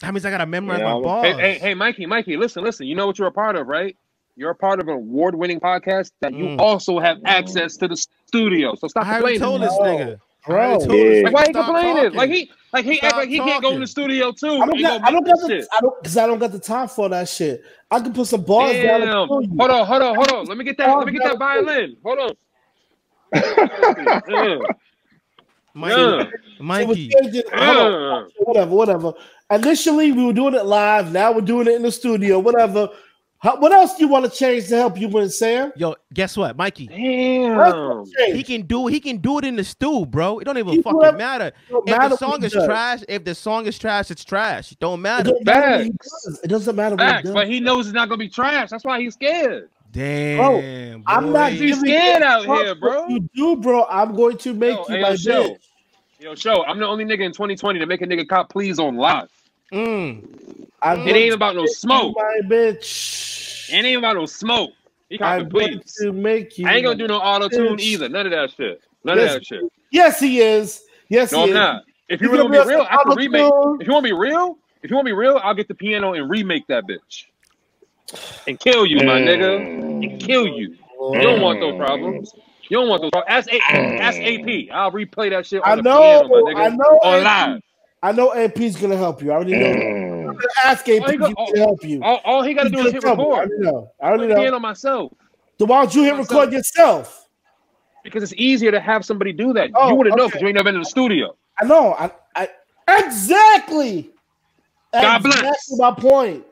Speaker 2: That means I gotta memorize
Speaker 15: Yeah,
Speaker 2: my
Speaker 15: I'm-
Speaker 2: bars.
Speaker 3: Hey, hey, hey, Mikey, Mikey, listen, listen. You know what you're a part of, right? You're a part of an award-winning podcast that you
Speaker 2: Mm.
Speaker 3: also have access to the studio. So stop
Speaker 2: I already
Speaker 3: complaining.
Speaker 2: told this
Speaker 4: No,
Speaker 2: nigga. I
Speaker 4: bro.
Speaker 2: already told
Speaker 15: Yeah.
Speaker 2: this
Speaker 3: Like,
Speaker 2: nigga,
Speaker 3: why he
Speaker 2: stop
Speaker 3: complaining?
Speaker 2: talking.
Speaker 3: Like he, like he,
Speaker 2: Stop
Speaker 3: act like he can't go in
Speaker 2: talking.
Speaker 3: the studio too.
Speaker 4: I don't
Speaker 3: and
Speaker 4: got,
Speaker 3: go
Speaker 4: I don't
Speaker 3: make
Speaker 4: got
Speaker 3: this
Speaker 4: the,
Speaker 3: shit.
Speaker 4: I don't, cause I don't got the time for that shit. I can put some bars down.
Speaker 3: Damn!
Speaker 4: and kill you.
Speaker 3: Hold on, hold on, hold on. Let me get that. Let me get that violin. Hold on. Yeah,
Speaker 2: Mikey,
Speaker 4: It was
Speaker 2: Mikey,
Speaker 4: changing- hold on.
Speaker 3: yeah.
Speaker 4: whatever, whatever. Initially, we were doing it live. Now we're doing it in the studio. Whatever. How, what else do you want to change to help you win, Sam?
Speaker 2: yo, guess what, Mikey?
Speaker 4: What else
Speaker 3: Damn.
Speaker 4: you wanna
Speaker 2: He
Speaker 4: change?
Speaker 2: can do. He can do it in the stew, bro. It don't even
Speaker 4: He
Speaker 2: fucking
Speaker 4: whoever-
Speaker 2: matter.
Speaker 4: It don't
Speaker 2: If
Speaker 4: matter
Speaker 2: the
Speaker 4: what
Speaker 2: song
Speaker 4: he
Speaker 2: is
Speaker 4: does.
Speaker 2: trash, if the song is trash, it's trash. It don't
Speaker 4: It
Speaker 2: matter.
Speaker 4: don't matter what he
Speaker 3: Facts.
Speaker 4: does. It doesn't matter what
Speaker 3: Facts,
Speaker 4: he
Speaker 3: but
Speaker 4: does.
Speaker 3: he knows it's not gonna be trash. That's why he's scared.
Speaker 2: Damn,
Speaker 4: I'm
Speaker 2: boy.
Speaker 4: not
Speaker 3: You
Speaker 4: giving
Speaker 3: scared
Speaker 4: a
Speaker 3: out
Speaker 4: fuck
Speaker 3: here, bro.
Speaker 4: what You do, bro. I'm going to make
Speaker 3: Yo,
Speaker 4: you
Speaker 3: hey,
Speaker 4: my
Speaker 3: yo, show.
Speaker 4: bitch.
Speaker 3: Yo, show. I'm the only nigga in 2020 to make a nigga cop please on live.
Speaker 2: Mm.
Speaker 4: I'm
Speaker 3: It
Speaker 4: going
Speaker 3: ain't
Speaker 4: to
Speaker 3: about no
Speaker 4: make you
Speaker 3: smoke.
Speaker 4: My bitch.
Speaker 3: It ain't about no smoke. He
Speaker 4: I
Speaker 3: can
Speaker 4: want to make you.
Speaker 3: I ain't gonna do no auto tune
Speaker 4: bitch.
Speaker 3: either. None of that shit. None
Speaker 4: Yes.
Speaker 3: of that shit.
Speaker 4: Yes, he is. Yes,
Speaker 3: No,
Speaker 4: he
Speaker 3: I'm
Speaker 4: is.
Speaker 3: not. If you
Speaker 4: He's
Speaker 3: really
Speaker 4: gonna
Speaker 3: want to be
Speaker 4: us
Speaker 3: real, I can
Speaker 4: auto-tune.
Speaker 3: remake. If you want to be real, if you want to be real, I'll get the piano and remake that bitch and kill you, my nigga, and kill you. You don't want those problems. You don't want those. Problems. That's A- that's AP. I'll replay that shit on
Speaker 4: I
Speaker 3: the
Speaker 4: know.
Speaker 3: piano, my nigga.
Speaker 4: I know.
Speaker 3: On
Speaker 4: AP
Speaker 3: live.
Speaker 4: I know AP's gonna help you. I already know. I'm gonna ask AP
Speaker 3: All he
Speaker 4: if
Speaker 3: got-
Speaker 4: he can help you.
Speaker 3: All, all he got to
Speaker 4: He's
Speaker 3: do is
Speaker 4: in
Speaker 3: hit
Speaker 4: trouble. I
Speaker 3: record.
Speaker 4: already know. I already
Speaker 3: Play the piano
Speaker 4: know.
Speaker 3: myself
Speaker 4: So why don't you hit record yourself?
Speaker 3: because it's easier to have somebody do that.
Speaker 4: Oh,
Speaker 3: you wouldn't know
Speaker 4: okay.
Speaker 3: because you ain't never been in the studio.
Speaker 4: I know. I, I exactly.
Speaker 3: God
Speaker 4: exactly
Speaker 3: bless.
Speaker 4: My point.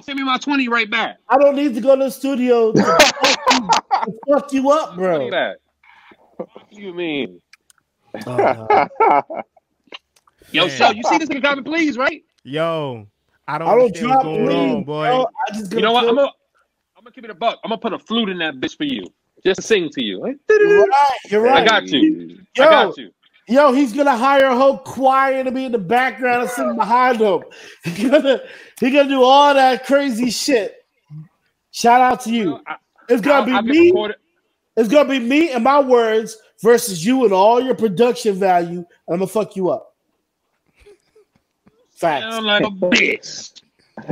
Speaker 3: Send me my twenty right back.
Speaker 4: I don't need to go to the
Speaker 3: [laughs]
Speaker 4: studio to fuck you, to fuck you up, bro.
Speaker 3: Look at that. What do you mean?
Speaker 4: Uh,
Speaker 3: Yo,
Speaker 2: Man.
Speaker 3: so you see this nigga copy, please, right?
Speaker 2: Yo, I
Speaker 3: [laughs]
Speaker 2: don't,
Speaker 3: I don't
Speaker 2: understand
Speaker 3: drop
Speaker 2: what's going on,
Speaker 3: leads,
Speaker 2: boy.
Speaker 3: bro.
Speaker 4: I just
Speaker 3: You know what? I'm gonna, I'm gonna give it a buck. I'm gonna put a flute in that bitch for you, just to sing to you.
Speaker 4: You're right. You're right.
Speaker 3: I got you.
Speaker 4: Yo,
Speaker 3: I got you.
Speaker 4: Yo, he's gonna hire a whole choir to be in the background and sing behind him. [laughs] He's gonna, he gonna do all that crazy shit. Shout out to you. It's gonna
Speaker 3: I'll
Speaker 4: be
Speaker 3: get
Speaker 4: me.
Speaker 3: recorded.
Speaker 4: It's gonna be me and my words versus you and all your production value. And I'm gonna fuck you up. Facts.
Speaker 3: Sound like a bitch.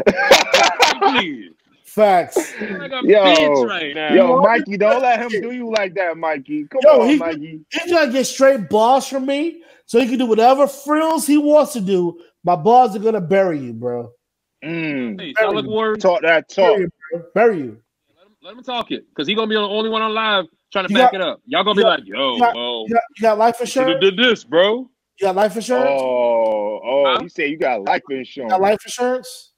Speaker 4: [laughs]
Speaker 3: Please.
Speaker 4: Facts.
Speaker 15: Yo, yo, Mikey, don't let him
Speaker 4: do
Speaker 15: you like that, Mikey. Come
Speaker 4: Yo,
Speaker 15: on,
Speaker 4: he,
Speaker 15: Mikey.
Speaker 4: he's gonna get straight balls from me, so he can do whatever frills he wants to do. My balls are gonna bury you, bro.
Speaker 3: Hey, y'all look worried.
Speaker 15: Mm. Talk that
Speaker 4: Bury you, bro. Bury you.
Speaker 3: Let him talk it, cause he gonna be the only one on live trying to
Speaker 4: You
Speaker 3: back
Speaker 4: got-
Speaker 3: it up. Y'all gonna be
Speaker 4: you
Speaker 3: like, yo,
Speaker 4: you, got,
Speaker 3: whoa.
Speaker 4: you got- you got life insurance.
Speaker 3: did this, bro.
Speaker 4: You got life insurance.
Speaker 15: Oh, oh, you said you got life insurance.
Speaker 4: got life insurance.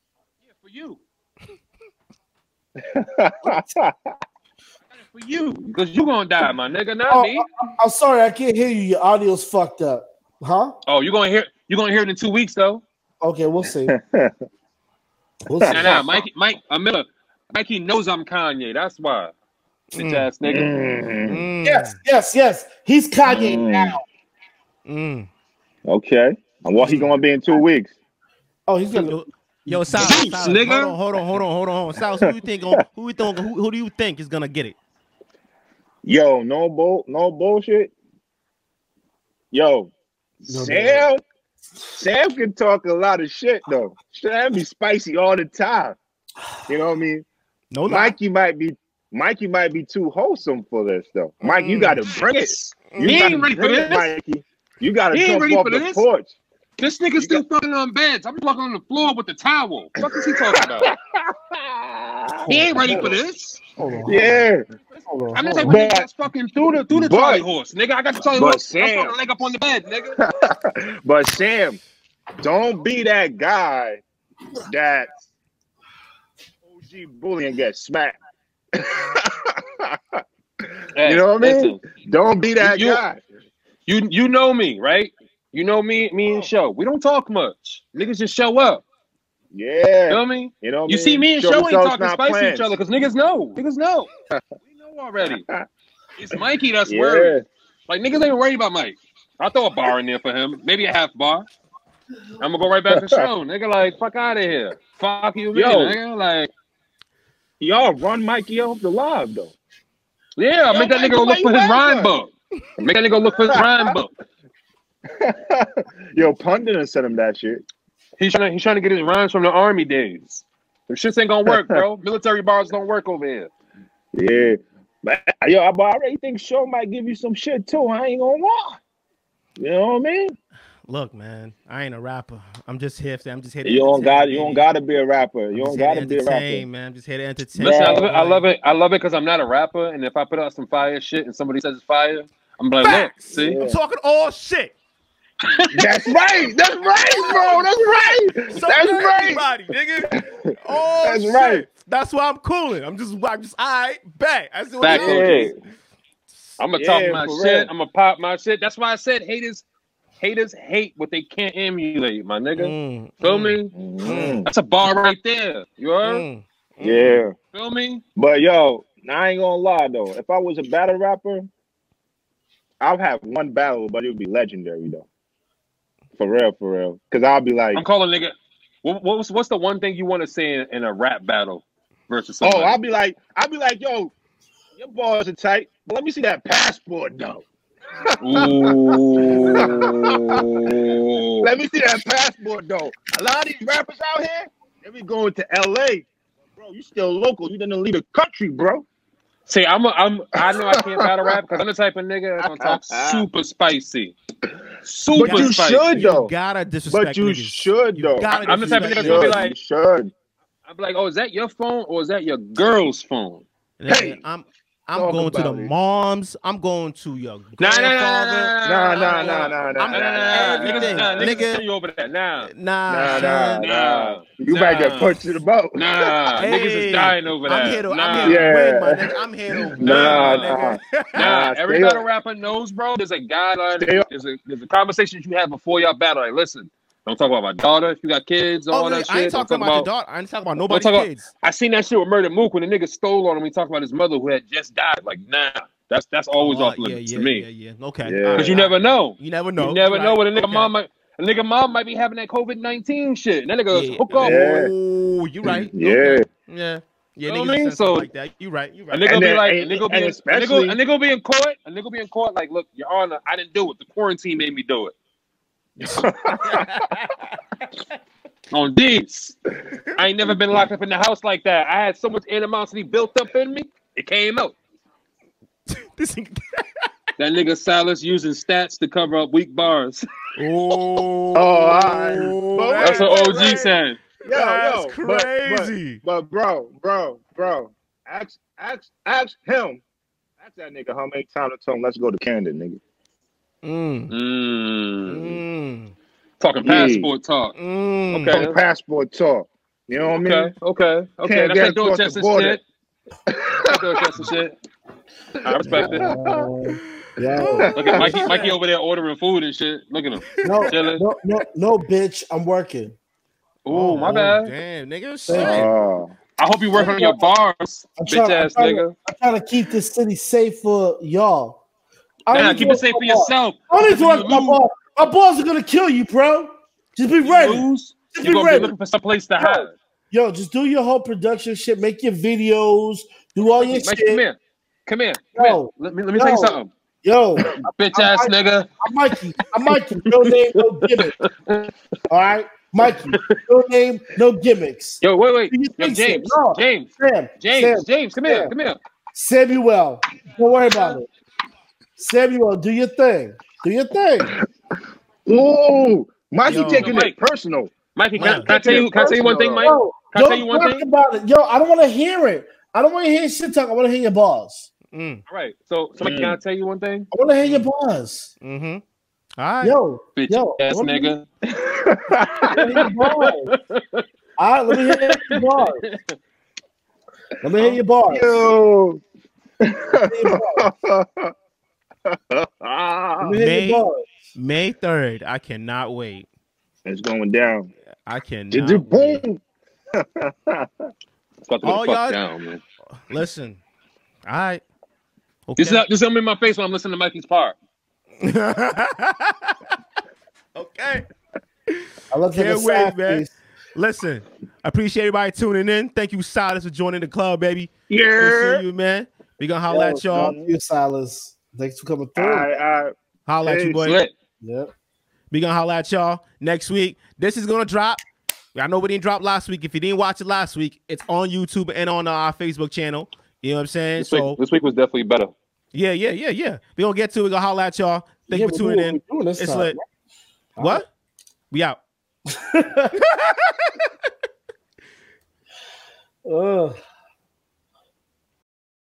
Speaker 15: [laughs]
Speaker 3: For you, cause you gonna die, my nigga, not
Speaker 4: Oh,
Speaker 3: me.
Speaker 4: I- I'm sorry, I can't hear you. Your audio's fucked up, huh?
Speaker 3: Oh, you gonna hear? You gonna hear it in two weeks though?
Speaker 4: Okay, we'll see. we'll see.
Speaker 3: Nah, nah, Mike, Mike, uh, Miller, Mikey knows I'm Kanye. That's why. Bitch ass
Speaker 15: Mm,
Speaker 3: nigga.
Speaker 4: Yes, yes, yes. He's Kanye now.
Speaker 15: Okay. And what he gonna be in two weeks?
Speaker 4: Oh, he's gonna.
Speaker 2: Yo, Silas, Silas,
Speaker 15: nigga.
Speaker 2: Hold on, hold on, hold on, hold on, hold on. Silas, who you think? gon- Who you think? Who, who do you think is gonna get it?
Speaker 15: Yo, no bull, no bullshit. Yo, Sam, Sam can talk a lot of shit though. Sam be spicy all the time. You know what I mean?
Speaker 2: No,
Speaker 15: Mikey might be Mikey might be too wholesome for this though. Mike, you gotta bring it. You
Speaker 3: Mm. He ain't
Speaker 15: gotta
Speaker 3: ready for
Speaker 15: bring it,
Speaker 3: this.
Speaker 15: Mikey. You gotta
Speaker 3: He ain't
Speaker 15: jump
Speaker 3: ready
Speaker 15: off
Speaker 3: for
Speaker 15: the
Speaker 3: this.
Speaker 15: porch.
Speaker 3: This nigga still fucking on beds. I'm walking on the floor with the towel. What is he talking
Speaker 15: [laughs]
Speaker 3: about? he ain't ready for this.
Speaker 15: Yeah.
Speaker 3: I'm the type of nigga
Speaker 15: But-
Speaker 3: that's fucking through the through the
Speaker 15: But-
Speaker 3: trolley horse, nigga. I got the trolley
Speaker 15: But
Speaker 3: horse. I'm
Speaker 15: Sam-
Speaker 3: throwing the leg up on the bed, nigga.
Speaker 15: But Sam, don't be that guy that OG bullying gets smacked.
Speaker 3: Hey,
Speaker 15: you know what I mean?
Speaker 3: listen.
Speaker 15: Don't be that
Speaker 3: You- you-
Speaker 15: guy.
Speaker 3: You you know me, right? You know me, me and show. We don't talk much. Niggas just show up.
Speaker 15: Yeah.
Speaker 3: You know what I mean?
Speaker 15: You know what
Speaker 3: You
Speaker 15: I
Speaker 3: see
Speaker 15: mean?
Speaker 3: me and
Speaker 15: Show
Speaker 3: Show ain't
Speaker 15: results,
Speaker 3: talking
Speaker 15: not
Speaker 3: spicy to
Speaker 15: plans.
Speaker 3: each other because niggas know. Niggas
Speaker 15: [laughs]
Speaker 3: know. we know already. It's Mikey that's
Speaker 15: Yeah.
Speaker 3: worried. Like niggas ain't worried about Mike. I throw a bar in there for him, maybe a half bar. I'm gonna go right back to Show.
Speaker 15: [laughs]
Speaker 3: Nigga, like fuck out of here. Fuck you,
Speaker 15: Yo.
Speaker 3: man. Nigga, like
Speaker 15: Y'all run Mikey off the live though.
Speaker 3: yeah,
Speaker 15: Yo,
Speaker 3: make that
Speaker 15: Mike,
Speaker 3: nigga go
Speaker 15: why
Speaker 3: look
Speaker 15: you
Speaker 3: for his
Speaker 15: laughing?
Speaker 3: rhyme book. Make that nigga go look for his rhyme book.
Speaker 15: Yo, Pun didn't send him that shit.
Speaker 3: He's trying to he's trying to get his rhymes from the army days. Them shits ain't gonna
Speaker 2: [laughs]
Speaker 3: work, bro. Military bars don't work over here.
Speaker 15: Yeah. But, yo, I, but I already think Show might give you some shit too. I ain't gonna lie. You know what I mean?
Speaker 2: Look, man, I ain't a rapper. I'm just here. I'm just here. To
Speaker 15: You don't
Speaker 2: entertain,
Speaker 15: got you don't
Speaker 2: baby.
Speaker 15: gotta be a rapper.
Speaker 2: I'm
Speaker 15: You
Speaker 2: just
Speaker 15: don't
Speaker 2: here to
Speaker 15: gotta be a rapper.
Speaker 2: entertain, Man, I'm just here to entertain.
Speaker 3: Listen, I love it. I love it. I love it because I'm not a rapper, and if I put out some fire shit and somebody says it's fire, I'm like, look,
Speaker 2: Facts.
Speaker 3: see,
Speaker 2: I'm talking all shit.
Speaker 15: That's right. That's right, bro. That's right.
Speaker 2: So
Speaker 15: That's
Speaker 2: does
Speaker 15: right.
Speaker 2: everybody,
Speaker 15: [laughs]
Speaker 2: nigga. Oh,
Speaker 15: That's
Speaker 2: shit.
Speaker 15: right.
Speaker 2: That's why I'm cooling. I'm just, I'm just, I back. I see what
Speaker 3: Back
Speaker 2: it is.
Speaker 3: I'm gonna
Speaker 2: Yeah,
Speaker 3: talk my
Speaker 2: for
Speaker 3: shit.
Speaker 2: real.
Speaker 3: I'm gonna pop my shit. That's why I said haters, haters hate what they can't emulate, my
Speaker 2: Mm.
Speaker 3: nigga. Feel me? That's a bar right there. You heard?
Speaker 2: Mm.
Speaker 15: Yeah.
Speaker 3: Feel me?
Speaker 15: But yo, I ain't gonna lie though. If I was a battle rapper, I'll have one battle, but it would be legendary though. For real, for real. Cause I'll be like,
Speaker 3: I'm calling nigga. What, what's what's the one thing you want to say in, in a rap battle? versus
Speaker 15: Oh,
Speaker 3: somebody.
Speaker 15: I'll be like, I'll be like, yo, your balls are tight, but let me see that passport though.
Speaker 3: Ooh.
Speaker 15: Let me see that passport though. A lot of these rappers out here, they be going to LA. Bro, you still local. You didn't leave the country, bro.
Speaker 3: See, I'm a, I'm I know I can't battle rap because I'm the type of nigga that's gonna talk super spicy, super
Speaker 15: but you
Speaker 3: spicy.
Speaker 15: should though.
Speaker 2: gotta
Speaker 15: But you should though.
Speaker 2: gotta
Speaker 3: I'm the type of nigga
Speaker 2: disrespect
Speaker 3: that's be
Speaker 2: niggas.
Speaker 3: like,
Speaker 15: should.
Speaker 3: I'm like, oh, is that your phone or is that your girl's phone?
Speaker 2: Hey, I'm I'm
Speaker 3: Talk
Speaker 2: going to the
Speaker 3: about it.
Speaker 2: moms. I'm going to your
Speaker 3: Nah, nah, nah,
Speaker 2: grandfather.
Speaker 3: nah, nah, nah, nah, nah, nah,
Speaker 2: I'm
Speaker 3: nah, nah, nah.
Speaker 2: everything,
Speaker 3: Niggas- nah, niggas
Speaker 2: nigga.
Speaker 3: send you over that. Nah,
Speaker 2: Nah,
Speaker 15: nah,
Speaker 2: son.
Speaker 15: nah. You might get punched in the boat.
Speaker 3: Nah, niggas
Speaker 2: Hey,
Speaker 3: is dying over that.
Speaker 2: I'm here to,
Speaker 3: nah,
Speaker 2: I'm here to win, my
Speaker 15: Yeah.
Speaker 2: nigga. I'm here to win,
Speaker 15: Nah,
Speaker 2: my nigga. [laughs]
Speaker 15: nah.
Speaker 3: Nah,
Speaker 15: Nah,
Speaker 3: every
Speaker 15: stay
Speaker 3: battle
Speaker 15: up.
Speaker 3: rapper knows, bro. There's a guideline.
Speaker 15: Stay up.
Speaker 3: There's a there's a conversation you have before y'all battle. Like, listen, don't talk about my daughter. If you got kids, all
Speaker 2: Oh,
Speaker 3: that
Speaker 2: nigga,
Speaker 3: shit.
Speaker 2: I ain't
Speaker 3: Don't
Speaker 2: talking
Speaker 3: talk
Speaker 2: about, your daughter. I ain't talking about
Speaker 3: don't
Speaker 2: nobody's
Speaker 3: talk about-
Speaker 2: kids.
Speaker 3: I seen that shit with Murder Mook when the nigga stole on him. He talked about his mother who had just died. Like, nah, that's that's always off limits to me.
Speaker 2: Oh, Ah, Yeah, yeah. Okay.
Speaker 3: Because
Speaker 2: alright,
Speaker 3: you
Speaker 2: alright.
Speaker 3: never know.
Speaker 2: You never know.
Speaker 3: You never
Speaker 2: Right.
Speaker 3: know what a nigga
Speaker 2: Okay.
Speaker 3: mom might. A nigga mom might be having that COVID nineteen shit. And that nigga hook up.
Speaker 15: Yeah.
Speaker 2: Oh, you right.
Speaker 15: Yeah.
Speaker 2: Okay. Yeah. Yeah,
Speaker 3: You know
Speaker 2: niggas
Speaker 3: what I mean?
Speaker 2: said something
Speaker 3: So-
Speaker 2: like that. You right. You right.
Speaker 3: A nigga
Speaker 15: And
Speaker 3: be
Speaker 15: then-
Speaker 3: like,
Speaker 15: and-
Speaker 3: a nigga be, in,
Speaker 15: and
Speaker 3: a
Speaker 15: especially-
Speaker 3: nigga, a nigga be in court, a nigga be in court. Like, look, Your Honor, I didn't do it. The quarantine made me do it.
Speaker 15: [laughs]
Speaker 3: On these, I ain't never been locked up in the house like that. I had so much animosity built up in me, it came out.
Speaker 2: [laughs]
Speaker 3: that nigga Silas using stats to cover up weak bars. [laughs]
Speaker 2: Oh,
Speaker 15: alright. But
Speaker 3: that's
Speaker 15: wait,
Speaker 3: what
Speaker 15: wait,
Speaker 3: OG
Speaker 15: wait.
Speaker 3: saying.
Speaker 15: Yo,
Speaker 2: That's
Speaker 15: yo, but-
Speaker 2: crazy.
Speaker 15: But, but, bro, bro, bro, ask, ask, ask him. Ask that nigga how many times I told him let's go to Canada, nigga.
Speaker 2: Mm.
Speaker 3: Mm.
Speaker 2: Mm.
Speaker 3: Talking passport talk.
Speaker 2: Mm.
Speaker 3: Okay.
Speaker 15: Fuck passport talk. You know what I mean?
Speaker 3: Okay, okay, okay.
Speaker 15: Can't
Speaker 3: That's
Speaker 15: get
Speaker 3: that door
Speaker 15: across the
Speaker 3: chest and
Speaker 15: border.
Speaker 3: shit. That door chest and shit. I respect it.
Speaker 15: [laughs]
Speaker 4: Yeah.
Speaker 3: Look at Mikey, Mikey over there ordering food and shit. Look
Speaker 4: [laughs]
Speaker 3: at him.
Speaker 4: No,
Speaker 3: Chilling.
Speaker 4: no, no, no, bitch. I'm working.
Speaker 3: Oh, my
Speaker 2: oh,
Speaker 3: bad.
Speaker 2: Damn, nigga. Shit.
Speaker 15: Oh,
Speaker 3: I hope you work on your bars,
Speaker 4: I'm
Speaker 3: bitch
Speaker 4: trying, I'm,
Speaker 3: ass
Speaker 4: trying
Speaker 3: nigga.
Speaker 4: to, I'm trying to keep this city safe for y'all. I don't
Speaker 3: Nah,
Speaker 4: need
Speaker 3: keep
Speaker 4: to
Speaker 3: it safe
Speaker 4: work
Speaker 3: for
Speaker 4: my boss.
Speaker 3: yourself.
Speaker 4: I don't need to
Speaker 3: Because
Speaker 4: work
Speaker 3: if
Speaker 4: my
Speaker 3: you
Speaker 4: boss. My balls are gonna kill you, bro. Just be ready.
Speaker 3: lose, You're
Speaker 4: Just be
Speaker 3: gonna be
Speaker 4: ready.
Speaker 3: looking for some place to hide.
Speaker 4: Yo, just do your whole production shit. Make your videos. Do all your
Speaker 3: Mikey,
Speaker 4: shit.
Speaker 3: come here. Come here. Come
Speaker 4: Yo.
Speaker 3: here. Let me let me tell you
Speaker 4: Yo.
Speaker 3: something.
Speaker 4: Yo,
Speaker 3: Bitch ass
Speaker 4: I-
Speaker 3: nigga.
Speaker 4: I'm Mikey. I'm Mikey. No name, no gimmick. All right, Mikey. No name, no gimmicks.
Speaker 3: Yo, wait, wait.
Speaker 4: Do you
Speaker 3: Yo,
Speaker 4: think so?
Speaker 3: James.
Speaker 4: No.
Speaker 3: James.
Speaker 4: Sam, Sam,
Speaker 3: James. James, come here.
Speaker 4: Sam.
Speaker 3: Come here.
Speaker 4: Samuel, don't worry about it. Samuel, do your thing. Do your thing.
Speaker 15: Ooh, Mikey
Speaker 2: Yo.
Speaker 15: taking
Speaker 3: Mike.
Speaker 15: it personal.
Speaker 3: Mikey,
Speaker 2: Man.
Speaker 3: can, can I tell you can I tell you one thing, Mike?
Speaker 4: Yo,
Speaker 3: Can I tell
Speaker 4: don't
Speaker 3: you one
Speaker 4: talk
Speaker 3: thing?
Speaker 4: about it. Yo, I don't want to hear it. I don't want to hear shit talk. I want to hear your balls.
Speaker 2: Mm.
Speaker 3: All right. So so Mikey, can I tell you one thing?
Speaker 4: I want to hear your balls.
Speaker 2: Mm-hmm. All right.
Speaker 4: Yo,
Speaker 3: Bitch
Speaker 4: yo,
Speaker 3: ass
Speaker 4: let me-
Speaker 3: nigga.
Speaker 4: let me hear your balls. All right, let me hear your bars. Let me hear your bars.
Speaker 15: Yo.
Speaker 4: Let me hear your bars. Let me hear your
Speaker 2: Man.
Speaker 4: bars.
Speaker 2: May 3rd. I cannot wait.
Speaker 15: it's going down.
Speaker 2: I cannot.
Speaker 15: Did
Speaker 2: wait.
Speaker 15: boom?
Speaker 3: It's about to go
Speaker 2: All
Speaker 3: the fuck
Speaker 2: y'all-
Speaker 3: down, man.
Speaker 2: Listen. All right. Okay.
Speaker 3: This is this is in my face when I'm listening to Mikey's part.
Speaker 2: [laughs] okay.
Speaker 4: I love
Speaker 2: Can't
Speaker 4: that
Speaker 2: wait,
Speaker 4: side
Speaker 2: man.
Speaker 4: piece.
Speaker 2: Listen, I appreciate everybody tuning in. Thank you, Silas, for joining the club, baby. Good to see you, man. We gonna holla at
Speaker 4: Yo,
Speaker 2: y'all.
Speaker 4: love you, Silas. Thanks for coming
Speaker 15: All
Speaker 4: through.
Speaker 15: right, all right.
Speaker 2: Holla at you, boy.
Speaker 3: Slit.
Speaker 4: Yep.
Speaker 2: We gonna holla at y'all next week. This is gonna drop. I know we didn't drop last week. If you didn't watch it last week, it's on YouTube and on uh, our Facebook channel. You know what I'm saying?
Speaker 3: This
Speaker 2: So
Speaker 3: week, this week was definitely better.
Speaker 2: yeah, yeah, yeah, yeah. We gonna get to it. We gonna holla at y'all. Thank
Speaker 4: Yeah,
Speaker 2: you for
Speaker 4: we're
Speaker 2: tuning
Speaker 4: doing
Speaker 2: in.
Speaker 4: what we're doing this
Speaker 2: It's
Speaker 4: time,
Speaker 2: lit. What? We out.
Speaker 4: Ugh.